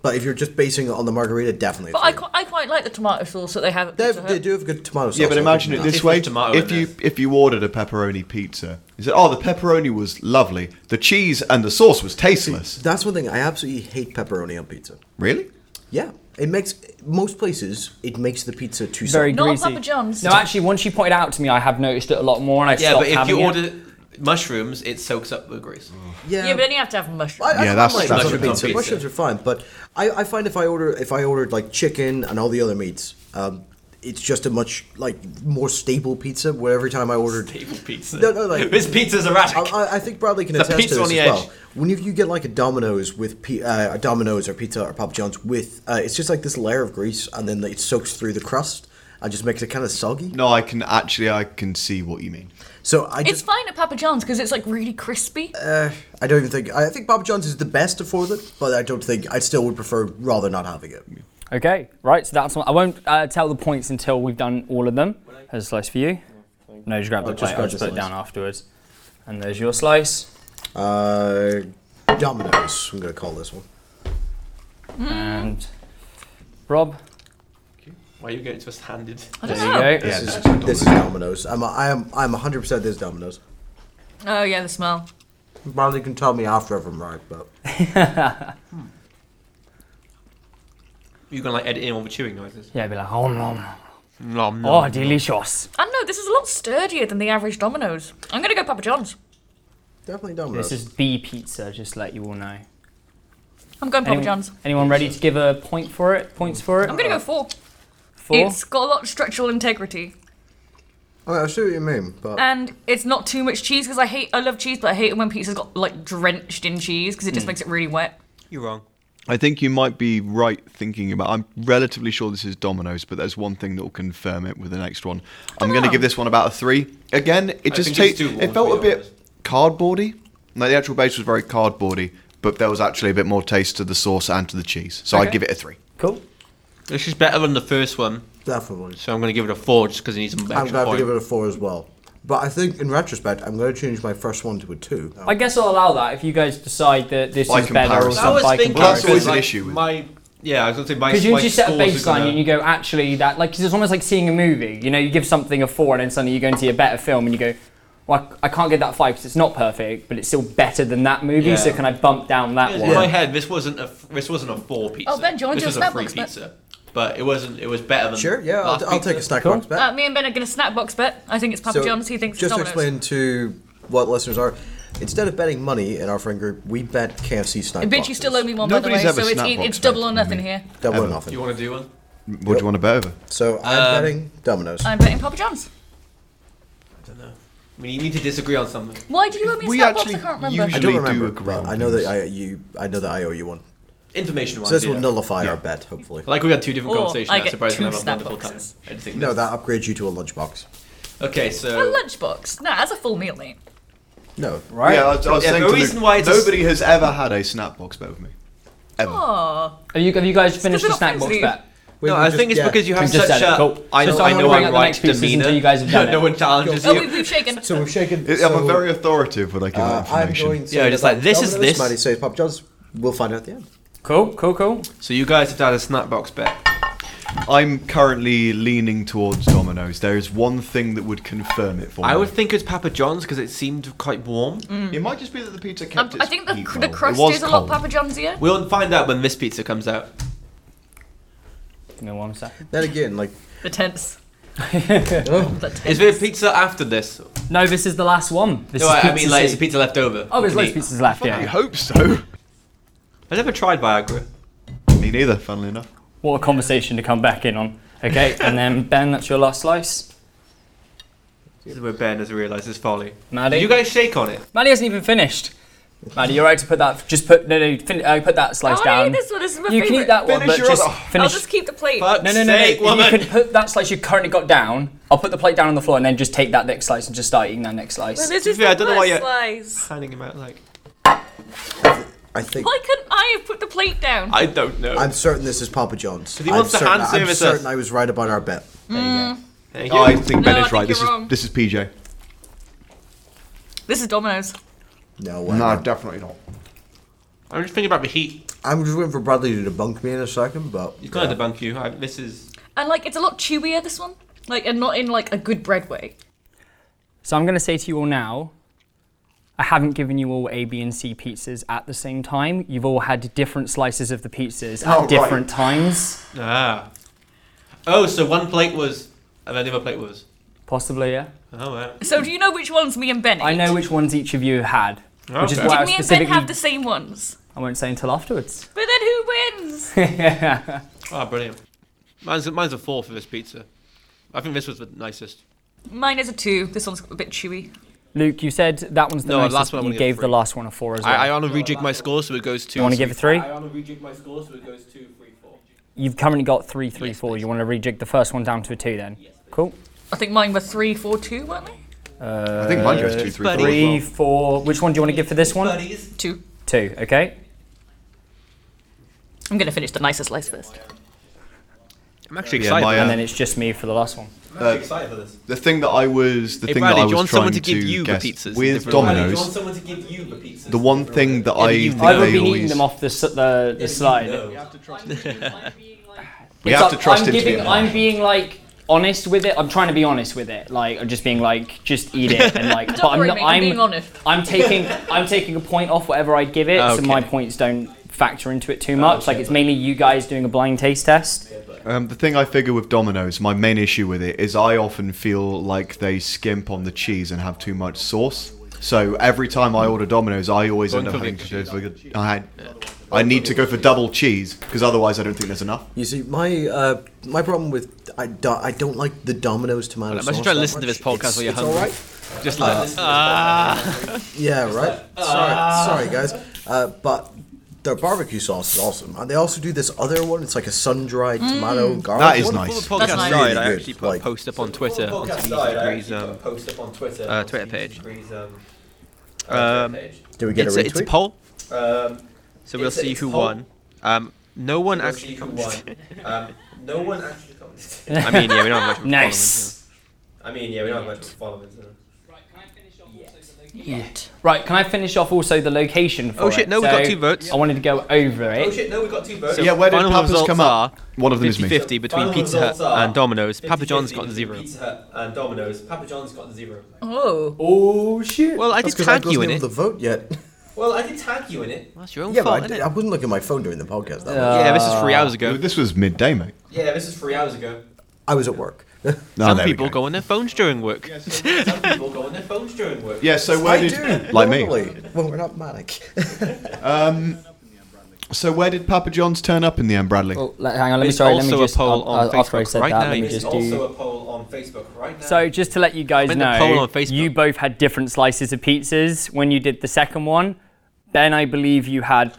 Speaker 5: But if you're just basing it on the margarita, definitely.
Speaker 2: but I, qu- I quite like the tomato sauce that they have. at
Speaker 5: they,
Speaker 2: Pizza
Speaker 5: have, they
Speaker 2: Hut.
Speaker 5: do have good tomato sauce.
Speaker 3: Yeah, but
Speaker 5: I
Speaker 3: imagine
Speaker 5: think
Speaker 3: it
Speaker 5: now.
Speaker 3: this
Speaker 4: If
Speaker 3: way:
Speaker 4: there's tomato
Speaker 3: if
Speaker 4: in
Speaker 3: you
Speaker 4: there.
Speaker 3: if you ordered a pepperoni pizza, you said, "Oh, the pepperoni was lovely. The cheese and the sauce was tasteless."
Speaker 5: That's one thing I absolutely hate pepperoni on pizza.
Speaker 3: Really?
Speaker 5: Yeah, it makes most places it makes the pizza too
Speaker 1: Very
Speaker 5: soft.
Speaker 2: Not on
Speaker 1: greasy.
Speaker 2: Papa John's.
Speaker 1: No, actually, once you pointed out to me, I have noticed it a lot more, and I've
Speaker 4: Yeah,
Speaker 1: stopped
Speaker 4: but if
Speaker 1: having
Speaker 4: you
Speaker 1: it.
Speaker 4: order mushrooms, it soaks up the grease.
Speaker 3: Mm.
Speaker 2: yeah, but then you have to have mushrooms.
Speaker 5: I, I
Speaker 3: Yeah,
Speaker 5: don't
Speaker 3: that's-
Speaker 5: mind
Speaker 3: that's
Speaker 5: mushrooms on
Speaker 4: what
Speaker 5: pizza.
Speaker 4: pizza.
Speaker 5: Mushrooms are fine, but I, I find if I order if I ordered like chicken and all the other meats, um, it's just a much like more staple pizza. Where every time I ordered,
Speaker 4: Table pizza.
Speaker 5: No, no, like-
Speaker 4: this pizza's erratic.
Speaker 5: I, I- I think Bradley can
Speaker 4: It's a
Speaker 5: attest to
Speaker 4: pizza
Speaker 5: this
Speaker 4: on
Speaker 5: as
Speaker 4: the edge.
Speaker 5: well. When you, you get like a Domino's with pi- uh, a Domino's or Pizza or Papa John's with, uh, it's just like this layer of grease, and then it soaks through the crust and just makes it kind of soggy.
Speaker 3: No, I can actually I can see what you mean.
Speaker 5: So I
Speaker 2: It's
Speaker 5: just
Speaker 2: fine at Papa John's because it's like really crispy.
Speaker 5: I don't even think I think Papa John's is the best for it, but I don't think I still would prefer rather not having it.
Speaker 1: Okay, right. So that's one. I won't uh, tell the points until we've done all of them. There's a slice for you. No, just grab the
Speaker 5: just
Speaker 1: plate. I'll
Speaker 5: grab
Speaker 1: just
Speaker 5: the
Speaker 1: put it
Speaker 5: slice.
Speaker 1: down afterwards. And there's your slice.
Speaker 5: Uh, Domino's. I'm gonna call this one.
Speaker 1: And Rob,
Speaker 4: Why are you getting just handed?
Speaker 2: I
Speaker 1: there
Speaker 2: don't
Speaker 1: you
Speaker 2: know.
Speaker 1: go.
Speaker 5: This is this is Domino's. I'm a, I am I'm 100 percent this is Domino's.
Speaker 2: Oh yeah, the smell.
Speaker 5: Bradley can tell me after if I'm right, but
Speaker 4: You're gonna like edit in all the chewing noises.
Speaker 1: Yeah, be like, oh no,
Speaker 4: Nom, nom.
Speaker 1: oh delicious.
Speaker 2: I don't know. This is a lot sturdier than the average Domino's. I'm gonna go Papa John's.
Speaker 5: definitely Domino's.
Speaker 1: This is the pizza. Just to let you all know.
Speaker 2: I'm going Papa
Speaker 1: Anyone-
Speaker 2: John's.
Speaker 1: Anyone ready to give a point for it? Points for it? Uh,
Speaker 2: I'm gonna go 4
Speaker 1: Four.
Speaker 2: It's got a lot of structural integrity,
Speaker 5: Oh, I see what you mean, but
Speaker 2: and it's not too much cheese because I hate. I love cheese, but I hate it when pizza's got like drenched in cheese because it just makes it really wet.
Speaker 4: You're wrong.
Speaker 3: I think you might be right thinking about. I'm relatively sure this is Domino's, but there's one thing that will confirm it with the next one. I'm going to give this one about a three. Again, it
Speaker 4: I
Speaker 3: just
Speaker 4: think it's
Speaker 3: takes.
Speaker 4: doable, to
Speaker 3: It felt
Speaker 4: be
Speaker 3: a bit
Speaker 4: honest.
Speaker 3: cardboardy. Like the actual base was very cardboardy, but there was actually a bit more taste to the sauce and to the cheese. So I'd give it a three.
Speaker 1: Cool.
Speaker 4: This is better than the first one,
Speaker 5: definitely.
Speaker 4: so I'm gonna give it a four just because it needs some
Speaker 5: I'm
Speaker 4: extra
Speaker 5: gonna have
Speaker 4: point.
Speaker 5: to give it a four as well. But I think in retrospect, I'm gonna change my first one to a two.
Speaker 1: I guess I'll allow that if you guys decide that this
Speaker 3: By
Speaker 1: is better or
Speaker 3: comparison.
Speaker 4: I
Speaker 1: something.
Speaker 4: was
Speaker 1: by
Speaker 4: thinking
Speaker 3: Well, that's
Speaker 1: comparison.
Speaker 3: always
Speaker 4: because,
Speaker 3: an
Speaker 4: like,
Speaker 3: issue with-
Speaker 4: My yeah, I was gonna say my.
Speaker 1: Because you
Speaker 4: my
Speaker 1: just set a
Speaker 4: scores are
Speaker 1: baseline
Speaker 4: gonna-
Speaker 1: and you go, actually, that like 'cause it's almost like seeing a movie. You know, you give something a four, and then suddenly you go into a better film, and you go, "Well, I I can't get that five because it's not perfect, but it's still better than that movie. So
Speaker 4: Yeah.
Speaker 1: can I bump down that
Speaker 4: In
Speaker 1: one?"
Speaker 4: my head, this wasn't a this wasn't a four pizza.
Speaker 2: Oh, Ben, do you wanna
Speaker 4: This
Speaker 2: do a
Speaker 4: was a
Speaker 2: snack
Speaker 4: free
Speaker 2: box, Ben?
Speaker 4: pizza, but it wasn't. It was better than.
Speaker 5: Sure, yeah,
Speaker 4: last
Speaker 5: I'll, I'll
Speaker 4: pizza.
Speaker 5: take a snack box back.
Speaker 2: Uh, me and Ben are gonna snack box bet. I think it's Papa
Speaker 5: So,
Speaker 2: John's. He thinks
Speaker 5: just
Speaker 2: it's
Speaker 5: to
Speaker 2: Domino's.
Speaker 5: explain to what listeners are, instead of betting money in our friend group, we bet KFC snack
Speaker 2: Bitch, you
Speaker 5: boxes.
Speaker 2: still owe me one
Speaker 3: Nobody's
Speaker 2: by
Speaker 3: ever
Speaker 2: the way, so it's, e,
Speaker 3: snack box
Speaker 2: it's double
Speaker 3: bet
Speaker 2: or
Speaker 3: with
Speaker 2: nothing
Speaker 3: me.
Speaker 2: here.
Speaker 5: double or
Speaker 3: Ever.
Speaker 5: nothing.
Speaker 4: You want to do one?
Speaker 3: What do you want to bet over?
Speaker 5: So
Speaker 4: Um,
Speaker 5: I'm betting Domino's.
Speaker 2: I'm betting Papa John's.
Speaker 4: I don't know. I mean, you need to disagree on something.
Speaker 2: Why do you owe me a
Speaker 3: We
Speaker 2: snack box? I
Speaker 3: actually
Speaker 2: can't remember.
Speaker 5: I
Speaker 3: usually-
Speaker 5: don't
Speaker 3: Usually do
Speaker 5: remember.
Speaker 3: agree
Speaker 5: but
Speaker 3: on
Speaker 5: I know that
Speaker 3: things.
Speaker 5: I you. I know that I owe you one.
Speaker 4: information wise.
Speaker 5: So this will nullify our bet, hopefully.
Speaker 4: like we had two different
Speaker 2: Or
Speaker 4: conversations.
Speaker 2: Oh, I
Speaker 4: I'm
Speaker 2: get
Speaker 4: surprised
Speaker 2: two
Speaker 4: I have a
Speaker 2: snack
Speaker 4: wonderful
Speaker 2: boxes.
Speaker 4: time. I just think
Speaker 5: No,
Speaker 4: this-
Speaker 5: that upgrades you to a lunchbox.
Speaker 4: Okay,
Speaker 2: A
Speaker 4: so
Speaker 2: lunchbox. No, that's a full meal, mate.
Speaker 5: No,
Speaker 3: Right? Yeah, I was, I was
Speaker 4: Yeah,
Speaker 3: saying
Speaker 4: the
Speaker 3: to Luke,
Speaker 4: reason why it's a s- Oh.
Speaker 3: nobody has ever had a snap box bet with me. Ever.
Speaker 2: Aw.
Speaker 1: Are you, have you guys finished the
Speaker 2: we're not
Speaker 1: snack
Speaker 2: friends
Speaker 1: box
Speaker 2: with you.
Speaker 1: bet?
Speaker 5: We-
Speaker 4: no,
Speaker 5: we
Speaker 4: I
Speaker 5: just-
Speaker 4: think it's
Speaker 5: yeah.
Speaker 4: because you have
Speaker 1: We've just
Speaker 4: such
Speaker 1: said
Speaker 4: a
Speaker 1: it, cool.
Speaker 4: I,
Speaker 1: So
Speaker 4: I
Speaker 1: I'm
Speaker 4: know
Speaker 1: gonna bring
Speaker 4: I'm
Speaker 1: up the
Speaker 4: right
Speaker 1: next pieces
Speaker 4: demeanor.
Speaker 1: until you guys have done
Speaker 4: no
Speaker 1: it.
Speaker 4: one challenges
Speaker 2: Oh,
Speaker 4: you.
Speaker 2: we've, we've shaken.
Speaker 5: So we've shaken.
Speaker 3: I-
Speaker 5: so,
Speaker 3: I'm very authoritative when I give out
Speaker 5: uh, I'm
Speaker 3: information.
Speaker 5: going. to
Speaker 4: Yeah, just like, this is this.
Speaker 5: Maddie says Pop John's. We'll find out at the end.
Speaker 1: Cool, cool, cool.
Speaker 4: So you guys have done a snapbox bet.
Speaker 3: I'm currently leaning towards Domino's. There is one thing that would confirm it
Speaker 1: Mm.
Speaker 3: for me.
Speaker 4: I would think it's Papa John's because it seemed quite warm.
Speaker 3: It might just be that the pizza
Speaker 2: Um,
Speaker 3: kept
Speaker 2: I
Speaker 3: its
Speaker 2: think the,
Speaker 3: heat
Speaker 2: the
Speaker 3: well. It
Speaker 2: crust
Speaker 3: was
Speaker 2: is a lot
Speaker 3: cold.
Speaker 2: Papa John's here.
Speaker 4: We'll find out when this pizza comes out.
Speaker 1: Give me one second.
Speaker 5: Then again, like
Speaker 2: The tents. The
Speaker 4: Is
Speaker 2: tents.
Speaker 4: there pizza after this?
Speaker 1: No, this is the last one. This
Speaker 4: No,
Speaker 1: is
Speaker 4: I, I
Speaker 1: pizza
Speaker 4: mean like
Speaker 1: C.
Speaker 4: is the pizza left over?
Speaker 1: Oh, there's loads of
Speaker 4: What can you eat?
Speaker 1: pizzas left,
Speaker 3: I
Speaker 1: yeah.
Speaker 3: hope so.
Speaker 4: I never tried Viagra.
Speaker 3: Me neither, funnily enough.
Speaker 1: What a conversation to come back in on. Okay, and then Ben, that's your last slice.
Speaker 4: This is where Ben has realised his folly.
Speaker 1: Maddie?
Speaker 4: Did you guys shake on it?
Speaker 1: Maddie hasn't even finished. Maddie, you're right to put that. Just put no, no. Fin- uh, put that
Speaker 2: I
Speaker 1: slice
Speaker 2: want
Speaker 1: down.
Speaker 2: to eat this one. This is my
Speaker 1: you
Speaker 2: favorite.
Speaker 1: can eat that one,
Speaker 3: Finish
Speaker 1: but
Speaker 3: your
Speaker 1: just
Speaker 3: other-
Speaker 2: I'll
Speaker 1: finish.
Speaker 2: just keep the plate.
Speaker 4: Fuck's
Speaker 1: no, no, no, no.
Speaker 4: sake,
Speaker 1: If
Speaker 4: woman.
Speaker 1: You can put that slice you currently got down. I'll put the plate down on the floor and then just take that next slice and just start eating that next
Speaker 2: Well,
Speaker 1: slice.
Speaker 2: this is
Speaker 4: fair, I
Speaker 2: the
Speaker 4: don't know why
Speaker 2: worst
Speaker 4: you-
Speaker 2: slice.
Speaker 4: Handing him out like
Speaker 5: I think
Speaker 2: Why couldn't I have put the plate down?
Speaker 4: I don't know.
Speaker 5: I'm certain this is Papa John's.
Speaker 4: he
Speaker 5: I'm
Speaker 4: wants to
Speaker 5: certain-
Speaker 4: hand
Speaker 5: I'm
Speaker 4: service us.
Speaker 5: certain I was right about our bet.
Speaker 4: Thank you.
Speaker 3: I think
Speaker 2: I
Speaker 3: Ben is
Speaker 2: think
Speaker 3: right. This
Speaker 2: you're
Speaker 3: is
Speaker 2: wrong.
Speaker 3: this is PJ.
Speaker 2: This is Domino's.
Speaker 5: No, whatever.
Speaker 3: definitely not.
Speaker 4: I'm just thinking about the heat.
Speaker 5: I'm just waiting for Bradley to debunk me in a second, but
Speaker 4: He's gonna debunk you. I, this is
Speaker 2: And like, it's a lot chewier this one. Like, and not in like a good bread way.
Speaker 1: So I'm going to say to you all now, I haven't given you all A, B, and C pizzas at the same time. You've all had different slices of the pizzas at
Speaker 3: Oh, right.
Speaker 1: different times.
Speaker 4: ah. Oh, so one plate was, and then the other plate was.
Speaker 1: Possibly, yeah.
Speaker 4: Oh wow.
Speaker 2: So do you know which ones me and Ben?
Speaker 1: I
Speaker 2: ate?
Speaker 1: know which ones each of you had, which is
Speaker 4: Okay.
Speaker 1: why I was
Speaker 2: Did me and Ben
Speaker 1: specifically.
Speaker 2: have the same ones?
Speaker 1: I won't say until afterwards.
Speaker 2: But then who wins?
Speaker 4: Ah, brilliant. Mine's mine's a four for this pizza. I think this was the nicest.
Speaker 2: Mine is a two. This one's a bit chewy.
Speaker 1: Luke, you said that one's the
Speaker 4: No,
Speaker 1: nicest,
Speaker 4: last one
Speaker 1: but
Speaker 4: I'm
Speaker 1: you
Speaker 4: gonna
Speaker 1: gave
Speaker 4: give a
Speaker 1: the
Speaker 4: three.
Speaker 1: last one a four as well.
Speaker 4: I, I want to rejig my score so it goes to.
Speaker 1: you want to give a three?
Speaker 4: want to rejig my score so it goes to three four.
Speaker 1: You've currently got three, three,
Speaker 4: Yes,
Speaker 1: four.
Speaker 4: please.
Speaker 1: You want to rejig the first one down to a two then? cool.
Speaker 2: I think mine were three, four, two, weren't they?
Speaker 3: I think mine goes two, three, four.
Speaker 4: Uh, buddy.
Speaker 3: as
Speaker 1: Three,
Speaker 3: well.
Speaker 1: four. Which one do you want to give for this one?
Speaker 2: Two.
Speaker 1: Two. Okay.
Speaker 2: I'm gonna finish the nicest slice first.
Speaker 4: I'm actually
Speaker 3: Yeah,
Speaker 4: excited.
Speaker 3: my,
Speaker 1: And
Speaker 3: uh,
Speaker 1: then it's just me for the last one.
Speaker 4: I'm actually excited for this.
Speaker 3: the thing that I was the
Speaker 4: Hey
Speaker 3: thing
Speaker 4: Bradley,
Speaker 3: that I
Speaker 4: do
Speaker 3: was
Speaker 4: you want
Speaker 3: trying
Speaker 4: someone to give you the
Speaker 3: guess
Speaker 4: pizzas?
Speaker 3: with
Speaker 4: Different- Bradley,
Speaker 3: Domino's.
Speaker 4: someone to give you the pizza?
Speaker 3: The one thing that I
Speaker 4: you
Speaker 3: think
Speaker 4: know.
Speaker 1: I've
Speaker 3: they
Speaker 1: been eating
Speaker 3: always
Speaker 1: them off the s- the, the slide.
Speaker 3: we
Speaker 1: It's
Speaker 3: have
Speaker 1: like,
Speaker 3: to trust
Speaker 1: I'm
Speaker 3: him to
Speaker 1: giving,
Speaker 3: be
Speaker 1: I'm being like honest with it. I'm trying to be honest with it. Like I'm just being like, just eat it and like. but
Speaker 2: Don't worry,
Speaker 1: I'm not.
Speaker 2: mate.
Speaker 1: I'm,
Speaker 2: I'm being honest.
Speaker 1: I'm taking I'm taking a point off whatever I give it, so
Speaker 4: Okay.
Speaker 1: my points don't factor into it
Speaker 8: Oh,
Speaker 1: too much. Like it's mainly you guys doing a blind taste test.
Speaker 3: Um, the thing I figure with Domino's, my main issue with it is I often feel like they skimp on the cheese and have too much sauce. So every time I order Domino's, I always
Speaker 4: Going
Speaker 3: end up
Speaker 4: for
Speaker 3: having
Speaker 4: victory.
Speaker 3: to. go- I, I need to go for double cheese because otherwise I don't think there's enough.
Speaker 5: You see, my uh, my problem with I, do, I don't like the Domino's tomato
Speaker 4: I'm
Speaker 5: sauce.
Speaker 4: actually trying to
Speaker 5: that
Speaker 4: listen to
Speaker 5: much.
Speaker 4: this podcast
Speaker 5: It's-
Speaker 4: while you're
Speaker 5: it's
Speaker 4: hungry.
Speaker 5: all right.
Speaker 4: Just like Ah.
Speaker 5: Yeah, right. sorry, sorry, guys. Uh, but their barbecue sauce is awesome, and they also do this other one. It's like a sun-dried
Speaker 4: Mm.
Speaker 5: tomato garlic.
Speaker 3: That is
Speaker 5: one.
Speaker 3: nice.
Speaker 4: Before the podcast
Speaker 2: nice.
Speaker 4: died, I
Speaker 5: Really
Speaker 4: actually
Speaker 5: good,
Speaker 4: put
Speaker 5: like-
Speaker 4: a post up on Twitter on Steve Degree's um,
Speaker 8: post up on Twitter.
Speaker 4: uh, Twitter page. Um,
Speaker 8: Um,
Speaker 5: Did we get
Speaker 4: It's
Speaker 5: a
Speaker 4: a,
Speaker 5: retweet?
Speaker 4: it's a poll,
Speaker 8: um,
Speaker 4: so we'll
Speaker 8: It's a-
Speaker 4: see
Speaker 8: it's
Speaker 4: who
Speaker 8: a poll.
Speaker 4: won. Um, no one
Speaker 8: we'll
Speaker 4: actually
Speaker 8: see who won. Um, no one actually commented.
Speaker 4: I mean, yeah, we don't have much of a
Speaker 1: Nice.
Speaker 8: I mean, yeah, we don't have much followers. uh,
Speaker 1: Right, can I finish off also the location for
Speaker 4: Oh shit,
Speaker 1: it?
Speaker 4: no, we got two votes.
Speaker 1: I wanted to go over it.
Speaker 8: Oh shit! No, we got two votes.
Speaker 4: So
Speaker 3: Yeah, where did
Speaker 4: final
Speaker 3: Papa's
Speaker 4: results
Speaker 3: come up? One of
Speaker 4: Are
Speaker 3: them is
Speaker 4: 50
Speaker 3: me.
Speaker 4: 50 between
Speaker 8: Final
Speaker 4: Pizza Hut
Speaker 8: results are
Speaker 4: and Domino's.
Speaker 8: 50-50
Speaker 4: Papa John's got
Speaker 8: between
Speaker 4: zero.
Speaker 8: Pizza Hut and Domino's. Papa John's got zero.
Speaker 2: Oh.
Speaker 1: Oh shit.
Speaker 4: Well, I
Speaker 5: That's
Speaker 4: did
Speaker 5: 'cause I
Speaker 4: tag
Speaker 5: wasn't
Speaker 4: you in
Speaker 5: able
Speaker 4: it.
Speaker 5: to vote yet.
Speaker 8: Well, I did tag you in it.
Speaker 4: That's your own
Speaker 5: yeah,
Speaker 4: fault,
Speaker 5: but I,
Speaker 4: isn't
Speaker 5: did,
Speaker 4: it?
Speaker 5: I wouldn't look at my phone during the podcast. That
Speaker 4: yeah, this is three hours ago.
Speaker 3: This was midday, mate.
Speaker 8: Yeah, this is three hours ago.
Speaker 5: I was at work.
Speaker 3: No,
Speaker 4: Some
Speaker 3: Oh, there we
Speaker 4: people go on their phones during work.
Speaker 8: Some people go on their phones during work.
Speaker 3: Yeah, so where
Speaker 5: I
Speaker 3: did
Speaker 5: do.
Speaker 3: like me?
Speaker 5: normally. Well, we're not manic.
Speaker 3: So where did Papa John's turn up in the end, Bradley?
Speaker 1: Well, let- hang on, let me
Speaker 4: It's
Speaker 1: sorry, let me
Speaker 4: also a
Speaker 1: just
Speaker 4: poll
Speaker 1: um,
Speaker 4: on
Speaker 1: uh, after I
Speaker 4: Facebook
Speaker 1: said
Speaker 4: right
Speaker 1: that,
Speaker 4: now.
Speaker 1: let me
Speaker 8: There's
Speaker 1: just do
Speaker 8: also a poll on Facebook right now.
Speaker 1: So just to let you guys
Speaker 4: I'm in the poll
Speaker 1: know,
Speaker 4: on Facebook.
Speaker 1: you both had different slices of pizzas when you did the second one. Ben, I believe you had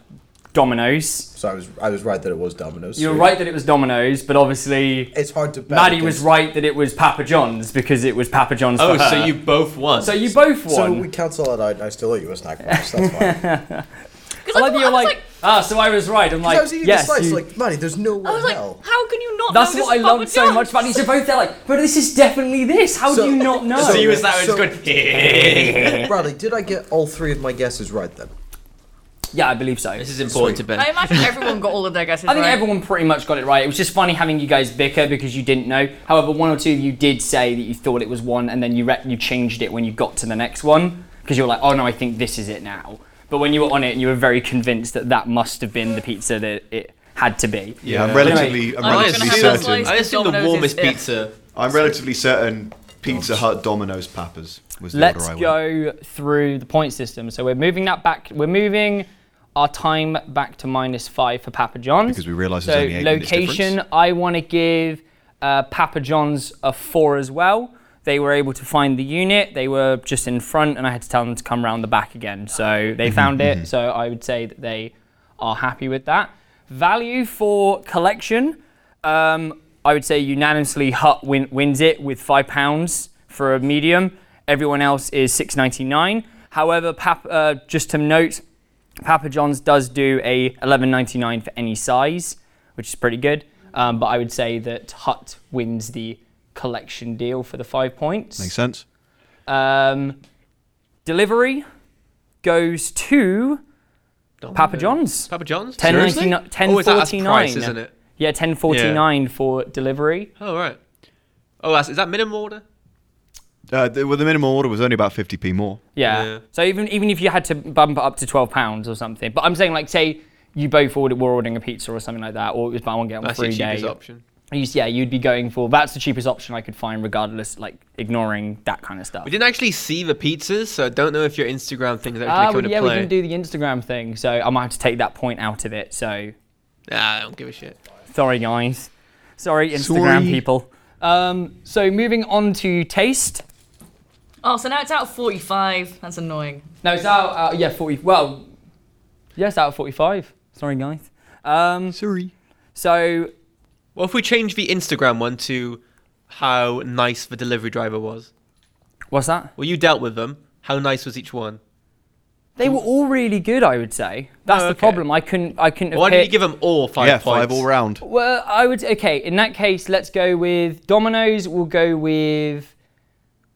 Speaker 1: Domino's.
Speaker 5: So I was I was right that it was Domino's.
Speaker 1: You were right that it was Domino's, but obviously
Speaker 5: It's hard to. bet
Speaker 1: Maddie was
Speaker 5: against-
Speaker 1: right that it was Papa John's because it was Papa John's.
Speaker 4: Oh,
Speaker 1: for her.
Speaker 4: so you both won.
Speaker 1: So you both won.
Speaker 5: So we cancel it out. I still owe you a snack box. That's fine.
Speaker 2: Because
Speaker 1: I
Speaker 2: I,
Speaker 1: like that
Speaker 2: thought-
Speaker 1: you're
Speaker 2: I was
Speaker 1: like, ah, so I was right. I'm like,
Speaker 5: I was eating
Speaker 1: yes,
Speaker 5: the slice.
Speaker 1: you-
Speaker 5: Like, Maddie, there's no way
Speaker 2: I was
Speaker 5: in
Speaker 2: like,
Speaker 5: hell.
Speaker 2: how can you not
Speaker 1: that's
Speaker 2: know
Speaker 1: what I
Speaker 2: this is
Speaker 1: loved
Speaker 2: Papa
Speaker 1: so
Speaker 2: John's?
Speaker 1: much about these. They're both there, like, but this is definitely this. How
Speaker 5: So-
Speaker 1: do you not know?
Speaker 5: so
Speaker 4: he was that
Speaker 5: So-
Speaker 4: one. It's good.
Speaker 5: Bradley, did I get all three of my guesses right then?
Speaker 1: yeah, I believe so.
Speaker 4: this is important to Ben.
Speaker 2: I imagine everyone got all of their guesses
Speaker 1: I think
Speaker 2: right.
Speaker 1: everyone pretty much got it right. It was just funny having you guys bicker because you didn't know. However, one or two of you did say that you thought it was one, and then you re- you changed it when you got to the next one because you were like, oh no, I think this is it now. But when you were on it, you were very convinced that that must have been the pizza that it had to be.
Speaker 3: Yeah, I'm relatively, I'm
Speaker 2: I'm not
Speaker 3: relatively
Speaker 2: gonna have that
Speaker 3: certain.
Speaker 2: slice.
Speaker 4: I assume the
Speaker 2: Domino's
Speaker 4: warmest
Speaker 2: is it.
Speaker 4: pizza.
Speaker 3: I'm relatively certain Pizza Hut, Domino's, Papa's was the
Speaker 1: Let's
Speaker 3: order I went.
Speaker 1: go through the point system. So we're moving that back. We're moving our time back to minus five for Papa John's.
Speaker 3: Because we realise
Speaker 1: so
Speaker 3: there's only eight minutes
Speaker 1: location.
Speaker 3: difference.
Speaker 1: I want to give uh, Papa John's a four as well. They were able to find the unit. They were just in front, and I had to tell them to come round the back again. So they found
Speaker 3: Mm-hmm.
Speaker 1: it. So I would say that they are happy with that. Value for collection. Um, I would say unanimously Hut win- wins it with five pounds for a medium. Everyone else is six ninety nine. However, Pap- uh, just to note, Papa John's does do a eleven ninety nine for any size, which is pretty good. Um, but I would say that Hut wins the collection deal for the five points.
Speaker 3: Makes sense.
Speaker 1: Um, delivery goes to Papa John's.
Speaker 4: Papa John's.
Speaker 1: Ten
Speaker 4: Seriously?
Speaker 1: ninety nine. Ten
Speaker 4: Oh, is that that's
Speaker 1: forty nine.
Speaker 4: price, isn't it?
Speaker 1: Yeah, ten forty nine for delivery.
Speaker 4: Oh right. Oh, that's, is that minimum order?
Speaker 3: Uh, the, well, the minimum order was only about 50p more.
Speaker 1: Yeah.
Speaker 4: Yeah.
Speaker 1: So even even if you had to bump it up to twelve pounds or something, but I'm saying like say you both ordered, were ordering a pizza or something like that, or it was buy one get one
Speaker 4: That's
Speaker 1: free
Speaker 4: your cheapest
Speaker 1: day.
Speaker 4: option.
Speaker 1: You s- yeah, you'd be going for that's the cheapest option I could find, regardless, like ignoring that kind of stuff.
Speaker 4: We didn't actually see the pizzas, so I don't know if your Instagram thing is actually
Speaker 1: Ah, well,
Speaker 4: coming
Speaker 1: yeah,
Speaker 4: to play.
Speaker 1: we can do the Instagram thing, so I might have to take that point out of it. So
Speaker 4: Nah, I don't give a shit.
Speaker 1: sorry, guys. Sorry, Instagram
Speaker 3: Sorry.
Speaker 1: people. Um, so moving on to taste.
Speaker 2: Oh, so now it's out of 45. That's annoying.
Speaker 1: No, it's out. Uh, yeah, forty. Well, yes, out of forty-five. Sorry, guys. Um,
Speaker 3: Sorry.
Speaker 1: so
Speaker 4: Well, if we change the Instagram one to how nice the delivery driver was.
Speaker 1: what's that?
Speaker 4: Well, you dealt with them. How nice was each one?
Speaker 1: They were all really good, I would say. That's
Speaker 4: Oh,
Speaker 1: the
Speaker 4: okay.
Speaker 1: problem. I couldn't. I couldn't. have
Speaker 4: Why did you
Speaker 1: picked-
Speaker 4: give them all five
Speaker 3: yeah,
Speaker 4: points?
Speaker 3: five all round.
Speaker 1: Well, I would. Okay, in that case, let's go with Domino's. We'll go with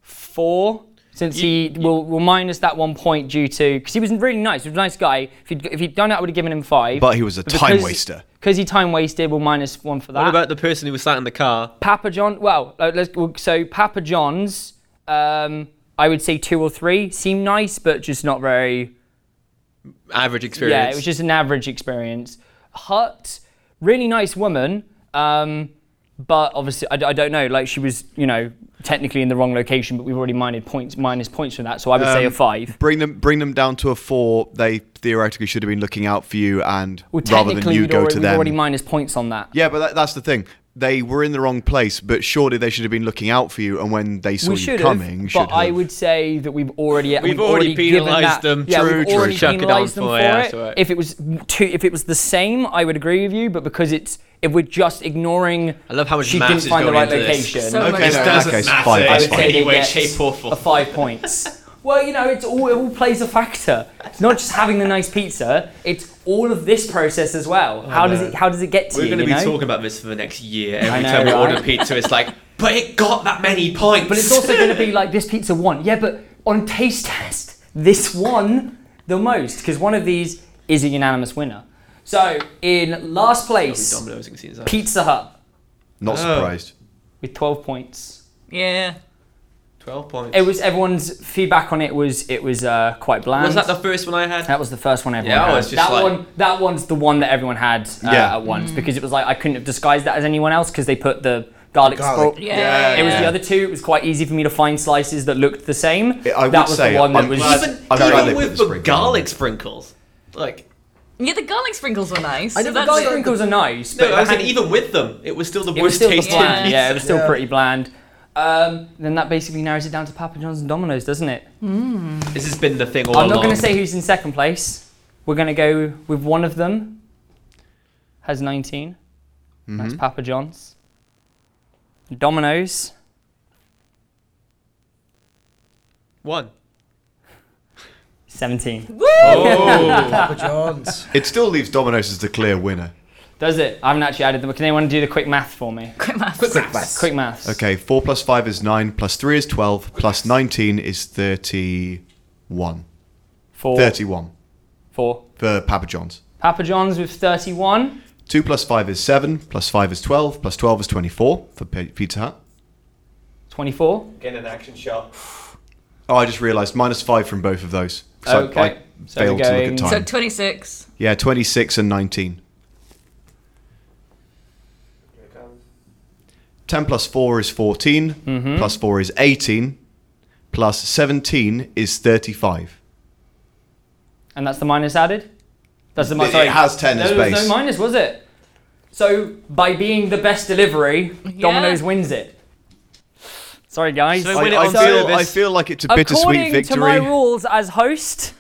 Speaker 1: four, since he will will minus that one point due to because he was really nice. He was a nice guy. If he'd, if he'd done it, I would have given him five.
Speaker 3: But he was a time waster.
Speaker 1: Because he time wasted, we'll minus one for that.
Speaker 4: What about the person who was sat in the car?
Speaker 1: Papa John. Well, uh, let's well, so Papa John's. Um, I would say two or three seem nice, but just not very.
Speaker 4: Average experience.
Speaker 1: Yeah, it was just an average experience. Hut, really nice woman, um, but obviously I, d- I don't know. Like she was, you know, technically in the wrong location, but we've already minus points minus points from that, so I would say a
Speaker 3: Um,
Speaker 1: five.
Speaker 3: Bring them, bring them down to a four. They theoretically should have been looking out for you, and
Speaker 1: Well,
Speaker 3: rather
Speaker 1: technically
Speaker 3: than you
Speaker 1: we'd
Speaker 3: go
Speaker 1: already,
Speaker 3: to
Speaker 1: we've already
Speaker 3: them.
Speaker 1: minus points on that.
Speaker 3: yeah, but that, that's the thing. They were in the wrong place, but surely they should have been looking out for you. And when they saw
Speaker 1: we
Speaker 3: you
Speaker 1: should
Speaker 3: coming,
Speaker 1: have,
Speaker 3: should
Speaker 1: but I
Speaker 3: have.
Speaker 1: would say that we've already we've,
Speaker 4: already
Speaker 1: given
Speaker 4: penalised
Speaker 1: that-
Speaker 4: them.
Speaker 1: Yeah,
Speaker 4: True,
Speaker 1: we've
Speaker 4: true.
Speaker 1: already
Speaker 4: Chuck it down
Speaker 1: penalised them
Speaker 4: for,
Speaker 1: for
Speaker 4: yeah,
Speaker 1: it.
Speaker 4: that's all right.
Speaker 1: If it was two, if it was the same, I would agree with you. But because it's if we're just ignoring,
Speaker 4: I love how much
Speaker 1: she
Speaker 4: maths
Speaker 1: didn't
Speaker 4: is
Speaker 1: find the
Speaker 4: going
Speaker 1: right
Speaker 4: into this.
Speaker 1: location.
Speaker 2: So
Speaker 3: Okay,
Speaker 2: much.
Speaker 3: no, in that
Speaker 4: doesn't
Speaker 3: case,
Speaker 4: matter.
Speaker 3: five.
Speaker 4: I
Speaker 3: That's
Speaker 4: would
Speaker 1: I would
Speaker 3: fine.
Speaker 1: say they
Speaker 4: Anyway,
Speaker 1: get
Speaker 4: shape or form.
Speaker 1: a five points. Well, you know, it's all it all plays a factor. It's not just having the nice pizza; it's all of this process as well. how does it how does it get to
Speaker 4: Oh, We're
Speaker 1: you?
Speaker 4: going to
Speaker 1: you
Speaker 4: be
Speaker 1: know?
Speaker 4: talking about this for the next year. Every
Speaker 1: know,
Speaker 4: time we
Speaker 1: right?
Speaker 4: order pizza, it's like, but it got that many points.
Speaker 1: But it's also going to be like this pizza one. Yeah, but on taste test, this one the most because one of these is a unanimous winner. So in last place,
Speaker 4: Domino's, you can see inside.
Speaker 1: Pizza Hut
Speaker 3: Not
Speaker 1: Oh.
Speaker 3: surprised.
Speaker 1: with 12 points.
Speaker 2: Yeah.
Speaker 4: 12 points.
Speaker 1: It was everyone's feedback on it was it was uh, quite bland.
Speaker 4: Was that the first one I had?
Speaker 1: That was the first one everyone
Speaker 4: Yeah, I
Speaker 1: had.
Speaker 4: was just
Speaker 1: that
Speaker 4: like-
Speaker 1: one, that one's the one that everyone had uh,
Speaker 3: Yeah.
Speaker 1: at once because it was like I couldn't have disguised that as anyone else because they put the garlic,
Speaker 5: Garlic.
Speaker 1: spro-
Speaker 2: Yeah.
Speaker 1: It was the other two. It was quite easy for me to find slices that looked the same.
Speaker 3: I would
Speaker 1: that was
Speaker 3: say
Speaker 1: the one that
Speaker 3: I'm
Speaker 1: was.
Speaker 3: glad-
Speaker 4: even
Speaker 3: I'm glad
Speaker 4: even
Speaker 3: they put
Speaker 4: with
Speaker 3: the
Speaker 4: the,
Speaker 3: sprinkle on
Speaker 4: garlic sprinkles. Like,
Speaker 2: Yeah, the garlic sprinkles were nice.
Speaker 5: I
Speaker 2: so
Speaker 5: never
Speaker 2: that's-
Speaker 1: garlic sprinkles are nice,
Speaker 4: no,
Speaker 1: but
Speaker 4: I was
Speaker 1: had-
Speaker 4: saying, even with them, it was still the
Speaker 1: it was
Speaker 4: worst
Speaker 1: still the
Speaker 4: tasting
Speaker 1: bland.
Speaker 4: pizza.
Speaker 1: Yeah, it was still
Speaker 5: Yeah.
Speaker 1: pretty bland. Um, then that basically narrows it down to Papa John's and Domino's, doesn't it?
Speaker 4: This has been the thing all
Speaker 1: I'm not
Speaker 4: along.
Speaker 1: going to say who's in second place. We're going to go with one of them has 19.
Speaker 3: Mm-hmm.
Speaker 1: That's Papa John's. Domino's.
Speaker 4: One.
Speaker 1: 17.
Speaker 5: Papa John's.
Speaker 3: It still leaves Domino's as the clear winner.
Speaker 1: Does it? I haven't actually added them. Can anyone do the quick math for me?
Speaker 2: Quick maths.
Speaker 5: Quick maths.
Speaker 1: Quick maths.
Speaker 3: Okay, 4 plus 5 is 9, plus 3 is 12, plus 19 is 31.
Speaker 1: Four.
Speaker 3: 31
Speaker 1: Four.
Speaker 3: for Papa John's.
Speaker 1: Papa John's with 31.
Speaker 3: 2 plus 5 is 7, plus 5 is 12, plus 12 is 24 for P- Pizza Hut.
Speaker 1: 24.
Speaker 9: Get an action shot.
Speaker 3: Oh, I just realised minus 5 from both of those. So I-
Speaker 1: Okay.
Speaker 3: I,
Speaker 1: So we're
Speaker 3: failed to look
Speaker 1: going-
Speaker 3: at
Speaker 1: So
Speaker 2: So
Speaker 3: time.
Speaker 2: 26.
Speaker 3: yeah, 26 and 19.
Speaker 9: Here it comes.
Speaker 3: 10 plus 4 is 14, plus 4 is 18, plus 17 is 35.
Speaker 1: And that's the minus added? That's the minus.
Speaker 3: It- it has 10 as
Speaker 1: there was
Speaker 3: base.
Speaker 1: no minus, was it? So by being the best delivery, Domino's wins it. Sorry, guys.
Speaker 4: So I win
Speaker 3: I,
Speaker 4: it
Speaker 3: I
Speaker 4: on
Speaker 3: feel,
Speaker 4: service.
Speaker 3: I feel like it's a
Speaker 1: According
Speaker 3: bittersweet victory.
Speaker 1: to my rules as host,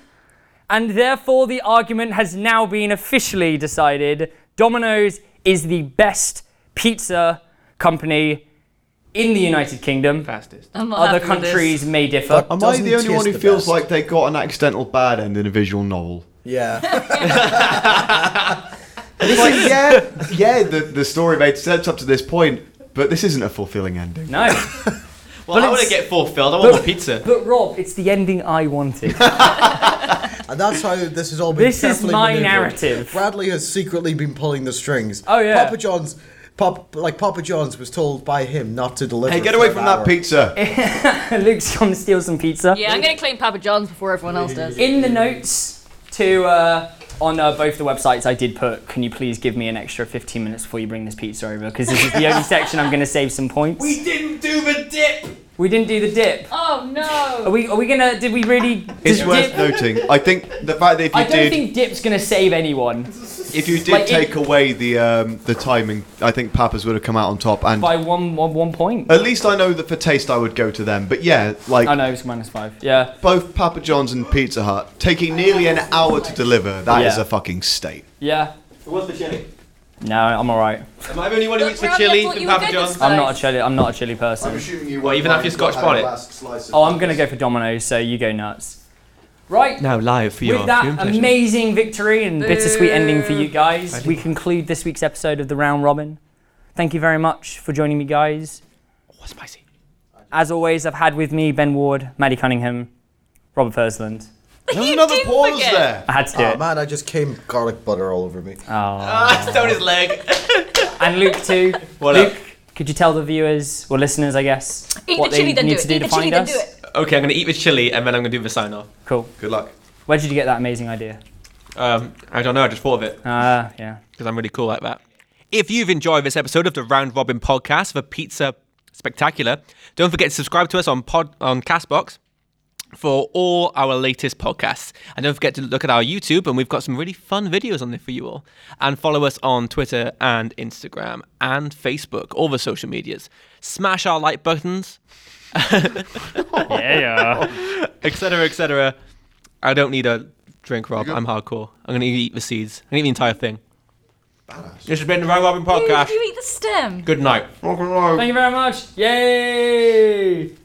Speaker 1: and therefore the argument has now been officially decided, Domino's is the best pizza company in the United Kingdom.
Speaker 4: Fastest.
Speaker 2: I'm not
Speaker 1: Other
Speaker 2: happy with this.
Speaker 1: countries may differ.
Speaker 3: Am I
Speaker 5: Doesn't
Speaker 3: the only
Speaker 5: taste
Speaker 3: one who
Speaker 5: the
Speaker 3: feels
Speaker 5: best.
Speaker 3: like they got an accidental bad end in a visual novel?
Speaker 5: Yeah.
Speaker 3: It's like, yeah, yeah, the, the story made sense up to this point, but this isn't a fulfilling ending.
Speaker 1: No.
Speaker 4: Well, I want to
Speaker 1: it's-
Speaker 4: get fulfilled. I want more pizza.
Speaker 1: But Rob, it's the ending I wanted.
Speaker 5: And that's how this has all been.
Speaker 1: This is
Speaker 5: carefully
Speaker 1: my
Speaker 5: maneuvered.
Speaker 1: narrative.
Speaker 5: Bradley has secretly been pulling the strings.
Speaker 1: Oh, yeah.
Speaker 5: Papa John's, Pop, like Papa John's was told by him not to deliver.
Speaker 3: Hey, get
Speaker 5: for
Speaker 3: away
Speaker 5: an
Speaker 3: from that
Speaker 5: hour.
Speaker 3: pizza!
Speaker 1: Luke's gonna steal some pizza.
Speaker 2: Yeah, I'm going to claim Papa John's before everyone else does.
Speaker 1: In the notes to uh, on uh, both the websites, I did put, "Can you please give me an extra 15 minutes before you bring this pizza over?" Because this is the only section I'm gonna save some points.
Speaker 9: We didn't do the dip!
Speaker 1: We didn't do the dip.
Speaker 2: oh,
Speaker 1: Are
Speaker 2: no.
Speaker 1: we? Are we gonna? Did we really?
Speaker 3: It's
Speaker 1: did
Speaker 3: worth
Speaker 1: dip-
Speaker 3: noting. I think the fact that if
Speaker 1: I
Speaker 3: you
Speaker 1: don't
Speaker 3: did,
Speaker 1: think dip's gonna save anyone
Speaker 3: if you did
Speaker 1: like, it-
Speaker 3: take away the um, the timing, I think Papa's would have come out on top. And
Speaker 1: by one one, one point.
Speaker 3: at least I know that for taste, I would go to them. But yeah, like
Speaker 1: I know it's minus five. Yeah.
Speaker 3: both Papa John's and Pizza Hut taking nearly an hour to deliver. That is
Speaker 1: Yeah.
Speaker 3: a fucking state.
Speaker 1: Yeah.
Speaker 9: Who wants the chili?
Speaker 1: No, I'm alright.
Speaker 4: Am I the only one who
Speaker 2: Look,
Speaker 4: eats the
Speaker 2: Robbie, I
Speaker 4: chili
Speaker 2: thought
Speaker 4: from
Speaker 2: you were
Speaker 4: Papa
Speaker 2: good
Speaker 4: John's?
Speaker 2: this
Speaker 1: I'm not a
Speaker 2: Nice.
Speaker 1: chili. I'm not a chili person.
Speaker 3: assuming you
Speaker 4: Well, even after your Scotch bonnet.
Speaker 1: Oh, I'm gonna go for Domino's. So you go nuts. Right.
Speaker 4: Now live for
Speaker 1: With that amazing victory and bittersweet ending for you guys,
Speaker 4: Boo.
Speaker 1: we conclude this week's episode of the Round Robin. Thank you very much for joining me, guys.
Speaker 4: Oh, spicy.
Speaker 1: As always, I've had with me Ben Ward, Maddie Cunningham, Robert Fursland.
Speaker 3: There's another
Speaker 2: did
Speaker 3: pause
Speaker 2: forget.
Speaker 3: there.
Speaker 1: I had to do
Speaker 5: Oh
Speaker 1: it.
Speaker 5: man, I just came garlic butter all over me.
Speaker 4: Ah, it's down his leg.
Speaker 1: And Luke too.
Speaker 4: What
Speaker 1: Luke,
Speaker 4: up?
Speaker 1: could you tell the viewers or listeners, I guess,
Speaker 2: Eat
Speaker 1: what
Speaker 2: the chili,
Speaker 1: they
Speaker 2: then
Speaker 1: need to
Speaker 2: do it.
Speaker 1: do
Speaker 2: Eat
Speaker 1: to
Speaker 2: the
Speaker 1: find
Speaker 2: chili, then
Speaker 1: us?
Speaker 2: do it.
Speaker 4: Okay, I'm gonna eat the chili and then I'm gonna do the sign off.
Speaker 1: Cool.
Speaker 3: Good luck.
Speaker 1: Where did you get that amazing idea?
Speaker 4: Um, I don't know. I just thought of it.
Speaker 1: Ah, yeah.
Speaker 4: because I'm really cool like that. If you've enjoyed this episode of the Round Robin podcast for Pizza Spectacular, don't forget to subscribe to us on pod on Castbox for all our latest podcasts. And don't forget to look at our YouTube, and we've got some really fun videos on there for you all. And follow us on Twitter and Instagram and Facebook, all the social medias. Smash our like buttons,
Speaker 1: Yeah.
Speaker 4: etc., etc. I don't need a drink, Rob. I'm hardcore. I'm gonna eat the seeds. I'm gonna eat the entire thing. This has been the Round Robin
Speaker 2: You,
Speaker 4: podcast.
Speaker 2: you eat the stem.
Speaker 4: Good night.
Speaker 1: Thank you very much. Yay!